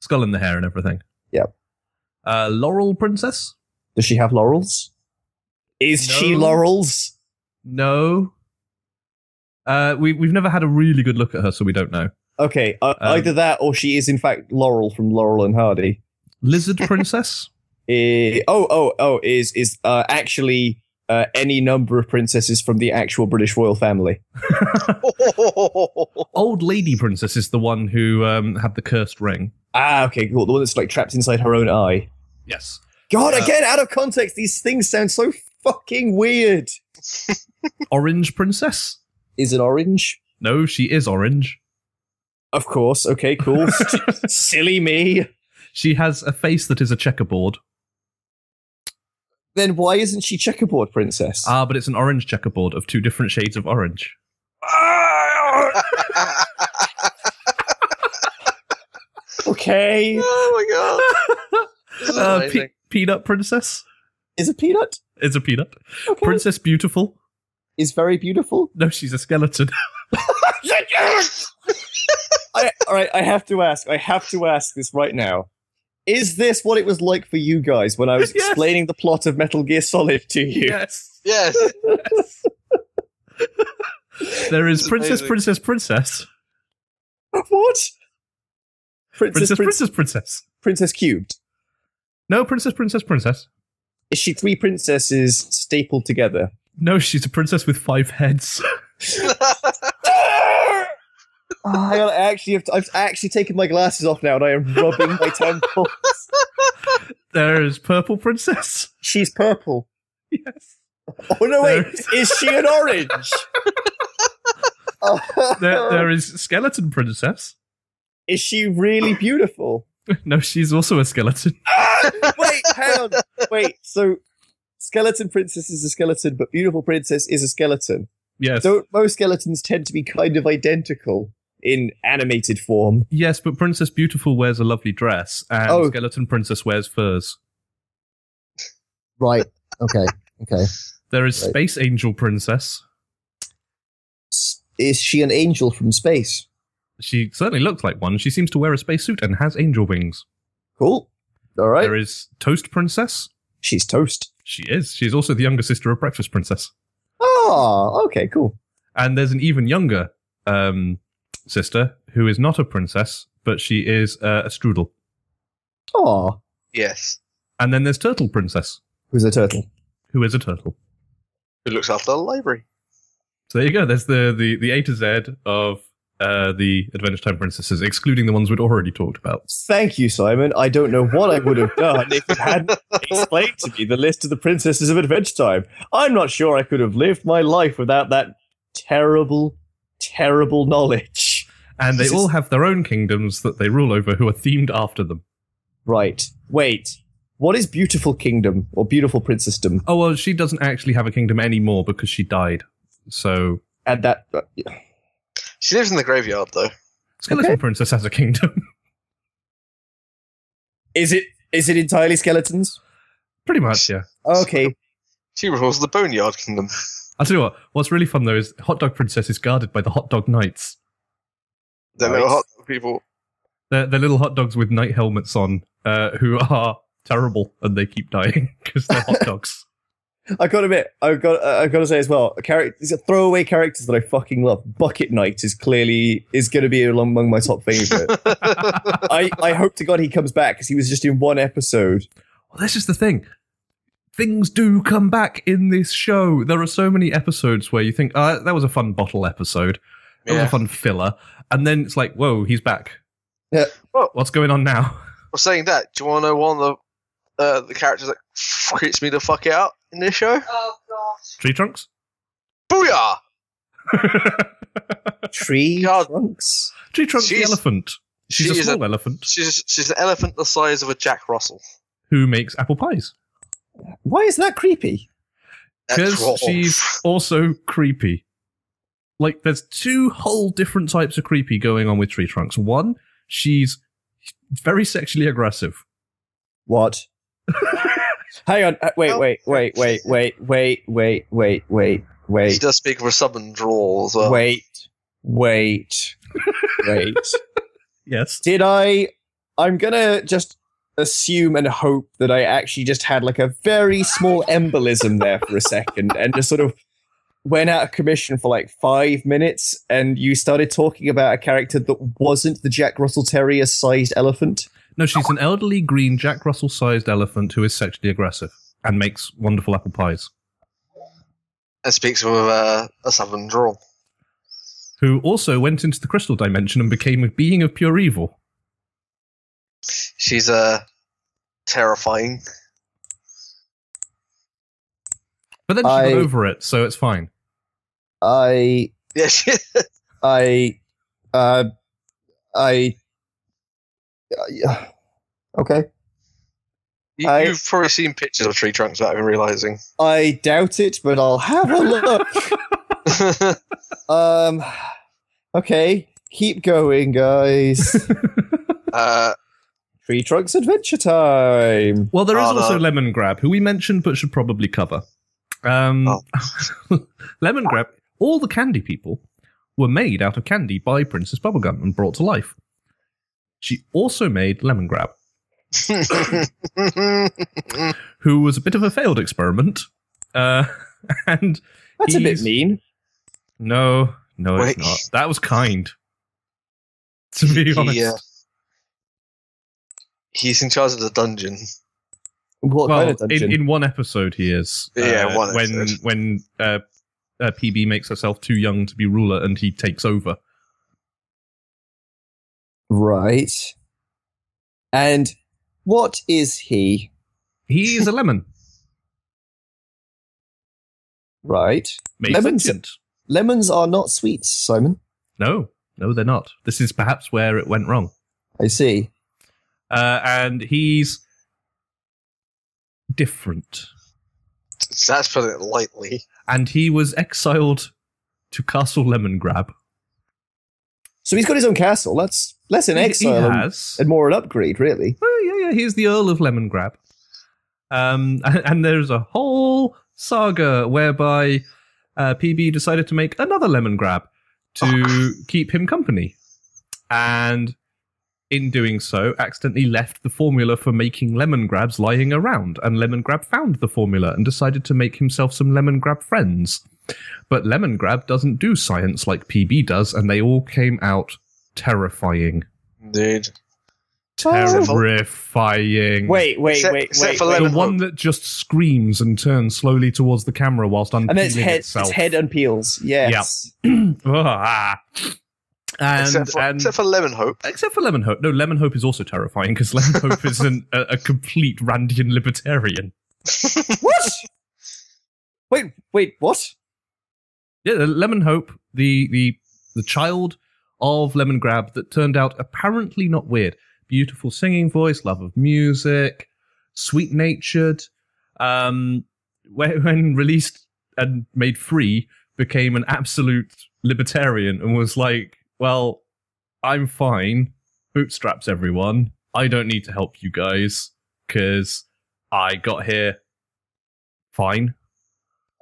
Speaker 3: Skull in the hair and everything.
Speaker 1: Yep.
Speaker 3: Uh, Laurel princess?
Speaker 1: Does she have laurels? Is she
Speaker 3: No.
Speaker 1: laurels?
Speaker 3: No. Uh, we, we've never had a really good look at her, so we don't know.
Speaker 1: Okay, uh,
Speaker 3: Um,
Speaker 1: either that or she is in fact Laurel from Laurel and Hardy.
Speaker 3: Lizard princess?
Speaker 1: Eh, oh, oh, oh, is is uh, actually uh, any number of princesses from the actual British royal family?
Speaker 3: Old lady princess is the one who um, had the cursed ring.
Speaker 1: Ah, okay, cool. The one that's like trapped inside her own eye.
Speaker 3: Yes.
Speaker 1: God,
Speaker 3: Uh,
Speaker 1: again, out of context, these things sound so fucking weird.
Speaker 3: Orange princess?
Speaker 1: Is it orange?
Speaker 3: No, she is orange.
Speaker 1: Of course. Okay, cool. Silly me.
Speaker 3: She has a face that is a checkerboard.
Speaker 1: Then why isn't she checkerboard princess?
Speaker 3: Ah, but it's an orange checkerboard of two different shades of orange.
Speaker 1: okay,
Speaker 2: <laughs> oh my god! This is
Speaker 3: Uh,
Speaker 2: amazing.
Speaker 3: pe- peanut princess
Speaker 1: is a peanut?
Speaker 3: is a peanut.
Speaker 1: Okay,
Speaker 3: Princess beautiful.
Speaker 1: is very beautiful.
Speaker 3: No, she's a skeleton.
Speaker 1: I, all right, I have to ask. I have to ask this right now. Is this what it was like for you guys when I was
Speaker 3: <laughs> Yes.
Speaker 1: explaining the plot of Metal Gear Solid to you?
Speaker 3: yes.
Speaker 2: yes,
Speaker 3: There is
Speaker 2: It's
Speaker 3: princess,
Speaker 2: amazing.
Speaker 3: princess, princess,
Speaker 1: <laughs> What? Princess, princess,
Speaker 3: princess, princess, princess.
Speaker 1: princess cubed.
Speaker 3: No, princess, princess, princess.
Speaker 1: Is she three princesses stapled
Speaker 3: <laughs>
Speaker 1: together?
Speaker 3: No, she's a princess with five heads. <laughs>
Speaker 1: Ah, hang on, I actually have to, I've actually taken my glasses off now and I am rubbing
Speaker 3: <laughs>
Speaker 1: my temple.
Speaker 3: There is purple princess. <laughs>
Speaker 1: She's purple.
Speaker 3: Yes.
Speaker 1: Oh no, wait,
Speaker 3: There-
Speaker 1: is she an orange?
Speaker 3: <laughs>
Speaker 1: Oh.
Speaker 3: There, there is skeleton princess. <laughs>
Speaker 1: Is she really beautiful?
Speaker 3: No, she's also a skeleton.
Speaker 1: <laughs>
Speaker 3: <laughs>
Speaker 1: Wait, hang on. Wait, so skeleton princess is a skeleton, but beautiful princess is a skeleton.
Speaker 3: Yes.
Speaker 1: Don't most skeletons tend to be kind of identical in animated form?
Speaker 3: Yes, but Princess Beautiful wears a lovely dress, and
Speaker 1: Oh.
Speaker 3: Skeleton Princess wears furs.
Speaker 1: Right. Okay. Okay.
Speaker 3: There is
Speaker 1: Right.
Speaker 3: Space Angel Princess.
Speaker 1: Is she an angel from space?
Speaker 3: She certainly looks like one. She seems to wear a spacesuit and has angel wings.
Speaker 1: Cool. All right.
Speaker 3: There is Toast Princess.
Speaker 1: She's toast.
Speaker 3: She is. She's also the younger sister of Breakfast Princess.
Speaker 1: Ah, okay, cool.
Speaker 3: And there's an even younger um, sister who is not a princess, but she is uh, a strudel.
Speaker 1: Ah,
Speaker 2: yes.
Speaker 3: And then there's Turtle Princess,
Speaker 1: who's a turtle?
Speaker 3: who is a turtle.
Speaker 2: Who looks after the library?
Speaker 3: So there you go. There's the, the, the A to Z of uh, the Adventure Time princesses, excluding the ones we'd already talked about.
Speaker 1: Thank you, Simon. I don't know what I would have done if you hadn't explained to me the list of the princesses of Adventure Time. I'm not sure I could have lived my life without that terrible, terrible knowledge.
Speaker 3: and they
Speaker 1: This is-
Speaker 3: all have their own kingdoms that they rule over who are themed after them.
Speaker 1: Right. Wait. What is beautiful kingdom or beautiful princessdom?
Speaker 3: Oh, well, she doesn't actually have a kingdom anymore because she died. So,
Speaker 1: And that uh,
Speaker 2: She lives in the graveyard, though.
Speaker 3: Skeleton
Speaker 1: Okay.
Speaker 3: Princess has a kingdom, <laughs>
Speaker 1: is it. Is it entirely skeletons?
Speaker 3: pretty much, yeah.
Speaker 1: Okay.
Speaker 2: She rules the Boneyard Kingdom.
Speaker 3: I'll tell you what, what's really fun though is Hot Dog Princess is guarded by the Hot Dog Knights.
Speaker 2: They're
Speaker 1: Right.
Speaker 2: little hot people. <laughs>
Speaker 3: They're, they're little hot dogs with knight helmets on uh, who <laughs> are terrible and they keep dying <laughs> because they're
Speaker 2: <laughs>
Speaker 3: hot dogs.
Speaker 1: I gotta admit, I got uh, I gotta say as well, a character these are throwaway characters that I fucking love. Bucket Knight is clearly is gonna be along- among my top favorite. I, I hope to God he comes back because he was just in one episode.
Speaker 3: Well, this is the thing. Things do come back in this show. There are so many episodes where you think, uh, that was a fun bottle episode. It was a
Speaker 2: yeah.
Speaker 3: fun filler. And then it's like, whoa, he's back.
Speaker 1: Yeah.
Speaker 2: Well-
Speaker 3: What's going on now? <laughs>
Speaker 2: Well, saying that, do you want to know one of the uh, the characters that creeps me the fuck out in this show?
Speaker 4: Oh gosh.
Speaker 3: Tree trunks? <laughs>
Speaker 2: Booyah!
Speaker 1: Tree
Speaker 2: God.
Speaker 1: trunks.
Speaker 3: Tree trunks the
Speaker 2: She's-
Speaker 3: elephant. She's
Speaker 2: she
Speaker 3: a
Speaker 2: is
Speaker 3: small elephant
Speaker 2: She's she's an elephant the size of a Jack Russell.
Speaker 3: who makes apple pies.
Speaker 1: Why is that creepy?
Speaker 2: That's
Speaker 3: Because
Speaker 2: wrong.
Speaker 3: she's also creepy. like there's two whole different types of creepy going on with Tree Trunks. One, she's very sexually aggressive.
Speaker 1: What? Hang on. uh, Wait,
Speaker 2: Oh.
Speaker 1: wait, wait, wait, wait, wait, wait, wait, wait,
Speaker 2: She
Speaker 1: wait,
Speaker 2: does speak of a southern drawl as well.
Speaker 1: wait, wait, wait.
Speaker 3: Yes.
Speaker 1: Did I? I'm gonna just assume and hope that I actually just had like a very small embolism there for a second and just sort of went out of commission for like five minutes and you started talking about a character that wasn't the Jack Russell Terrier sized elephant.
Speaker 3: No, she's an elderly green Jack Russell sized elephant who is sexually aggressive and makes wonderful apple pies.
Speaker 2: And speaks with a, a southern drawl.
Speaker 3: Who also went into the crystal dimension and became a being of pure evil.
Speaker 2: She's uh, terrifying. <laughs>
Speaker 3: But then she
Speaker 1: I-
Speaker 3: got over it, so it's fine.
Speaker 1: I
Speaker 2: Yeah, she,
Speaker 1: I, uh, I, I- okay.
Speaker 2: you,
Speaker 1: I-
Speaker 2: you've probably seen pictures of tree trunks without even realizing. <laughs>
Speaker 1: I doubt it, but I'll have a look. <laughs> um, okay, keep going, guys.
Speaker 2: uh,
Speaker 1: Tree Trunks Adventure Time.
Speaker 3: Well, there is
Speaker 2: Oh, no.
Speaker 3: also Lemon Grab, who we mentioned but should probably cover. Um,
Speaker 2: Oh.
Speaker 3: <laughs> Lemon Grab, all the candy people were made out of candy by Princess Bubblegum and brought to life. She also made Lemon Grab, who was a bit of a failed experiment. Uh, <laughs> and
Speaker 1: That's a bit
Speaker 3: He's-
Speaker 1: mean.
Speaker 3: no, no,
Speaker 2: Wait.
Speaker 3: it's not. That was
Speaker 2: <laughs>
Speaker 3: kind. To be
Speaker 2: He,
Speaker 3: honest,
Speaker 2: uh, he's in charge of the dungeon. <laughs>
Speaker 1: What
Speaker 3: well,
Speaker 1: kind of dungeon?
Speaker 3: in, in one episode he is. uh,
Speaker 2: Yeah, one
Speaker 3: when
Speaker 2: episode.
Speaker 3: when uh, uh, PB makes herself too young to be ruler and he takes over.
Speaker 1: right. And what is he? <laughs>
Speaker 3: He is a lemon.
Speaker 1: Right.
Speaker 3: Made
Speaker 1: Lemon
Speaker 3: sentient.
Speaker 1: Lemons are not sweets, Simon.
Speaker 3: No, no, they're not. This is perhaps where it went wrong.
Speaker 1: I see.
Speaker 3: Uh, and he's different.
Speaker 2: That's putting it lightly.
Speaker 3: And he was exiled to Castle Lemon Grab.
Speaker 1: So he's got his own castle. That's less an
Speaker 3: He-
Speaker 1: exile
Speaker 3: He
Speaker 1: and-
Speaker 3: has.
Speaker 1: and more an upgrade, really.
Speaker 3: Oh, yeah, yeah. He's the Earl of Lemon Grab. Um, and, and there's a whole saga whereby uh, PB decided to make another Lemon Grab
Speaker 1: <laughs>
Speaker 3: to keep him company, and in doing so, accidentally left the formula for making lemon grabs lying around. And Lemon Grab found the formula and decided to make himself some Lemon Grab friends. But Lemon Grab doesn't do science like PB does, and they all came out terrifying.
Speaker 2: Dude.
Speaker 1: Oh.
Speaker 3: Terrifying.
Speaker 1: Wait, wait,
Speaker 2: Except-
Speaker 1: wait,
Speaker 2: except
Speaker 1: wait,
Speaker 2: for
Speaker 1: wait.
Speaker 3: The
Speaker 2: Lemon
Speaker 3: one that just screams and turns slowly towards the camera whilst unpeeling
Speaker 1: and then its head,
Speaker 3: itself.
Speaker 1: its head unpeels. Yes.
Speaker 3: <clears throat> Ah. and
Speaker 2: except, for,
Speaker 3: and-
Speaker 2: except for Lemon Hope. <laughs>
Speaker 3: except for Lemon Hope. No, Lemon Hope is also terrifying because Lemon Hope is an, a, a complete Randian libertarian.
Speaker 1: what? Wait, wait, what?
Speaker 3: Yeah, Lemon Hope, the the the child of Lemon Grab that turned out apparently not weird. Beautiful singing voice, love of music, sweet natured. Um, when, <laughs> when released and made free, became an absolute libertarian and was like, "Well, I'm fine. Bootstraps, everyone. I don't need to help you guys because I got here fine."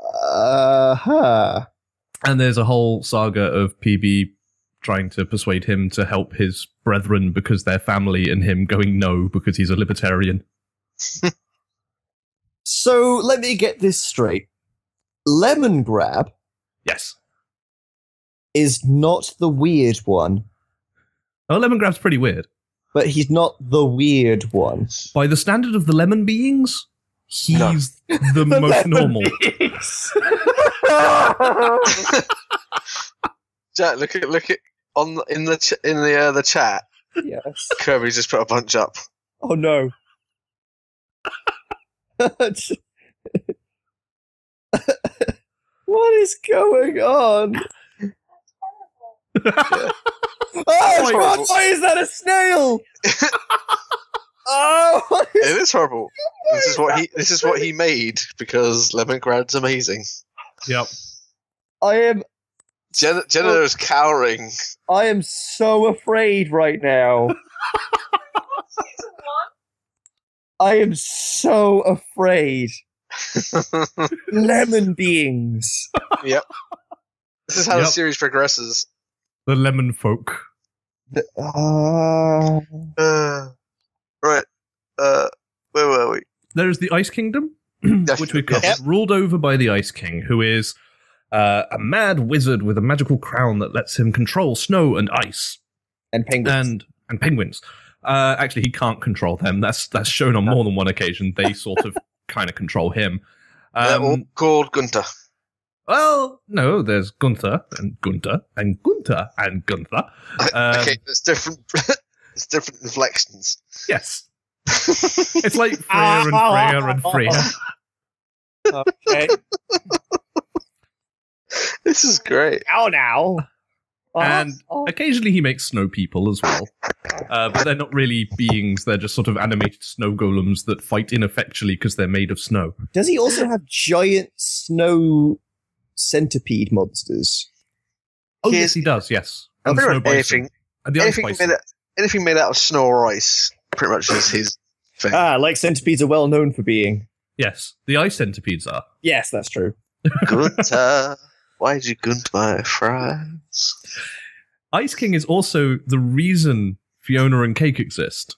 Speaker 1: Uh huh.
Speaker 3: And there's a whole saga of PB trying to persuade him to help his brethren because they're family and him going no because he's a libertarian.
Speaker 1: So let me get this straight. Lemon grab
Speaker 3: Yes.
Speaker 1: is not the weird one,
Speaker 3: Oh, lemon grab's pretty weird.
Speaker 1: but he's not the weird one.
Speaker 3: By the standard of the lemon beings, he's
Speaker 2: No.
Speaker 1: <laughs>
Speaker 3: the, most
Speaker 1: lemon
Speaker 3: normal.
Speaker 1: beings.
Speaker 2: Jack, look at look at on the- in the ch- in the uh, the chat.
Speaker 1: yes.
Speaker 2: Kirby just put a bunch up.
Speaker 1: Oh no. <laughs> what is going on?
Speaker 2: my
Speaker 3: <laughs>
Speaker 1: Oh, God,
Speaker 2: God.
Speaker 1: why is that a <laughs> snail? oh, <laughs> what is-
Speaker 2: It is horrible. This is what he this is what he made because Lemon Grad's amazing.
Speaker 3: yep.
Speaker 1: I am
Speaker 2: Jen- Jenna
Speaker 1: Well-
Speaker 2: is <laughs> cowering.
Speaker 1: I am so afraid right
Speaker 2: <laughs>
Speaker 1: now. I am so afraid. Lemon beings.
Speaker 2: This is how the
Speaker 3: Yep.
Speaker 2: series progresses.
Speaker 3: The lemon folk.
Speaker 1: The- ah.
Speaker 2: Uh, right. Uh, where were we?
Speaker 3: There is the Ice Kingdom, <clears throat> which we covered,
Speaker 2: Yep.
Speaker 3: ruled over by the Ice King, who is uh, a mad wizard with a magical crown that lets him control snow and ice
Speaker 1: and penguins.
Speaker 3: and and penguins. Uh, actually, he can't control them. That's that's shown on more than one occasion. They sort
Speaker 2: <laughs>
Speaker 3: of kind of control him.
Speaker 2: They're all
Speaker 3: Um,
Speaker 2: called Gunter.
Speaker 3: well, no, there's Gunther and Gunther and Gunther and Gunther. Um,
Speaker 2: okay, there's different. <laughs> there's different inflections.
Speaker 3: Yes, it's like Freya and Freya and Freya.
Speaker 1: <laughs> okay.
Speaker 2: this is great.
Speaker 1: Now, now. Uh-huh.
Speaker 3: And- Occasionally, he makes snow people as well, uh, but they're not really beings. They're just sort of animated snow golems that fight ineffectually because they're made of snow.
Speaker 1: Does he also have giant snow centipede monsters?
Speaker 3: Oh,
Speaker 2: Here's-
Speaker 3: yes, he does. Yes,
Speaker 2: I
Speaker 3: and
Speaker 2: think
Speaker 3: snow bison.
Speaker 2: anything,
Speaker 3: And the ice
Speaker 2: anything
Speaker 3: bison.
Speaker 2: made out, anything made out of snow or ice, pretty much is his thing.
Speaker 3: Uh, <laughs>
Speaker 1: Ah, like centipedes are well known for being.
Speaker 3: Yes, the ice centipedes are.
Speaker 1: Yes, that's true.
Speaker 2: Gunter, why'd you Gunter my fries?
Speaker 3: Ice King is also the reason Fiona and Cake exist.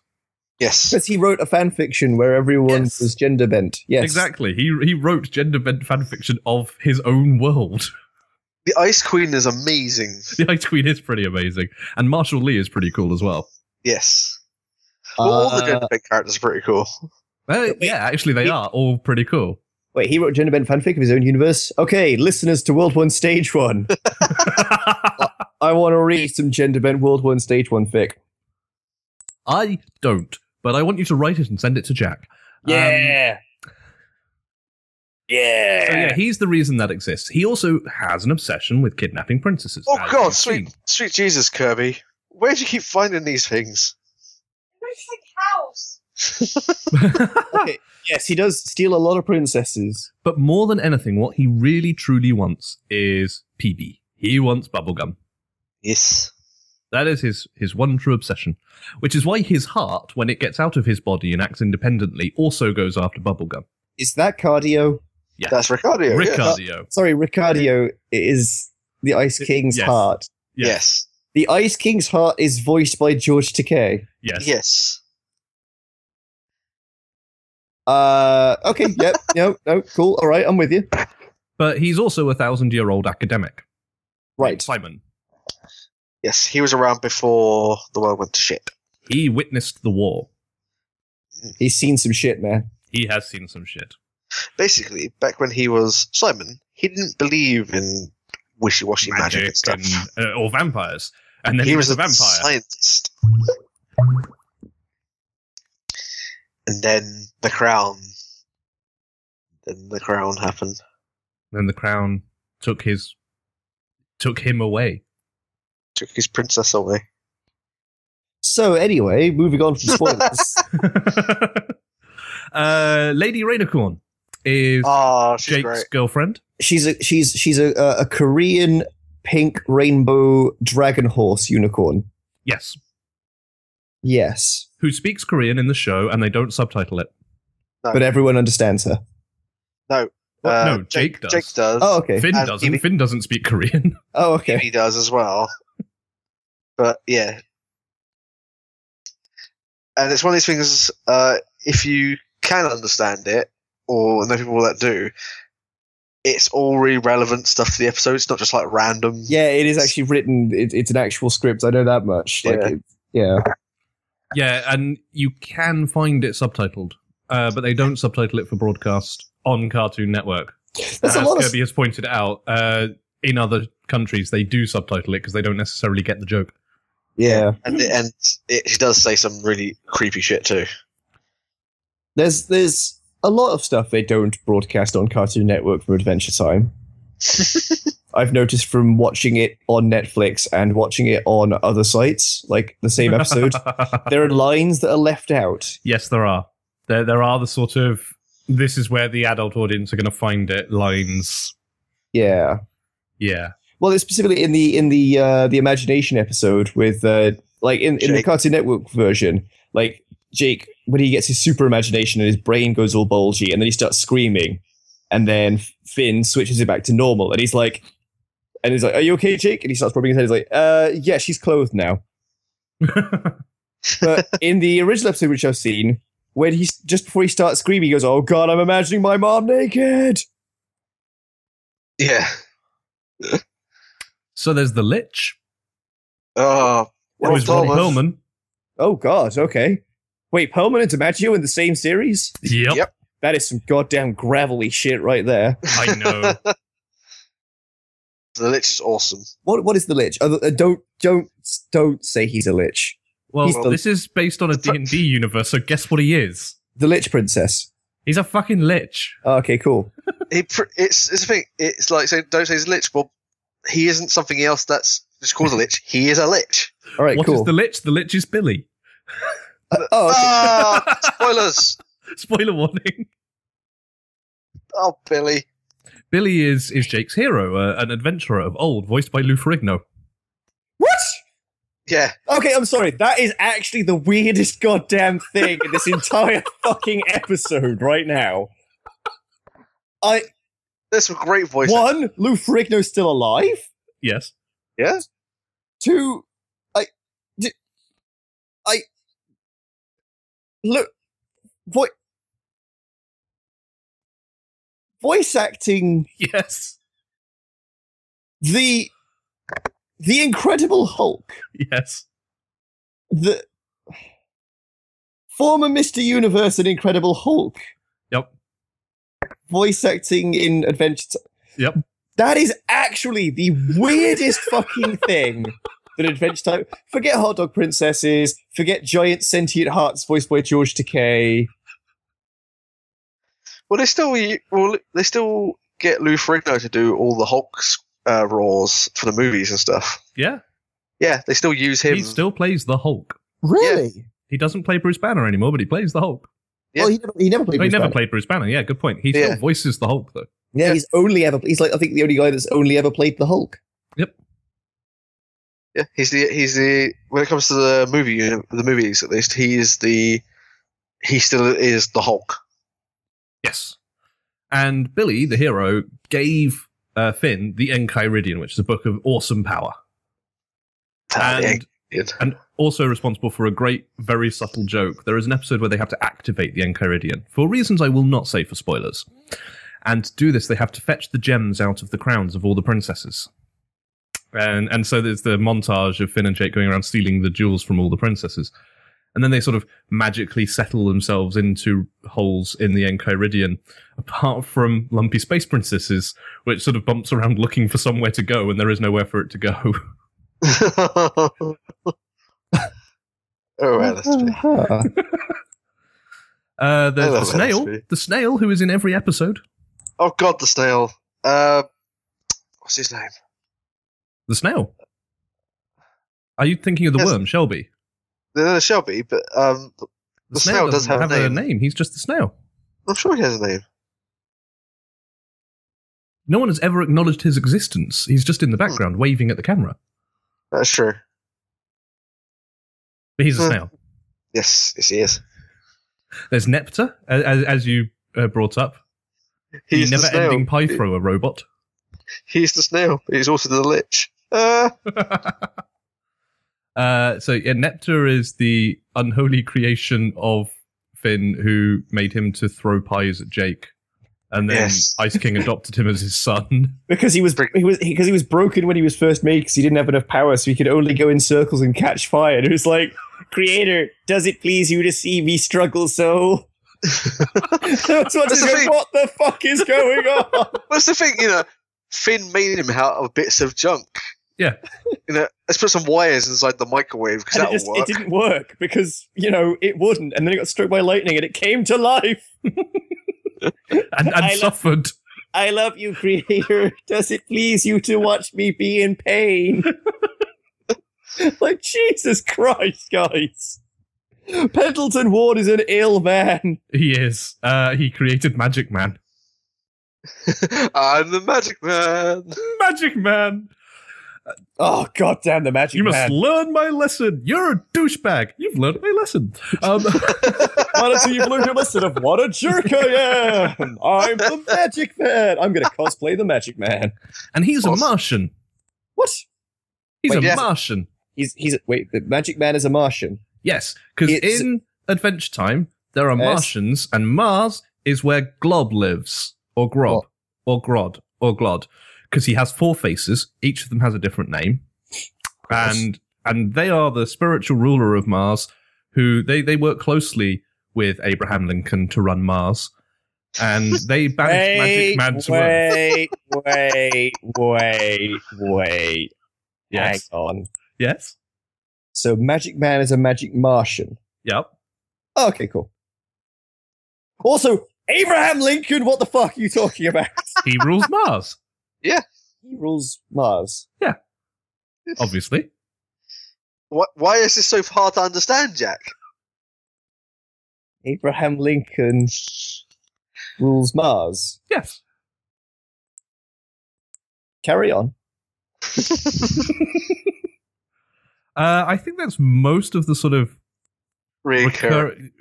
Speaker 2: Yes.
Speaker 1: Because he wrote a fan fiction where everyone
Speaker 3: Yes.
Speaker 1: was gender bent. Yes,
Speaker 3: Exactly. He he wrote gender bent fanfiction of his own world. <laughs>
Speaker 2: The Ice Queen is amazing.
Speaker 3: The Ice Queen is pretty amazing, and Marshall Lee is pretty cool as well.
Speaker 2: Yes. Well, all the
Speaker 1: Uh,
Speaker 2: Gunter Big characters are pretty cool.
Speaker 3: Uh,
Speaker 1: Wait.
Speaker 3: yeah, actually, they
Speaker 1: Wait.
Speaker 3: are all pretty
Speaker 2: <laughs>
Speaker 3: cool.
Speaker 1: Wait, he wrote gender bent fanfic of his own universe. Okay, listeners to World One Stage One, I want to read some gender bent World One Stage One fic.
Speaker 3: I don't, but I want you to write it and send it to Jack. Um,
Speaker 1: Oh, yeah.
Speaker 3: so yeah, he's the reason that exists. He also has an obsession with kidnapping princesses.
Speaker 2: Oh
Speaker 3: as
Speaker 2: God,
Speaker 3: we've
Speaker 2: sweet,
Speaker 3: seen.
Speaker 2: sweet Jesus, Kirby, where do you keep finding these things?
Speaker 4: house.
Speaker 3: <laughs>
Speaker 1: okay. Yes, he does steal a lot of princesses.
Speaker 3: But more than anything, what he really truly wants is PB. He wants bubblegum.
Speaker 2: Yes.
Speaker 3: That is his his one true obsession, which is why his heart, when it gets out of his body and acts independently, also goes after bubblegum.
Speaker 1: Is that cardio?
Speaker 3: Yeah.
Speaker 2: That's Ricardio. yeah.
Speaker 3: Ricardio.
Speaker 1: Sorry, Ricardio is the Ice
Speaker 3: It-
Speaker 1: King's
Speaker 3: yes.
Speaker 1: heart.
Speaker 2: Yes.
Speaker 1: The Ice King's heart is voiced by George Takei.
Speaker 3: Yes.
Speaker 2: Yes.
Speaker 1: Uh, okay, yep, no, no, cool, all right, I'm with you.
Speaker 3: But he's also a thousand year old academic.
Speaker 1: Right.
Speaker 3: Simon.
Speaker 2: Yes. He was around before the world went to shit.
Speaker 3: He witnessed the war.
Speaker 1: He's seen some shit, man.
Speaker 3: He has seen some shit.
Speaker 2: Basically, back when he was Simon, he didn't believe in wishy-washy magic, and stuff.
Speaker 3: and, uh, or vampires. And then
Speaker 2: he, was, a
Speaker 3: vampire.
Speaker 2: scientist. And then the crown. Then the crown happened.
Speaker 3: Then the crown took his took him away.
Speaker 2: Took his princess away.
Speaker 1: So, anyway, moving on from spoilers.
Speaker 3: <laughs> uh, Lady Rainicorn is
Speaker 1: Oh,
Speaker 2: Ah, she's
Speaker 3: Jake's
Speaker 2: great.
Speaker 3: girlfriend.
Speaker 1: she's a she's she's a a a Korean pink rainbow dragon horse unicorn.
Speaker 3: Yes.
Speaker 1: Yes,
Speaker 3: Who speaks Korean in the show and they don't subtitle it.
Speaker 2: Uh,
Speaker 1: but everyone understands her.
Speaker 3: What? No, Jake
Speaker 2: Jake,
Speaker 3: does.
Speaker 2: Jake does.
Speaker 1: Oh, okay.
Speaker 3: Finn
Speaker 2: And
Speaker 3: doesn't.
Speaker 2: Phoebe-
Speaker 3: Finn doesn't speak Korean. <laughs>
Speaker 1: Oh, okay.
Speaker 2: He does as well. But yeah. And it's one of these things, uh, if you can understand it, or know people that do, it's all really relevant stuff to the episode. It's not just like random.
Speaker 1: Yeah, it is actually written. It, it's an actual script. I know that much. Like,
Speaker 2: Yeah.
Speaker 1: it, yeah.
Speaker 3: yeah, and you can find it subtitled, uh, but they don't subtitle it for broadcast on Cartoon Network.
Speaker 1: There's a
Speaker 3: As
Speaker 1: lot of
Speaker 3: Kirby has pointed out, uh, in other countries they do subtitle it because they don't necessarily get the joke.
Speaker 1: yeah.
Speaker 2: And, and it, he does say some really creepy shit too.
Speaker 1: There's there's a lot of stuff they don't broadcast on Cartoon Network from Adventure Time. I've noticed from watching it on Netflix and watching it on other sites, like the same
Speaker 3: <laughs>
Speaker 1: episode, there are lines that are left out.
Speaker 3: yes, there are. There, there are the sort of this is where the adult audience are going to find it lines.
Speaker 1: Yeah. <laughs>
Speaker 3: Yeah,
Speaker 1: Well, it's specifically in the in the uh, the imagination episode with uh, like in, in the
Speaker 2: Jake.
Speaker 1: Cartoon Network version, like Jake when he gets his super imagination and his brain goes all bulgy, and then he starts screaming, and then Finn switches it back to normal, and he's like, and he's like, "Are you okay, Jake?" And he starts rubbing his head. He's like, "Uh, yeah, she's clothed now." But in the original episode which I've seen, when he's just before he starts screaming, he goes, "Oh God, I'm imagining my mom naked."
Speaker 2: Yeah.
Speaker 3: so there's the Lich.
Speaker 2: Oh,
Speaker 3: It
Speaker 2: Ron
Speaker 3: was Ron
Speaker 2: Perlman.
Speaker 3: Perlman.
Speaker 1: Oh God, okay. Wait, Perlman and DiMaggio in the same series?
Speaker 3: Yep,
Speaker 2: Yep.
Speaker 1: That is some goddamn gravelly shit right there.
Speaker 3: I <laughs> know.
Speaker 2: <laughs> the Lich is awesome.
Speaker 1: What what is the lich? Uh, uh, don't don't don't say he's a lich.
Speaker 3: Well,
Speaker 1: He's the-
Speaker 3: this is based on a D&D universe, so guess what he is?
Speaker 1: The lich princess.
Speaker 3: He's a fucking Lich.
Speaker 1: Oh, okay, cool.
Speaker 2: He pr- it's it's a thing. It's like saying don't say he's a Lich. Well, he isn't something else that's just
Speaker 3: <laughs>
Speaker 2: called a Lich. He is a Lich.
Speaker 1: All
Speaker 3: What
Speaker 1: right,
Speaker 3: is
Speaker 1: cool.
Speaker 3: the Lich? The Lich is <laughs> Billy.
Speaker 1: Uh, oh, okay.
Speaker 2: Ah,
Speaker 3: <laughs>
Speaker 2: spoilers.
Speaker 3: Spoiler warning.
Speaker 2: Oh, Billy.
Speaker 3: Billy is is Jake's hero, uh, an adventurer of old, voiced by Lou Ferrigno.
Speaker 1: what?
Speaker 2: Yeah.
Speaker 1: Okay, I'm sorry. That is actually the weirdest goddamn thing in this entire <laughs> fucking episode right now. I
Speaker 2: There's some great voices.
Speaker 1: one, Lou Ferrigno's still alive.
Speaker 3: Yes. <laughs>
Speaker 2: Yeah.
Speaker 1: Two, I, d- I, look, voi voice acting
Speaker 3: Yes.
Speaker 1: the the Incredible Hulk,
Speaker 3: Yes.
Speaker 1: the former Mister Universe and Incredible Hulk,
Speaker 3: Yep.
Speaker 1: voice acting in Adventure. Ti-
Speaker 3: Yep.
Speaker 1: That is actually the weirdest <laughs> fucking thing that Adventure Time. Forget Hot Dog Princesses. Forget Giant Sentient Hearts voiced by George Takei.
Speaker 2: Well, they still u- well they still get Lou Ferrigno to do all the Hulk's uh, roars for the movies and stuff.
Speaker 3: Yeah.
Speaker 2: Yeah, they still use him.
Speaker 3: He still plays the Hulk.
Speaker 2: Really?
Speaker 3: He doesn't play Bruce Banner anymore, but he plays the Hulk.
Speaker 2: Yeah.
Speaker 1: Well, he never, he never played.
Speaker 3: Oh, he
Speaker 1: Bruce
Speaker 3: never
Speaker 1: Banner.
Speaker 3: played Bruce Banner. Yeah, good point. He still
Speaker 2: Yeah.
Speaker 3: voices the Hulk though.
Speaker 1: Yeah, he's only ever. He's like I think the only guy that's only ever played the Hulk.
Speaker 2: yeah, he's the he's the when it comes to the movie uni- the movies at least he is the he still is the Hulk.
Speaker 3: Yes. And Billy, the hero, gave uh, Finn the Enchiridion, which is a book of awesome power, and
Speaker 2: Yeah.
Speaker 3: and also responsible for a great, very subtle joke. There is an episode where they have to activate the Enchiridion for reasons I will not say for spoilers. And to do this, they have to fetch the gems out of the crowns of all the princesses. And and so there's the montage of Finn and Jake going around stealing the jewels from all the princesses. And then they sort of magically settle themselves into holes in the Enchiridion, apart from Lumpy Space Princesses, which sort of bumps around looking for somewhere to go, and there is nowhere for it to go. <laughs>
Speaker 2: <laughs> oh well, that's pretty-
Speaker 1: Uh-huh.
Speaker 3: Uh, there's
Speaker 2: I
Speaker 3: the
Speaker 2: love that
Speaker 3: snail,
Speaker 2: recipe.
Speaker 3: the snail who is in every episode.
Speaker 2: oh god, the snail. Uh, what's his name?
Speaker 3: The snail. Are you thinking of the
Speaker 2: Yes.
Speaker 3: worm, Shelby?
Speaker 2: No, no, Shelby, but um, The snail does
Speaker 3: doesn't
Speaker 2: have a name.
Speaker 3: He's just the snail.
Speaker 2: I'm sure he has a name.
Speaker 3: No one has ever acknowledged his existence. He's just in
Speaker 2: Hmm.
Speaker 3: the background waving at the camera.
Speaker 2: That's true.
Speaker 3: But he's a
Speaker 2: Hmm.
Speaker 3: snail.
Speaker 2: Yes, yes, he is.
Speaker 3: There's Nepta, a- as, as you uh, brought up.
Speaker 2: He's
Speaker 3: the
Speaker 2: the snail.
Speaker 3: never-ending pie thrower robot.
Speaker 2: He's the snail. He's also the lich. Uh,
Speaker 3: <laughs> uh, so yeah, Nepta is the unholy creation of Finn, who made him to throw pies at Jake, and then
Speaker 2: Yes.
Speaker 3: <laughs> Ice King adopted him as
Speaker 1: <laughs>
Speaker 3: his son.
Speaker 1: because he was he was because he was broken when he was first made because he didn't have enough power, so he could only go in circles and catch fire. And it was like, Creator, does it please you to see me struggle so? <laughs> so I just
Speaker 2: That's the
Speaker 1: go,
Speaker 2: thing.
Speaker 1: what the fuck is going
Speaker 2: <laughs>
Speaker 1: on?
Speaker 2: that's the thing, you know. Finn made him out of bits of junk.
Speaker 3: Yeah.
Speaker 2: You know, let's put some wires inside the microwave because
Speaker 1: And it,
Speaker 2: that'll
Speaker 1: just, it
Speaker 2: work.
Speaker 1: didn't work because you know it wouldn't, and then it got struck by lightning and it came to life.
Speaker 3: and, and
Speaker 1: I love-
Speaker 3: suffered.
Speaker 1: I love you, Creator. <laughs> Does it please you to watch me be in pain? <laughs> like Jesus Christ, guys! Pendleton Ward is an ill man.
Speaker 3: He is. Uh, he created Magic Man.
Speaker 2: <laughs> I'm the magic man.
Speaker 3: Magic Man.
Speaker 1: Oh goddamn the magic
Speaker 3: You must
Speaker 1: man!
Speaker 3: learn my lesson. You're a douchebag. You've learned my lesson. Um,
Speaker 1: Not until you've learned your lesson of what a jerk I am. I'm the magic man. I'm gonna cosplay the magic man.
Speaker 3: and he's a
Speaker 2: Awesome.
Speaker 3: Martian.
Speaker 1: What?
Speaker 3: He's
Speaker 1: Wait,
Speaker 3: a
Speaker 2: yes.
Speaker 3: Martian.
Speaker 1: He's he's wait. The magic man is a Martian.
Speaker 3: Yes, because
Speaker 1: It's-
Speaker 3: in Adventure Time there are
Speaker 1: Yes.
Speaker 3: Martians, and Mars is where Glob lives, or Grob, or Grod, or Glod, because he has four faces. Each of them has a different name, and and they are the spiritual ruler of Mars, who they they work closely with Abraham Lincoln to run Mars,
Speaker 1: <laughs>
Speaker 3: and they banished Magic Man to Earth.
Speaker 1: wait, wait, wait, wait.
Speaker 3: Yes,
Speaker 1: Hang on.
Speaker 3: yes,
Speaker 1: So Magic Man is a magic Martian. Oh,
Speaker 3: yep.
Speaker 1: Okay, cool. Also, Abraham Lincoln, what the fuck are you talking about? <laughs>
Speaker 3: He rules Mars,
Speaker 1: he rules Mars.
Speaker 3: obviously.
Speaker 2: Why, why is this so hard to understand, Jack?
Speaker 1: Abraham Lincoln rules Mars.
Speaker 3: Yes.
Speaker 1: Carry on.
Speaker 3: Uh, I think that's most of the sort of
Speaker 2: Reoccurring.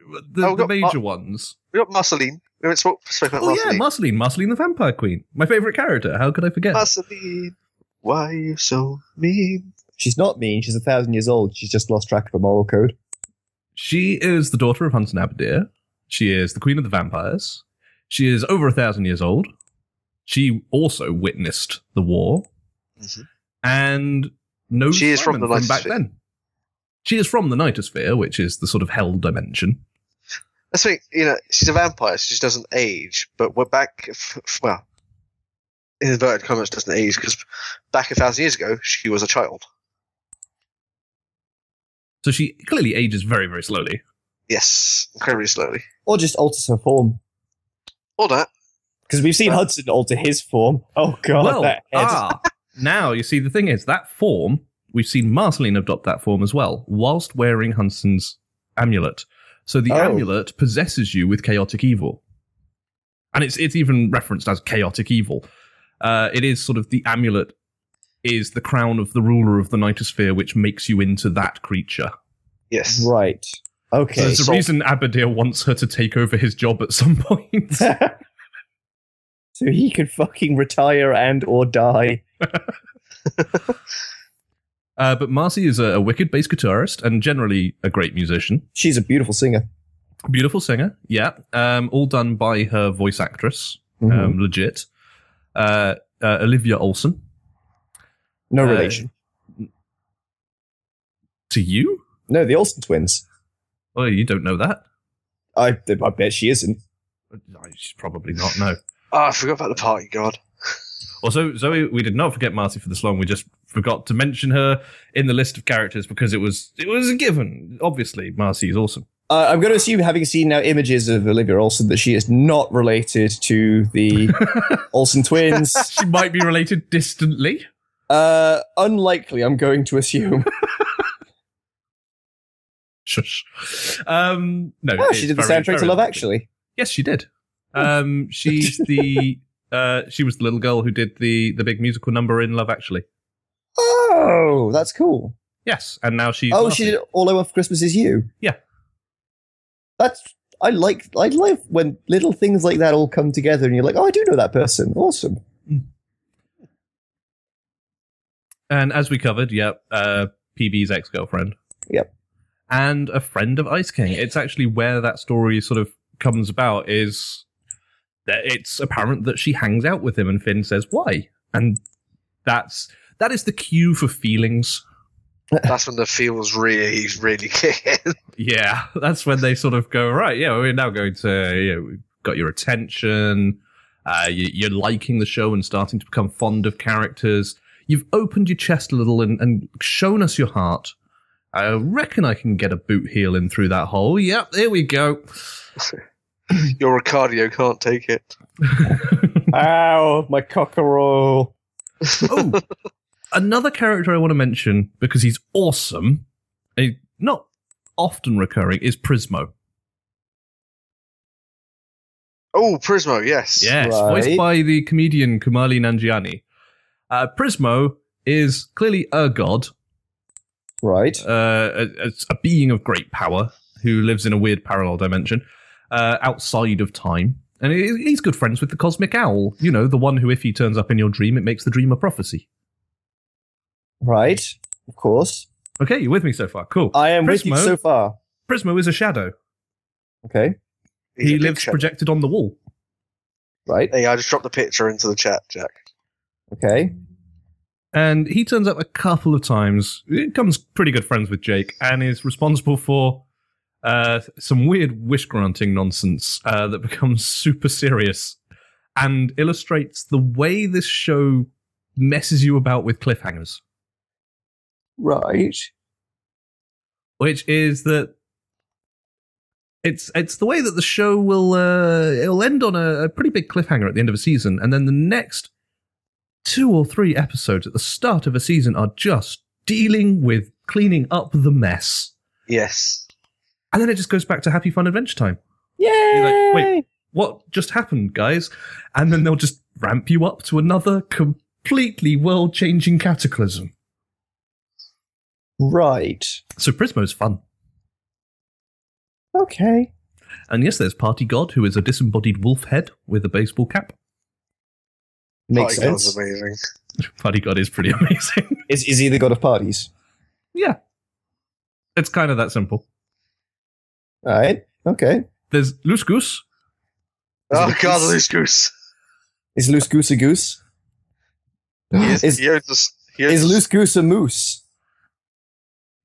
Speaker 3: recur- the,
Speaker 2: Oh,
Speaker 3: the
Speaker 2: got-
Speaker 3: major ones.
Speaker 2: We got Marceline. We haven't spoke, spoken about
Speaker 3: Oh yeah,
Speaker 2: Marceline.
Speaker 3: Marceline, Marceline the Vampire Queen, my favorite character. How could I forget?
Speaker 2: Marceline, why are you so mean?
Speaker 1: She's not mean. She's a thousand years old. She's just lost track of her moral code.
Speaker 3: she is the daughter of Hunter and Abadir. She is the queen of the vampires. She is over a thousand years old. She also witnessed the war
Speaker 2: Mhm.
Speaker 3: and knows
Speaker 2: She is from
Speaker 3: Simon
Speaker 2: the
Speaker 3: from back
Speaker 2: Nightosphere.
Speaker 3: then. She is from the Nightosphere, which is the sort of hell dimension.
Speaker 2: That's the thing, you know, she's a vampire, so she doesn't age, but we're back, f- f- well, in inverted commas, doesn't age, because back a thousand years ago, she was a child.
Speaker 3: So she clearly ages very, very slowly.
Speaker 2: Yes, incredibly slowly.
Speaker 1: Or just alters her form.
Speaker 2: All that.
Speaker 1: Because we've seen Hudson alter his form. Oh god,
Speaker 3: well,
Speaker 1: that head.
Speaker 3: ah, <laughs> now you see the thing is that form we've seen Marceline adopt that form as well, whilst wearing Hunson's amulet. So the
Speaker 1: Oh.
Speaker 3: amulet possesses you with chaotic evil, and it's it's even referenced as chaotic evil. Uh, it is sort of the amulet is the crown of the ruler of the Nightosphere, which makes you into that creature.
Speaker 2: Yes.
Speaker 1: Right.
Speaker 3: So
Speaker 1: <laughs> Okay.
Speaker 3: there's a
Speaker 2: so-
Speaker 3: reason Abadir wants her to take over his job at some <laughs>
Speaker 1: <laughs>
Speaker 3: point.
Speaker 1: so he could fucking retire and or die.
Speaker 3: Uh, but Marcy is a, a wicked bass guitarist and generally a great musician.
Speaker 1: She's a beautiful singer.
Speaker 3: Beautiful singer, yeah. Um, all done by her voice actress,
Speaker 1: Mhm.
Speaker 3: um, legit. Uh, uh, Olivia Olson.
Speaker 1: no
Speaker 3: uh,
Speaker 1: relation.
Speaker 3: To you?
Speaker 1: No, the Olsen twins.
Speaker 3: Oh, you don't know that?
Speaker 1: I, I bet she isn't.
Speaker 3: No, She's probably not. No.
Speaker 2: Oh, I forgot about the party god.
Speaker 3: Also, Zoe, we did not forget Marcy for this long. We just forgot to mention her in the list of characters because it was it was a given. Obviously, Marcy is awesome.
Speaker 1: Uh, I'm going to assume, having seen now images of Olivia Olsen, that she is not related to <laughs> the Olsen twins.
Speaker 3: She might be related <laughs> distantly.
Speaker 1: Uh, unlikely, I'm going to
Speaker 3: <laughs>
Speaker 1: assume.
Speaker 3: Shush. Um, no,
Speaker 1: Oh,
Speaker 3: it
Speaker 1: she
Speaker 3: is
Speaker 1: did the
Speaker 3: very-
Speaker 1: soundtrack to
Speaker 3: very
Speaker 1: Love
Speaker 3: likely.
Speaker 1: Actually.
Speaker 3: Yes, she did.
Speaker 1: Oh.
Speaker 3: Um,
Speaker 1: <laughs>
Speaker 3: she's the uh, she was the little girl who did the the big musical number in Love Actually.
Speaker 1: Oh, that's cool.
Speaker 3: Yes, and now she's
Speaker 1: oh,
Speaker 3: Marcy.
Speaker 1: she did All I Want for Christmas Is You.
Speaker 3: Yeah.
Speaker 1: That's. I like I love when little things like that all come together and you're like, oh, I do know that person. Awesome.
Speaker 3: and as we covered, yep, uh, PB's ex girlfriend.
Speaker 1: Yep.
Speaker 3: and a friend of Ice King. It's actually where that story sort of comes about. Is that it's apparent that she hangs out with him, and Finn says why, and that's that is the cue for feelings.
Speaker 2: That's when the feels really, really kick in.
Speaker 3: Yeah, <laughs> that's when they sort of go right. Yeah, we're now going to. You know, we've got your attention. Uh, you, you're liking the show and starting to become fond of characters. You've opened your chest a little and, and shown us your heart. I reckon I can get a boot heel in through that hole. Yep, there we go.
Speaker 2: Your Ricardio can't take it.
Speaker 1: Ow, my cockerel.
Speaker 3: oh, another character I want to mention because he's awesome. eh, Not often recurring is Prismo.
Speaker 2: <laughs> Oh, Prismo, yes.
Speaker 3: Yes,
Speaker 1: Right.
Speaker 3: voiced by the comedian Kumali Nanjiani. Uh, Prismo is clearly a god,
Speaker 1: Right.
Speaker 3: uh, a, a- a being of great power who lives in a weird parallel dimension uh, outside of time. And he, he's good friends with the cosmic owl, you know, the one who, if he turns up in your dream, it makes the dream a prophecy.
Speaker 1: Right. Of course.
Speaker 3: Okay, you with me so far? Cool.
Speaker 1: I am with you
Speaker 3: Prismo.
Speaker 1: so far.
Speaker 3: Prismo is a shadow.
Speaker 1: Okay.
Speaker 3: He
Speaker 2: Yeah,
Speaker 3: lives
Speaker 2: picture.
Speaker 3: projected on the wall.
Speaker 1: Right.
Speaker 2: Hey, I just dropped the picture into the chat, Jack.
Speaker 1: Okay.
Speaker 3: And he turns up a couple of times, He becomes pretty good friends with Jake, and is responsible for uh, some weird wish granting nonsense uh, that <laughs> becomes super serious and illustrates the way this show messes you about with cliffhangers,
Speaker 1: Right.
Speaker 3: which is that. It's it's the way that the show will uh, it'll end on a, a pretty big cliffhanger at the end of a season, and then the next two or three episodes at the start of a season are just dealing with cleaning up the mess.
Speaker 2: Yes.
Speaker 3: And then it just goes back to happy fun adventure time.
Speaker 1: Yay!
Speaker 3: like, wait. What just happened, guys? And then they'll just ramp you up to another completely world changing cataclysm.
Speaker 1: Right.
Speaker 3: So Prismo's fun.
Speaker 1: Okay.
Speaker 3: And yes, there's Party God, who is a disembodied wolf head with a baseball cap.
Speaker 1: Makes
Speaker 2: Party God's
Speaker 1: sense.
Speaker 2: amazing.
Speaker 3: Party God is pretty <laughs> amazing.
Speaker 1: Is, is he the god of parties?
Speaker 3: yeah. It's kind of that simple.
Speaker 1: All right. Okay.
Speaker 3: There's Loose Goose.
Speaker 2: Oh god, the loose goose.
Speaker 1: Is loose goose a goose?
Speaker 2: He, is,
Speaker 1: Is,
Speaker 2: he owns us. He owns
Speaker 1: is
Speaker 2: us.
Speaker 1: loose goose a moose?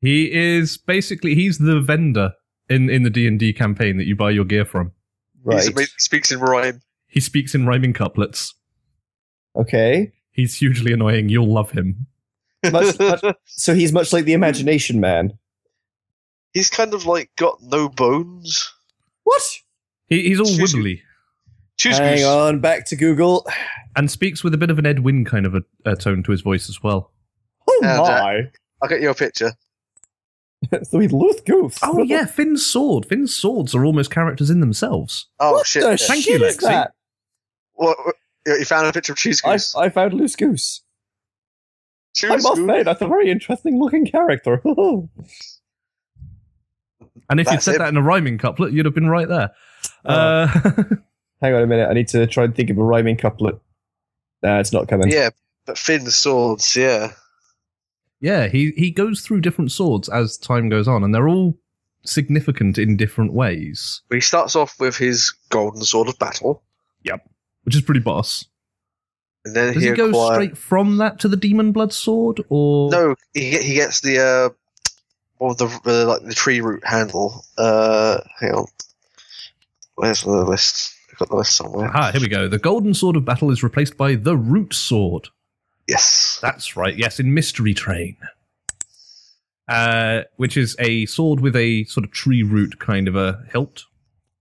Speaker 3: He is basically he's the vendor in, in the D and D campaign that you buy your gear from.
Speaker 2: He's
Speaker 1: Right.
Speaker 2: amazing, speaks
Speaker 1: <laughs>
Speaker 2: in rhyme.
Speaker 3: He speaks in rhyming couplets.
Speaker 1: Okay.
Speaker 3: He's hugely annoying. You'll love him.
Speaker 2: <laughs>
Speaker 1: Much- much- So he's much like the imagination man.
Speaker 2: He's kind of like got no bones.
Speaker 1: What?
Speaker 3: He, he's all
Speaker 2: Excuse me.
Speaker 3: wibbly
Speaker 2: Choose
Speaker 1: Hang
Speaker 2: goose.
Speaker 1: on. Back to Google.
Speaker 3: and speaks with a bit of an Ed Wynn kind of a, a tone to his voice as well.
Speaker 1: Oh
Speaker 2: Yeah,
Speaker 1: my.
Speaker 2: I'll get you a picture.
Speaker 1: <laughs> so he's loose goose.
Speaker 3: Oh yeah, Finn's sword. Finn's swords are almost characters in themselves.
Speaker 2: Oh
Speaker 1: what
Speaker 2: shit.
Speaker 1: the
Speaker 2: yeah.
Speaker 3: Thank
Speaker 1: shit
Speaker 3: you,
Speaker 1: is
Speaker 3: Lexi.
Speaker 1: that?
Speaker 2: What, what- you found a picture of Choose
Speaker 1: I,
Speaker 2: Goose.
Speaker 1: I found loose goose.
Speaker 2: Choose
Speaker 1: I must
Speaker 2: Goose.
Speaker 1: say, that's a very interesting looking character. <laughs>
Speaker 3: And if you'd
Speaker 2: That's
Speaker 3: said
Speaker 2: it. Oh.
Speaker 3: that in a rhyming couplet, you'd have been right there. Uh, <laughs>
Speaker 1: Hang on a minute. I need to try and think of a rhyming couplet. Nah, it's not coming.
Speaker 2: Yeah, but Finn's swords, yeah.
Speaker 3: yeah, he he goes through different swords as time goes on, and they're all significant in different ways,
Speaker 2: He starts off with his golden sword of battle,
Speaker 3: which is pretty boss.
Speaker 2: and then
Speaker 3: Does
Speaker 2: he,
Speaker 3: he go
Speaker 2: acquires-
Speaker 3: straight from that to the demon blood sword, or
Speaker 2: No, he get- he gets the uh, or the uh, like the tree root handle. Uh, hang on, where's the list? I've got the list somewhere.
Speaker 3: Ah, here we go. The golden sword of battle is replaced by the root sword.
Speaker 2: Yes,
Speaker 3: That's right. Yes, in Mystery Train, uh, which is a sword with a sort of tree root kind of a hilt.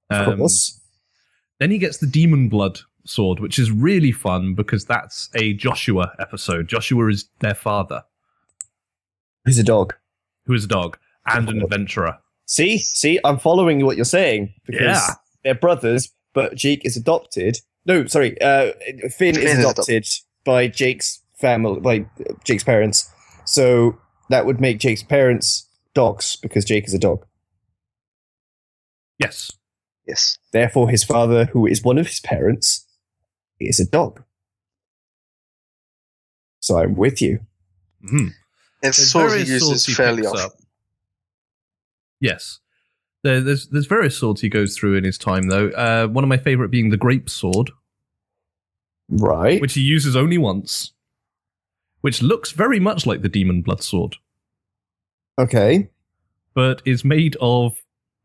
Speaker 1: Of
Speaker 3: Um,
Speaker 1: course.
Speaker 3: then he gets the demon blood sword, which is really fun because that's a Joshua episode. Joshua is their father,
Speaker 1: He's a dog.
Speaker 3: who is a dog and <laughs> an adventurer.
Speaker 1: See, see, I'm following what you're saying because
Speaker 3: Yeah.
Speaker 1: they're brothers, but Jake is adopted. No, sorry, uh, Finn,
Speaker 2: Finn
Speaker 1: is
Speaker 2: is
Speaker 1: adopted by Jake's family, by Jake's parents. So that would make Jake's parents dogs because Jake is a dog.
Speaker 3: Yes,
Speaker 2: yes.
Speaker 1: Therefore, his father, who is one of his parents, is a dog. So I'm with you.
Speaker 3: Mhm.
Speaker 2: And
Speaker 3: There's
Speaker 2: sword he
Speaker 3: various swords
Speaker 2: uses
Speaker 3: he
Speaker 2: fairly
Speaker 3: picks
Speaker 2: often.
Speaker 3: up. Yes. There, there's there's various swords he goes through in his time though. Uh, one of my favourite being the grape sword,
Speaker 1: Right.
Speaker 3: which he uses only once, which looks very much like the demon blood sword,
Speaker 1: okay.
Speaker 3: but is made of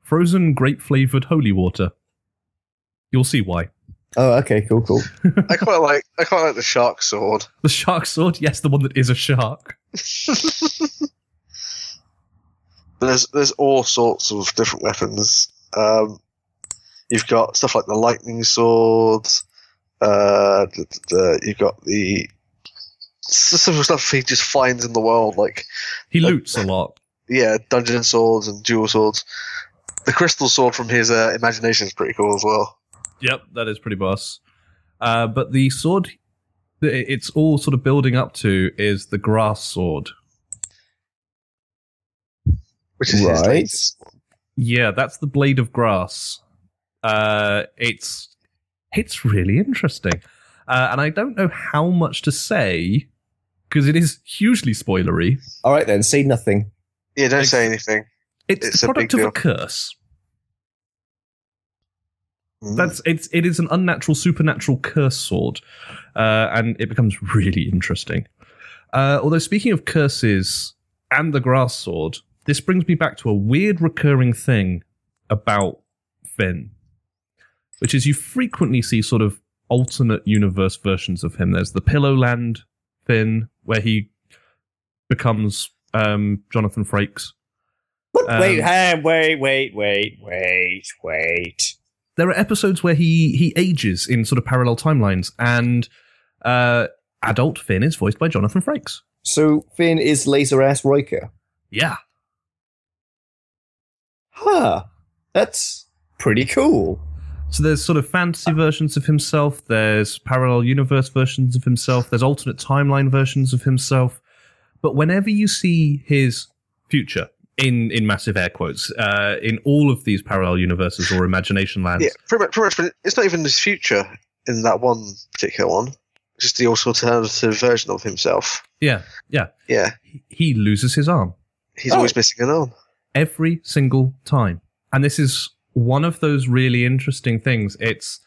Speaker 3: frozen grape flavoured holy water. You'll see why.
Speaker 1: Oh, okay. Cool, cool.
Speaker 2: I quite like I quite like the shark
Speaker 3: <laughs>
Speaker 2: sword.
Speaker 3: The shark sword, yes, the one that is a shark.
Speaker 2: But there's there's all sorts of different weapons. Um, you've got stuff like the lightning swords. Uh, d- d- d- you've got the s- sort of stuff he just finds in the world, like
Speaker 3: <laughs> He loots a lot.
Speaker 2: yeah, dungeon swords and dual swords. The crystal sword from his uh, imagination is pretty cool as well.
Speaker 3: Yep, that is pretty boss. Uh, but the sword that it- it's all sort of building up to is the grass sword.
Speaker 2: Which is his
Speaker 1: Right.
Speaker 2: latest
Speaker 3: Yeah, that's the blade of grass. Uh, it's it's really interesting, uh, and I don't know how much to say because it is hugely spoilery.
Speaker 1: All right then, say nothing.
Speaker 2: Yeah, don't
Speaker 3: Ex-
Speaker 2: say anything.
Speaker 3: It's,
Speaker 2: It's
Speaker 3: the
Speaker 2: a big
Speaker 3: product of a
Speaker 2: deal.
Speaker 3: curse.
Speaker 2: Mm.
Speaker 3: That's it's it is an unnatural supernatural curse sword, uh, and it becomes really interesting. Uh, although speaking of curses and the grass sword, this brings me back to a weird recurring thing about Finn, which is you frequently see sort of alternate universe versions of him. There's the Pillowland Finn where he becomes um, Jonathan Frakes.
Speaker 1: What?
Speaker 3: Um,
Speaker 1: wait, hey, wait, wait, wait, wait, wait.
Speaker 3: there are episodes where he he ages in sort of parallel timelines, and uh, adult Finn is voiced by Jonathan Frakes.
Speaker 1: So Finn is laser ass Riker.
Speaker 3: Yeah,
Speaker 1: Huh. That's pretty cool.
Speaker 3: so there's sort of fantasy versions of himself. There's parallel universe versions of himself. There's alternate timeline versions of himself. But whenever you see his future in in massive air quotes uh, in all of these parallel universes or imagination lands,
Speaker 2: yeah, pretty much, pretty much. It's not even his future in that one particular one. It's just the also alternative version of himself.
Speaker 3: yeah,
Speaker 2: Yeah,
Speaker 3: he loses his arm.
Speaker 2: he's
Speaker 1: Oh.
Speaker 2: always missing an arm.
Speaker 3: every single time. And this is one of those really interesting things. It's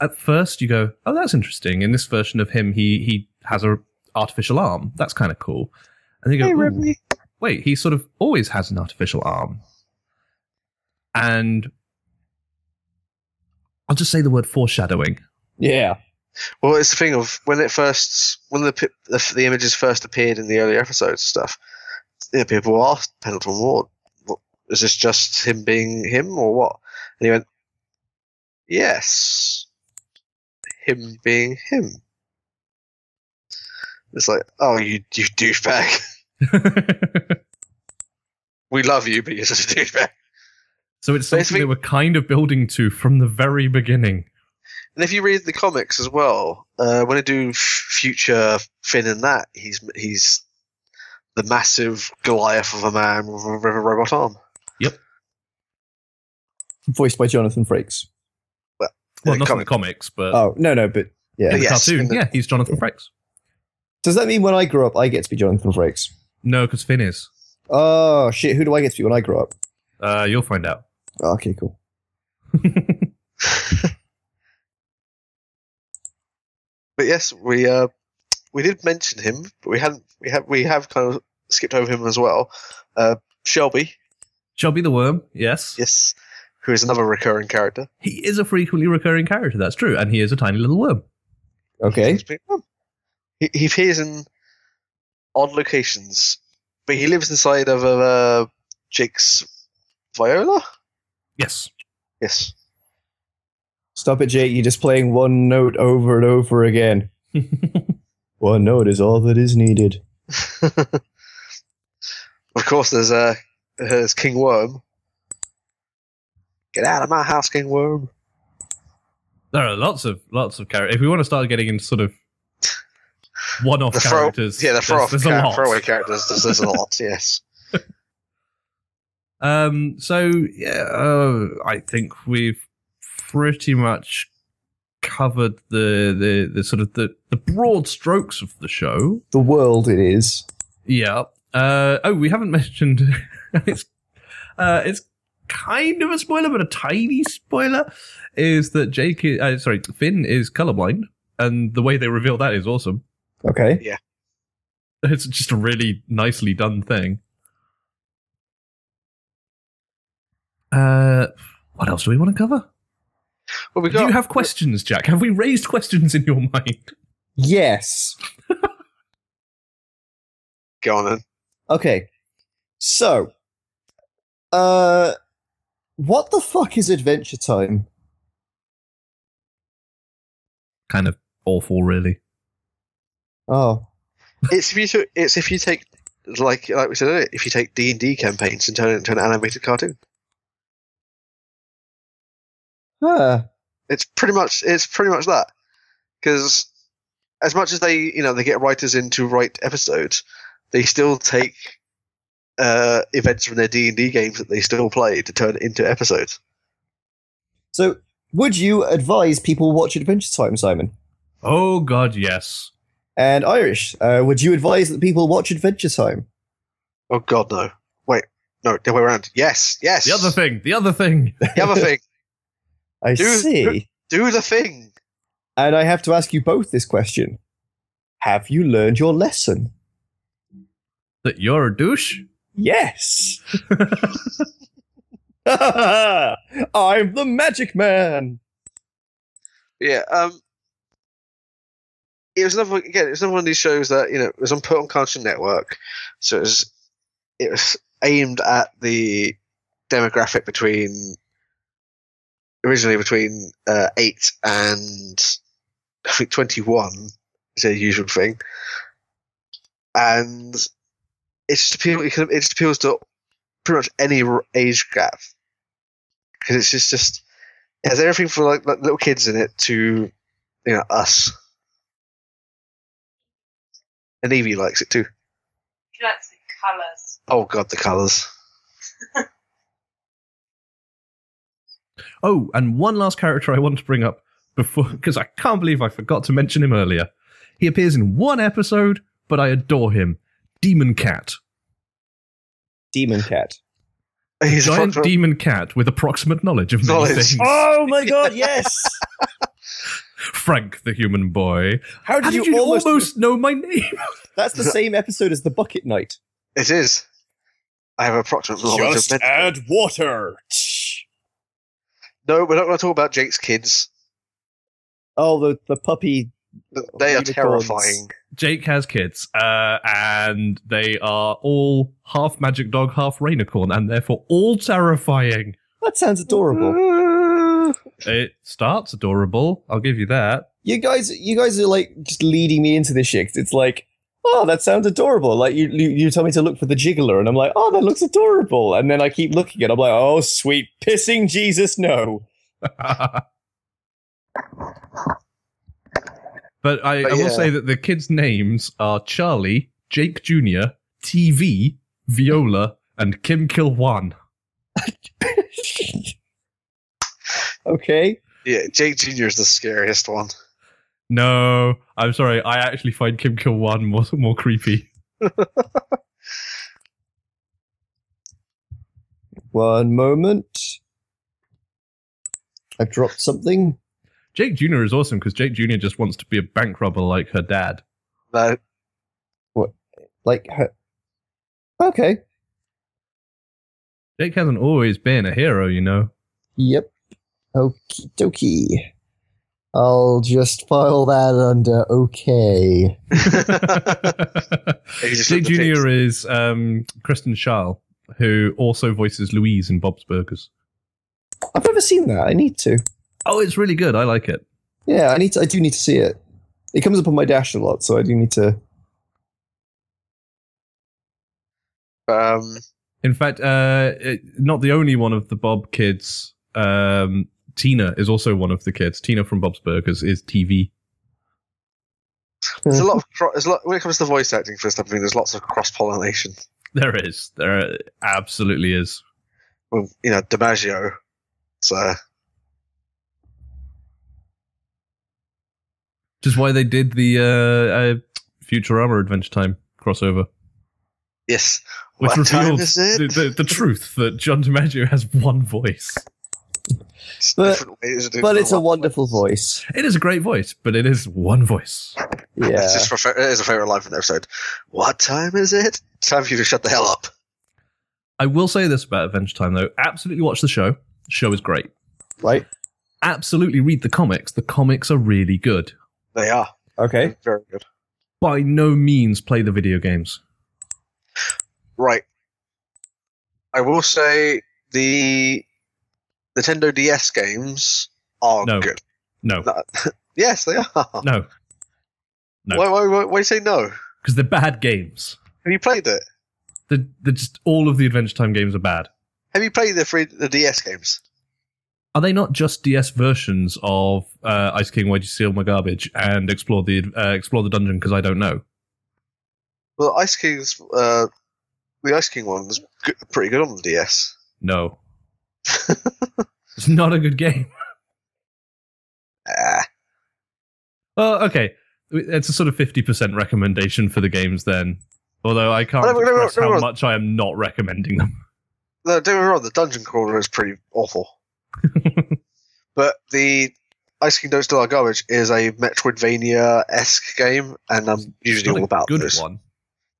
Speaker 3: at first you go, "Oh, that's interesting." In this version of him, he he has a artificial arm. That's kind of cool. And you go,
Speaker 2: Hey,
Speaker 3: "Ooh,
Speaker 2: Remy.
Speaker 3: "Wait, he sort of always has an artificial arm." And I'll just say the word foreshadowing. <laughs>
Speaker 1: Yeah.
Speaker 2: Well, it's the thing of when it first, when the pi- the, the images first appeared in the early episodes and stuff. You know, people asked Pendleton Ward, "What- "Is this just him being him or what?" And he went, "Yes, him being him." It's like, oh, you you douchebag. <laughs> we love you, but you're <laughs> such a douchebag.
Speaker 3: so it's something
Speaker 2: Basically-
Speaker 3: they were kind of building to from the very beginning.
Speaker 2: And if you read the comics as well, uh, when I do f- future Finn and that, he's he's the massive Goliath of a man with a, with a robot arm.
Speaker 1: Voiced by Jonathan Frakes.
Speaker 3: Well,
Speaker 2: In
Speaker 3: not
Speaker 2: the
Speaker 3: in the
Speaker 2: comic.
Speaker 3: comics, but
Speaker 1: Oh no, no, but yeah.
Speaker 3: in the
Speaker 2: yes,
Speaker 3: cartoon,
Speaker 2: in the-
Speaker 3: yeah, he's Jonathan Frakes.
Speaker 1: Does that mean when I grow up, I get to be Jonathan Frakes?
Speaker 3: No, because Finn is.
Speaker 1: Oh shit! Who do I get to be when I grow up?
Speaker 3: Uh, you'll find out. <laughs>
Speaker 1: Oh, okay, cool.
Speaker 2: But yes, we uh, we did mention him, but we hadn't we have we have kind of skipped over him as well. Uh, Shelby,
Speaker 3: Shelby the Worm, yes.
Speaker 2: yes, who is another recurring character.
Speaker 3: He is a frequently recurring character, that's true, and he is a tiny little worm.
Speaker 1: Okay.
Speaker 2: He's been- oh. He, he appears in odd locations, but he lives inside of uh, Jake's viola.
Speaker 3: <laughs> Yes.
Speaker 2: <laughs> Yes.
Speaker 1: Stop it, Jake. You're just playing one note over and over again. One note is all that is needed.
Speaker 2: of course, there's uh, there's King Worm. Get out of my house, King Worm.
Speaker 3: there are lots of lots of characters. If we want to start getting into
Speaker 2: <laughs>
Speaker 3: sort of one-off
Speaker 2: The throw,
Speaker 3: characters,
Speaker 2: yeah, the throw
Speaker 3: there's, there's a lot.
Speaker 2: throwaway characters. There's, there's
Speaker 3: <laughs>
Speaker 2: a lot. Yes.
Speaker 3: Um, so yeah, uh, I think we've pretty much covered the, the, the sort of the, the broad strokes of the show.
Speaker 1: The world it is.
Speaker 3: Yeah. Uh, oh, we haven't <laughs> mentioned. it's uh, it's kind of a spoiler, but a tiny spoiler is that Jake. Is, uh, sorry, Finn is colorblind, and the way they reveal that is awesome. <laughs>
Speaker 1: Okay.
Speaker 3: It's just a really nicely done thing. Uh, what else do we want to cover?
Speaker 2: Well, we
Speaker 3: Do
Speaker 2: got.
Speaker 3: you have questions, Jack? Have we raised questions in your <laughs> mind?
Speaker 1: Yes.
Speaker 2: Go on then.
Speaker 1: Okay. So, uh, what the fuck is Adventure Time?
Speaker 3: Kind of awful, really.
Speaker 1: Oh,
Speaker 2: It's if you took- it's if you take like like we said earlier, if you take D and D campaigns and turn it into an animated cartoon.
Speaker 1: huh.
Speaker 2: It's pretty much it's pretty much that because as much as they you know they get writers in to write episodes, they still take uh, events from their D and D games that they still play to turn it into episodes.
Speaker 1: So, would you advise people watch Adventure Time, Simon?
Speaker 3: Oh God, yes.
Speaker 1: And Irish, uh, would you advise that people watch Adventure Time?
Speaker 2: Oh God, no! Wait, no, the other way around. Yes, yes.
Speaker 3: The other thing. The other <laughs> thing.
Speaker 2: The other thing.
Speaker 1: <laughs> I
Speaker 2: Do-
Speaker 1: see.
Speaker 2: Do the thing.
Speaker 1: And I have to ask you both this question Have you learned your lesson?
Speaker 3: That you're a douche.
Speaker 1: Yes. <laughs> I'm the magic man.
Speaker 2: Yeah. Um. It was another again. It was another one of these shows that you know it was on put on Cartoon Network, so it was it was aimed at the demographic between originally between uh, eight and I think twenty one is their usual thing, and it's appeal. It kind of- it just appeals to pretty much any r- age gap because it's just just it has everything for like, like little kids in it to you know us. And Evie likes it too.
Speaker 4: She likes the colours.
Speaker 2: Oh god, the colours.
Speaker 3: Oh, and one last character I want to bring up before, <laughs> because I can't believe I forgot to mention him earlier. He appears in one episode, but I adore him. Demon Cat.
Speaker 1: Demon cat.
Speaker 2: He's a
Speaker 3: Giant
Speaker 2: front-
Speaker 3: demon cat with approximate knowledge of many
Speaker 2: Knowledge.
Speaker 3: things.
Speaker 1: Oh my god, yes.
Speaker 3: Frank the human boy.
Speaker 1: <laughs> How did,
Speaker 3: How did you, almost... know my name? <laughs>
Speaker 1: That's the same episode as the Bucket Knight.
Speaker 2: It is. I have approximate knowledge of men-
Speaker 1: add water.
Speaker 2: No, we're not going to talk about Jake's kids.
Speaker 1: Oh, the, the puppy.
Speaker 3: Oh,
Speaker 2: They are
Speaker 1: Unicorns.
Speaker 2: terrifying.
Speaker 3: Jake has kids, uh, and they are all half magic dog, half rainicorn, and therefore all terrifying.
Speaker 1: That sounds adorable.
Speaker 2: Mm.
Speaker 3: It starts adorable. I'll give you that.
Speaker 1: You guys, you guys are like just leading me into this shit. 'cause It's like, oh, that sounds adorable. Like you, you, you tell me to look for the jiggler, and I'm like, oh, that looks adorable. And then I keep looking at, it, I'm like, oh, sweet pissing Jesus, no.
Speaker 3: <laughs> But I,
Speaker 2: But
Speaker 3: I
Speaker 2: yeah.
Speaker 3: will say that the kids' names are Charlie, Jake Jr., TV, Viola, and Kim Kilwan.
Speaker 1: okay.
Speaker 2: Yeah, Jake Jr. is the scariest one.
Speaker 3: No, I'm sorry. I actually find Kim Kilwan more more creepy.
Speaker 1: One moment. I've dropped something.
Speaker 3: Jake Jr. is awesome because Jake Jr. just wants to be a bank robber like her dad.
Speaker 2: No,
Speaker 3: <laughs>
Speaker 2: <laughs>
Speaker 1: Like, her- okay.
Speaker 3: Jake hasn't always been a hero, you know. <laughs>
Speaker 1: Yep. Okie dokie. I'll just file that under okay.
Speaker 2: just
Speaker 3: Jake
Speaker 2: looked at
Speaker 3: Jr. is um, Kristen Schaal, who also voices Louise in Bob's Burgers.
Speaker 1: I've never seen that. I need to.
Speaker 3: Oh, it's really good. I like it.
Speaker 1: Yeah, I need to. I do need to see it. It comes up on my dash a lot, so I do need to.
Speaker 2: um,
Speaker 3: In fact, uh, it, not the only one of the Bob kids. Um, Tina is also one of the kids. Tina from Bob's Burgers is TV.
Speaker 2: there's a
Speaker 3: <laughs>
Speaker 2: lot of cro- there's a lot when it comes to voice acting for stuff. I mean, there's lots of cross pollination.
Speaker 3: There is. There absolutely is.
Speaker 2: Well, you know, DiMaggio. So
Speaker 3: Which is why they did the uh, uh, Futurama Adventure Time crossover,
Speaker 2: yes,
Speaker 3: which
Speaker 2: What time
Speaker 3: revealed
Speaker 2: is it?
Speaker 3: The, the, the truth that John DiMaggio has one voice.
Speaker 2: It's
Speaker 1: But-
Speaker 2: different ways of doing
Speaker 1: But
Speaker 2: the
Speaker 1: it's a
Speaker 2: one-
Speaker 1: wonderful voice.
Speaker 3: It is a great voice, but it is one voice.
Speaker 1: Yeah.
Speaker 2: <laughs> It's just for, it is a favorite line from the episode. What time is it? It's time for you to shut the hell up.
Speaker 3: I will say this about Adventure Time, though. Absolutely watch the show. The show is great.
Speaker 1: Right.
Speaker 3: Absolutely read the comics. The comics are really good.
Speaker 2: They are
Speaker 1: Okay.
Speaker 2: very good.
Speaker 3: By no means play the video games.
Speaker 2: Right. I will say the Nintendo DS games are
Speaker 3: No.
Speaker 2: good.
Speaker 3: No,
Speaker 2: No. Yes, they are.
Speaker 3: no, No.
Speaker 2: Why, why, why, why say no? Have
Speaker 3: because they're bad games.
Speaker 2: you played it?
Speaker 3: The, the just all of the Adventure Time games are bad.
Speaker 2: Have you played the free the DS games?
Speaker 3: Are they not just DS versions of uh, Ice King? Why'd you steal my garbage? And explore the uh, explore the dungeon because I don't know.
Speaker 2: Well, Ice King's uh, the Ice King one's g- pretty good on the DS. <laughs>
Speaker 3: No, it's not a good game.
Speaker 2: Ah,
Speaker 3: Well, okay, it's a sort of fifty percent recommendation for the games then. Although I can't
Speaker 2: No, no, no,
Speaker 3: express
Speaker 2: no,
Speaker 3: how
Speaker 2: no.
Speaker 3: much I am not recommending them.
Speaker 2: no, don't get me wrong. The dungeon crawler is pretty
Speaker 3: <laughs>
Speaker 2: awful, but the Ice King Don't Steal Our Garbage is a Metroidvania esque game, and I'm usually
Speaker 3: Not
Speaker 2: all
Speaker 3: a
Speaker 2: about
Speaker 3: good
Speaker 2: those.
Speaker 3: one.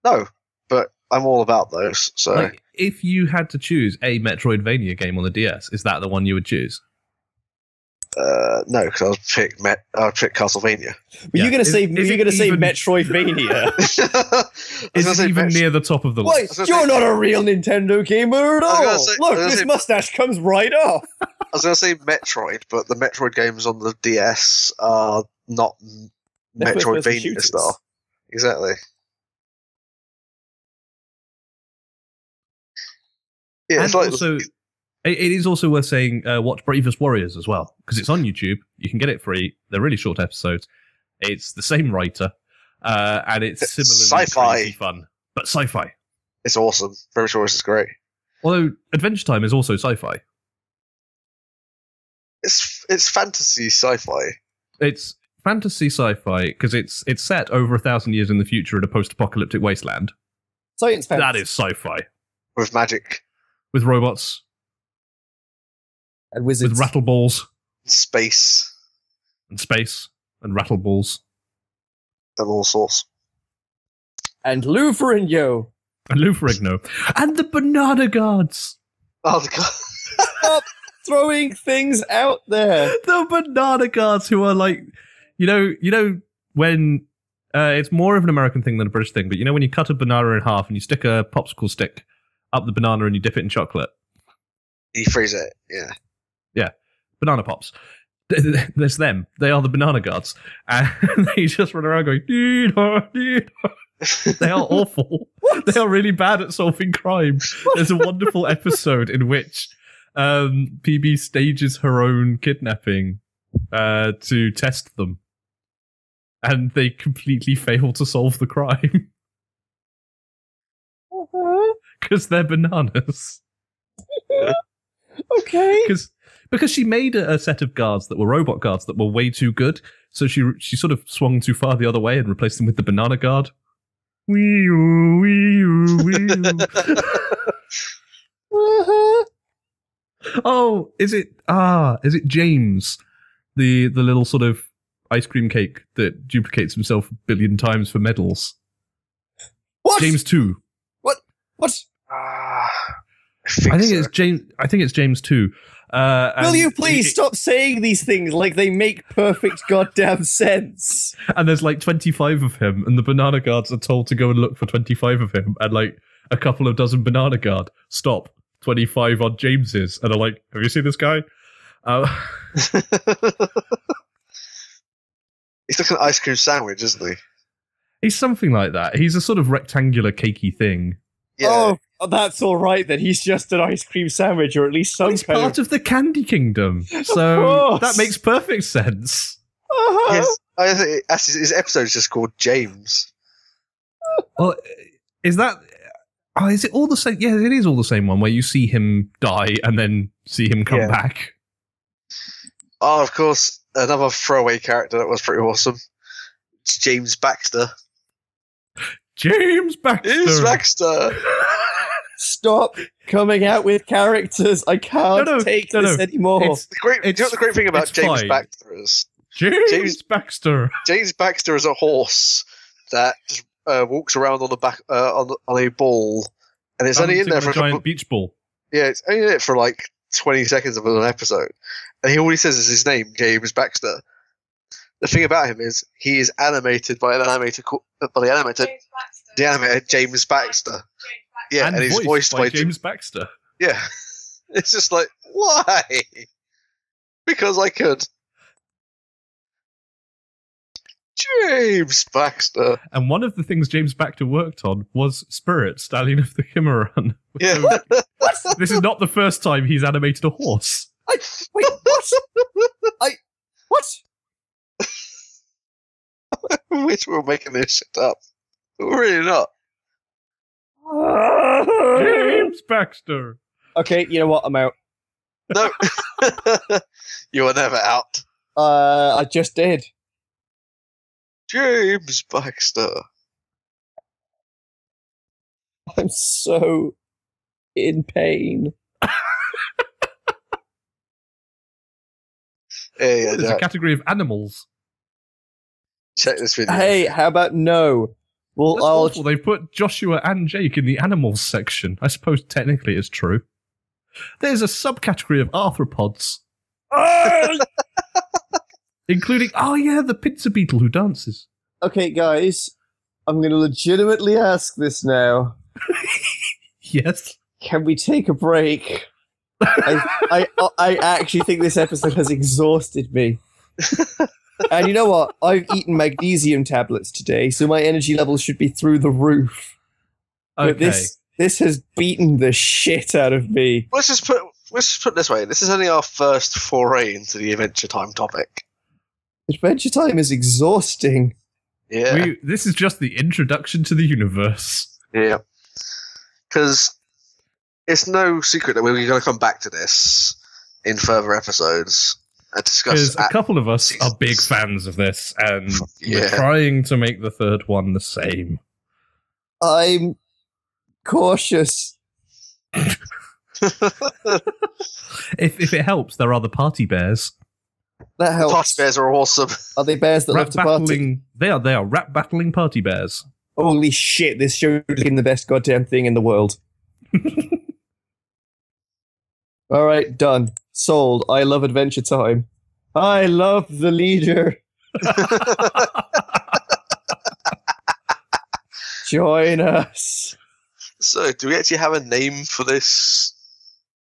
Speaker 2: No, but I'm all about those. So
Speaker 3: Like, if you had to choose a Metroidvania game on the DS, is that the one you would choose?
Speaker 2: uh, no, because I'll pick Met- I'll pick Castlevania.
Speaker 1: But
Speaker 2: <laughs>
Speaker 3: Yeah.
Speaker 1: you're gonna
Speaker 3: Is-
Speaker 1: say
Speaker 3: is
Speaker 1: you're
Speaker 3: it
Speaker 1: gonna say
Speaker 3: even-
Speaker 1: Metroidvania.
Speaker 2: I
Speaker 3: Is
Speaker 2: was gonna
Speaker 3: it
Speaker 2: say
Speaker 3: even
Speaker 2: Met-
Speaker 3: near the top of the list?
Speaker 1: Wait,
Speaker 2: I was gonna
Speaker 1: you're
Speaker 2: say-
Speaker 1: not a real Nintendo gamer at
Speaker 2: was gonna
Speaker 1: all.
Speaker 2: say- I
Speaker 1: Look,
Speaker 2: was gonna
Speaker 1: this
Speaker 2: say-
Speaker 1: mustache comes right off.
Speaker 2: I was going to say Metroid, but the Metroid games on the DS are not m-
Speaker 1: They're first-person
Speaker 2: Metroidvania
Speaker 1: shooters.
Speaker 2: style. Exactly. Yeah,
Speaker 3: and
Speaker 2: it's like
Speaker 3: also, it- it is also worth saying uh, watch Bravest Warriors as well because it's on YouTube. You can get it free. They're really short episodes. It's the same writer, uh, and it's
Speaker 2: It's
Speaker 3: similarly
Speaker 2: sci-fi.
Speaker 3: crazy fun, but sci-fi.
Speaker 2: it's awesome. Very choice is great.
Speaker 3: Although Adventure Time is also sci-fi.
Speaker 2: It's it's fantasy sci-fi.
Speaker 3: It's fantasy sci-fi because it's it's set over a thousand years in the future in a post-apocalyptic wasteland.
Speaker 1: Science fantasy.
Speaker 3: That is sci-fi
Speaker 2: with magic,
Speaker 3: with robots,
Speaker 1: and wizards.
Speaker 3: with rattle balls
Speaker 2: space,
Speaker 3: and space and rattle balls
Speaker 2: and all sorts.
Speaker 1: and Lou Ferrigno.
Speaker 3: and Lou Ferrigno and the banana guards.
Speaker 2: Oh, the God.
Speaker 1: Throwing things out there.
Speaker 3: the banana guards who are like you know you know when uh, it's more of an American thing than a British thing, but you know when you cut a banana in half and you stick a popsicle stick up the banana and you dip it in chocolate,
Speaker 2: <laughs> you freeze it. Yeah,
Speaker 3: banana pops. There's them. They are the banana guards, and <laughs> they just run around going "Dee-da, dee-da." They are awful. They are really bad at solving crime. There's a wonderful episode in which um, PB stages her own kidnapping uh, to test them, and they completely fail to solve the crime <laughs>
Speaker 1: Uh-huh.
Speaker 3: because they're bananas.
Speaker 1: Okay.
Speaker 3: <laughs> because because she made a, a set of guards that were robot guards that were way too good. So she she sort of swung too far the other way and replaced them with the banana guard. Wee-oo, wee-oo, wee-oo.
Speaker 1: <laughs> Uh-huh.
Speaker 3: oh, is it ah? Is it James, the the little sort of ice cream cake that duplicates himself a billion times for medals?
Speaker 1: What?
Speaker 3: James two.
Speaker 1: What?
Speaker 2: Ah, I
Speaker 3: I
Speaker 2: think,
Speaker 3: think
Speaker 2: so.
Speaker 3: it's James. I think it's James two. Uh,
Speaker 1: Will
Speaker 3: and
Speaker 1: you please
Speaker 3: it-
Speaker 1: stop saying these things like they make perfect <laughs> goddamn sense?
Speaker 3: and there's like 25 of him and the banana guards are told to go and look for 25 of him and like a couple of dozen banana guard stop 25 on james's and are like have you seen this guy uh, <laughs>
Speaker 2: <laughs> He's like an ice cream sandwich, isn't he?
Speaker 3: he's something like that he's a sort of rectangular cakey thing
Speaker 1: Oh, that's all right then. He's just an ice cream sandwich, or at least some
Speaker 3: he's
Speaker 1: kind
Speaker 3: part
Speaker 1: of.
Speaker 3: of the candy kingdom so
Speaker 1: course.
Speaker 3: that makes perfect sense
Speaker 1: Uh-huh.
Speaker 2: His, I think that's his, his episode is just called James.
Speaker 3: Well, is that? Oh, is it all the same? Yeah, it is all the same one where you see him die and then see him come
Speaker 2: Yeah.
Speaker 3: back.
Speaker 2: Oh, of course, another throwaway character that was pretty awesome. It's James Baxter.
Speaker 3: James Baxter.
Speaker 2: It's Baxter.
Speaker 1: Stop coming out with characters. I can't
Speaker 3: No, no,
Speaker 1: take
Speaker 3: no,
Speaker 1: this
Speaker 3: no.
Speaker 1: anymore.
Speaker 3: It's
Speaker 2: The great, do you know
Speaker 3: It's-
Speaker 2: what the great thing about
Speaker 3: it's
Speaker 2: James
Speaker 3: fine.
Speaker 2: Baxter is?
Speaker 3: James,
Speaker 2: James-
Speaker 3: Baxter.
Speaker 2: James Baxter is a horse that just, uh, walks around on the back uh, on, on a ball, and it's only in
Speaker 3: Bouncing
Speaker 2: there
Speaker 3: on
Speaker 2: for
Speaker 3: a
Speaker 2: a couple,
Speaker 3: giant beach ball.
Speaker 2: yeah, it's only in it for like twenty seconds of an episode, and he all he says is his name, James Baxter. The thing about him is he is animated by an animator called by the animator
Speaker 4: James Baxter.
Speaker 2: the animator James Baxter.
Speaker 4: James Baxter.
Speaker 2: Yeah, and, he's voiced, by, James.
Speaker 3: James Baxter.
Speaker 2: Yeah, <laughs> it's just like why? Because I could. James Baxter.
Speaker 3: And one of the things James Baxter worked on was Spirit, <laughs> Stallion of the Chimeran.
Speaker 2: <laughs> Yeah.
Speaker 3: this is not the first time he's animated a horse.
Speaker 1: I wait. What? <laughs> I what?
Speaker 2: Which we're making this shit up. We're really not.
Speaker 3: James Baxter.
Speaker 1: okay, you know what? I'm out.
Speaker 2: No. <laughs> you are never out.
Speaker 1: Uh, I just did.
Speaker 2: James Baxter.
Speaker 1: I'm so in pain.
Speaker 2: Hey, yeah,
Speaker 3: There's
Speaker 2: yeah.
Speaker 3: a category of animals.
Speaker 2: check this video.
Speaker 1: Hey, how about no? Well,
Speaker 3: That's
Speaker 1: I'll
Speaker 3: awful. They put Joshua and Jake in the animals section. I suppose technically it's true. There's a subcategory of arthropods, <laughs> including oh yeah, the pizza beetle who dances.
Speaker 1: okay, guys. I'm going to legitimately ask this now.
Speaker 3: Yes.
Speaker 1: Can we take a break?
Speaker 3: <laughs>
Speaker 1: I, I, I actually think this episode has exhausted
Speaker 3: <laughs>
Speaker 1: me. and you know what? I've eaten magnesium tablets today, so my energy level should be through the roof.
Speaker 3: Okay.
Speaker 1: But this this has beaten the shit out of me.
Speaker 2: Let's just put let's just put it this way. This is only our first foray into the Adventure Time topic.
Speaker 1: Adventure Time is exhausting.
Speaker 2: Yeah,
Speaker 3: We, this is just the introduction to the universe.
Speaker 2: yeah. Because it's no secret that we're going to come back to this in further episodes and
Speaker 3: Because
Speaker 2: discuss.
Speaker 3: a couple of us
Speaker 2: uh, Jesus.
Speaker 3: are big fans of this, and we're
Speaker 2: Yeah.
Speaker 3: trying to make the third one the same.
Speaker 1: I'm cautious.
Speaker 3: If, if it helps, there are the party bears.
Speaker 1: That helps.
Speaker 2: Party bears are awesome. <laughs>
Speaker 1: Are they bears that love
Speaker 3: Rat
Speaker 1: to party?
Speaker 3: battling. They are. They are rat battling party bears.
Speaker 1: Holy shit! This show has been the best goddamn thing in the world.
Speaker 3: <laughs>
Speaker 1: All right, done, sold. I love Adventure Time. I love the
Speaker 2: <laughs>
Speaker 1: leader. Join us.
Speaker 2: So, do we actually have a name for this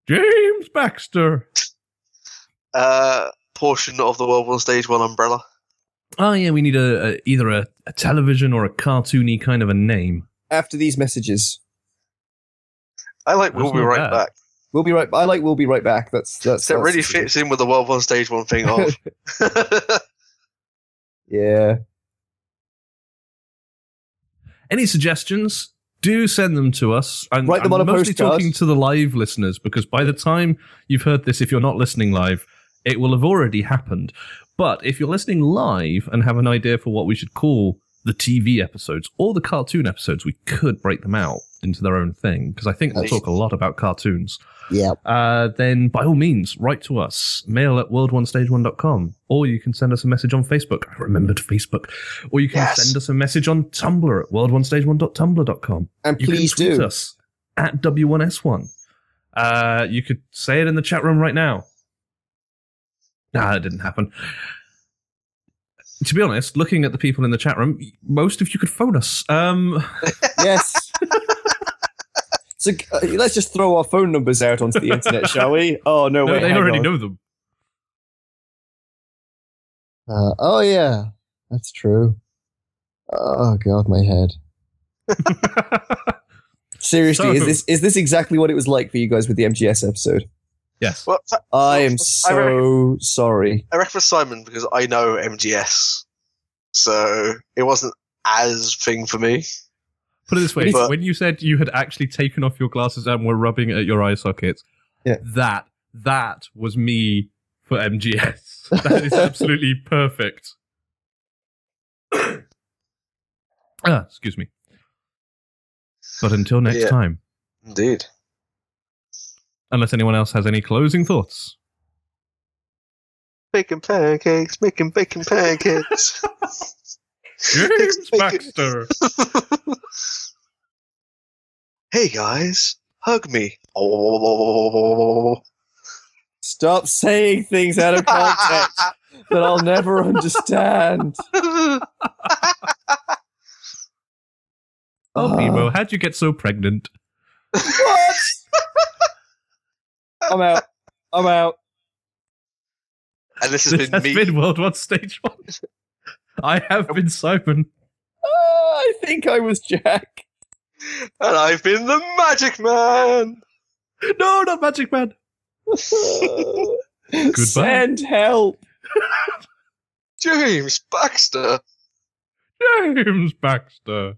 Speaker 3: James Baxter.
Speaker 2: uh, portion of the World War Stage One umbrella?
Speaker 3: Oh yeah, we need a, a either a, a television or a cartoony kind of a name.
Speaker 1: After these messages,
Speaker 2: I like.
Speaker 3: That's
Speaker 2: We'll be
Speaker 3: not
Speaker 2: right
Speaker 3: bad.
Speaker 2: back.
Speaker 1: we'll be right. I like. We'll be right back. That's that's.
Speaker 2: That
Speaker 1: that's-
Speaker 2: really fits in with the World War Stage One thing. Of <laughs>
Speaker 1: Yeah.
Speaker 3: Any suggestions? Do send them to us. I'm,
Speaker 1: Write them
Speaker 3: I'm
Speaker 1: on a
Speaker 3: mostly
Speaker 1: postcard.
Speaker 3: talking to the live listeners because by the time you've heard this, if you're not listening live, it will have already happened. But if you're listening live and have an idea for what we should call the TV episodes or the cartoon episodes, we could break them out into their own thing because I think we'll
Speaker 2: Nice.
Speaker 3: talk a lot about cartoons.
Speaker 1: Yeah.
Speaker 3: uh, then by all means, write to us. Mail at world1stage1.com. Or you can send us a message on Facebook. I remembered Facebook. Or you can
Speaker 2: Yes.
Speaker 3: send us a message on Tumblr at world1stage1.tumblr.com.
Speaker 1: And
Speaker 3: You
Speaker 1: please
Speaker 3: can tweet
Speaker 1: do.
Speaker 3: us at W1S1. Uh, you could say it in the chat room right now. Nah, it didn't happen. To be honest, looking at the people in the chat room, most of you could phone us. Um,
Speaker 1: Yes. so uh, let's just throw our phone numbers out onto the internet, shall we? Oh no,
Speaker 3: no,
Speaker 1: wait.
Speaker 3: they
Speaker 1: hang
Speaker 3: already
Speaker 1: on. <laughs>
Speaker 3: know them.
Speaker 1: Uh, oh yeah, that's true. Oh god, my head. Seriously, is
Speaker 3: So-
Speaker 1: this is this exactly what it was like for you guys with the MGS episode?
Speaker 3: yes.
Speaker 2: well,
Speaker 1: I am
Speaker 2: I
Speaker 1: so sorry.
Speaker 2: I reference Simon because I know MGS, so it wasn't as thing for me.
Speaker 3: Put it this way:
Speaker 2: But-
Speaker 3: when you said you had actually taken off your glasses and were rubbing at your eye sockets,
Speaker 1: Yeah.
Speaker 3: that that was me for MGS. <laughs> That is absolutely perfect. <coughs> ah, excuse me. But until next
Speaker 2: Yeah.
Speaker 3: time,
Speaker 2: Indeed.
Speaker 3: unless anyone else has any closing thoughts,
Speaker 2: Making pancakes, making bacon pancakes.
Speaker 3: James
Speaker 2: <laughs> Making-
Speaker 3: Baxter.
Speaker 2: hey guys, hug me. Oh.
Speaker 1: Stop saying things out of context
Speaker 3: <laughs>
Speaker 1: that I'll never understand.
Speaker 3: Oh,
Speaker 1: Ah.
Speaker 3: Nemo, Oh, how'd you get so
Speaker 2: <laughs>
Speaker 3: pregnant?
Speaker 1: What? I'm out. I'm out.
Speaker 2: and this has
Speaker 3: This
Speaker 2: been
Speaker 3: has
Speaker 2: me.
Speaker 3: been World One Stage
Speaker 2: <laughs>
Speaker 3: One. I have been Simon.
Speaker 1: Ah, I think I was
Speaker 3: <laughs>
Speaker 1: Jack.
Speaker 2: And I've been the Magic Man.
Speaker 3: No, not Magic Man.
Speaker 1: Ah.
Speaker 3: Goodbye.
Speaker 1: Send help.
Speaker 2: James Baxter.
Speaker 3: James Baxter.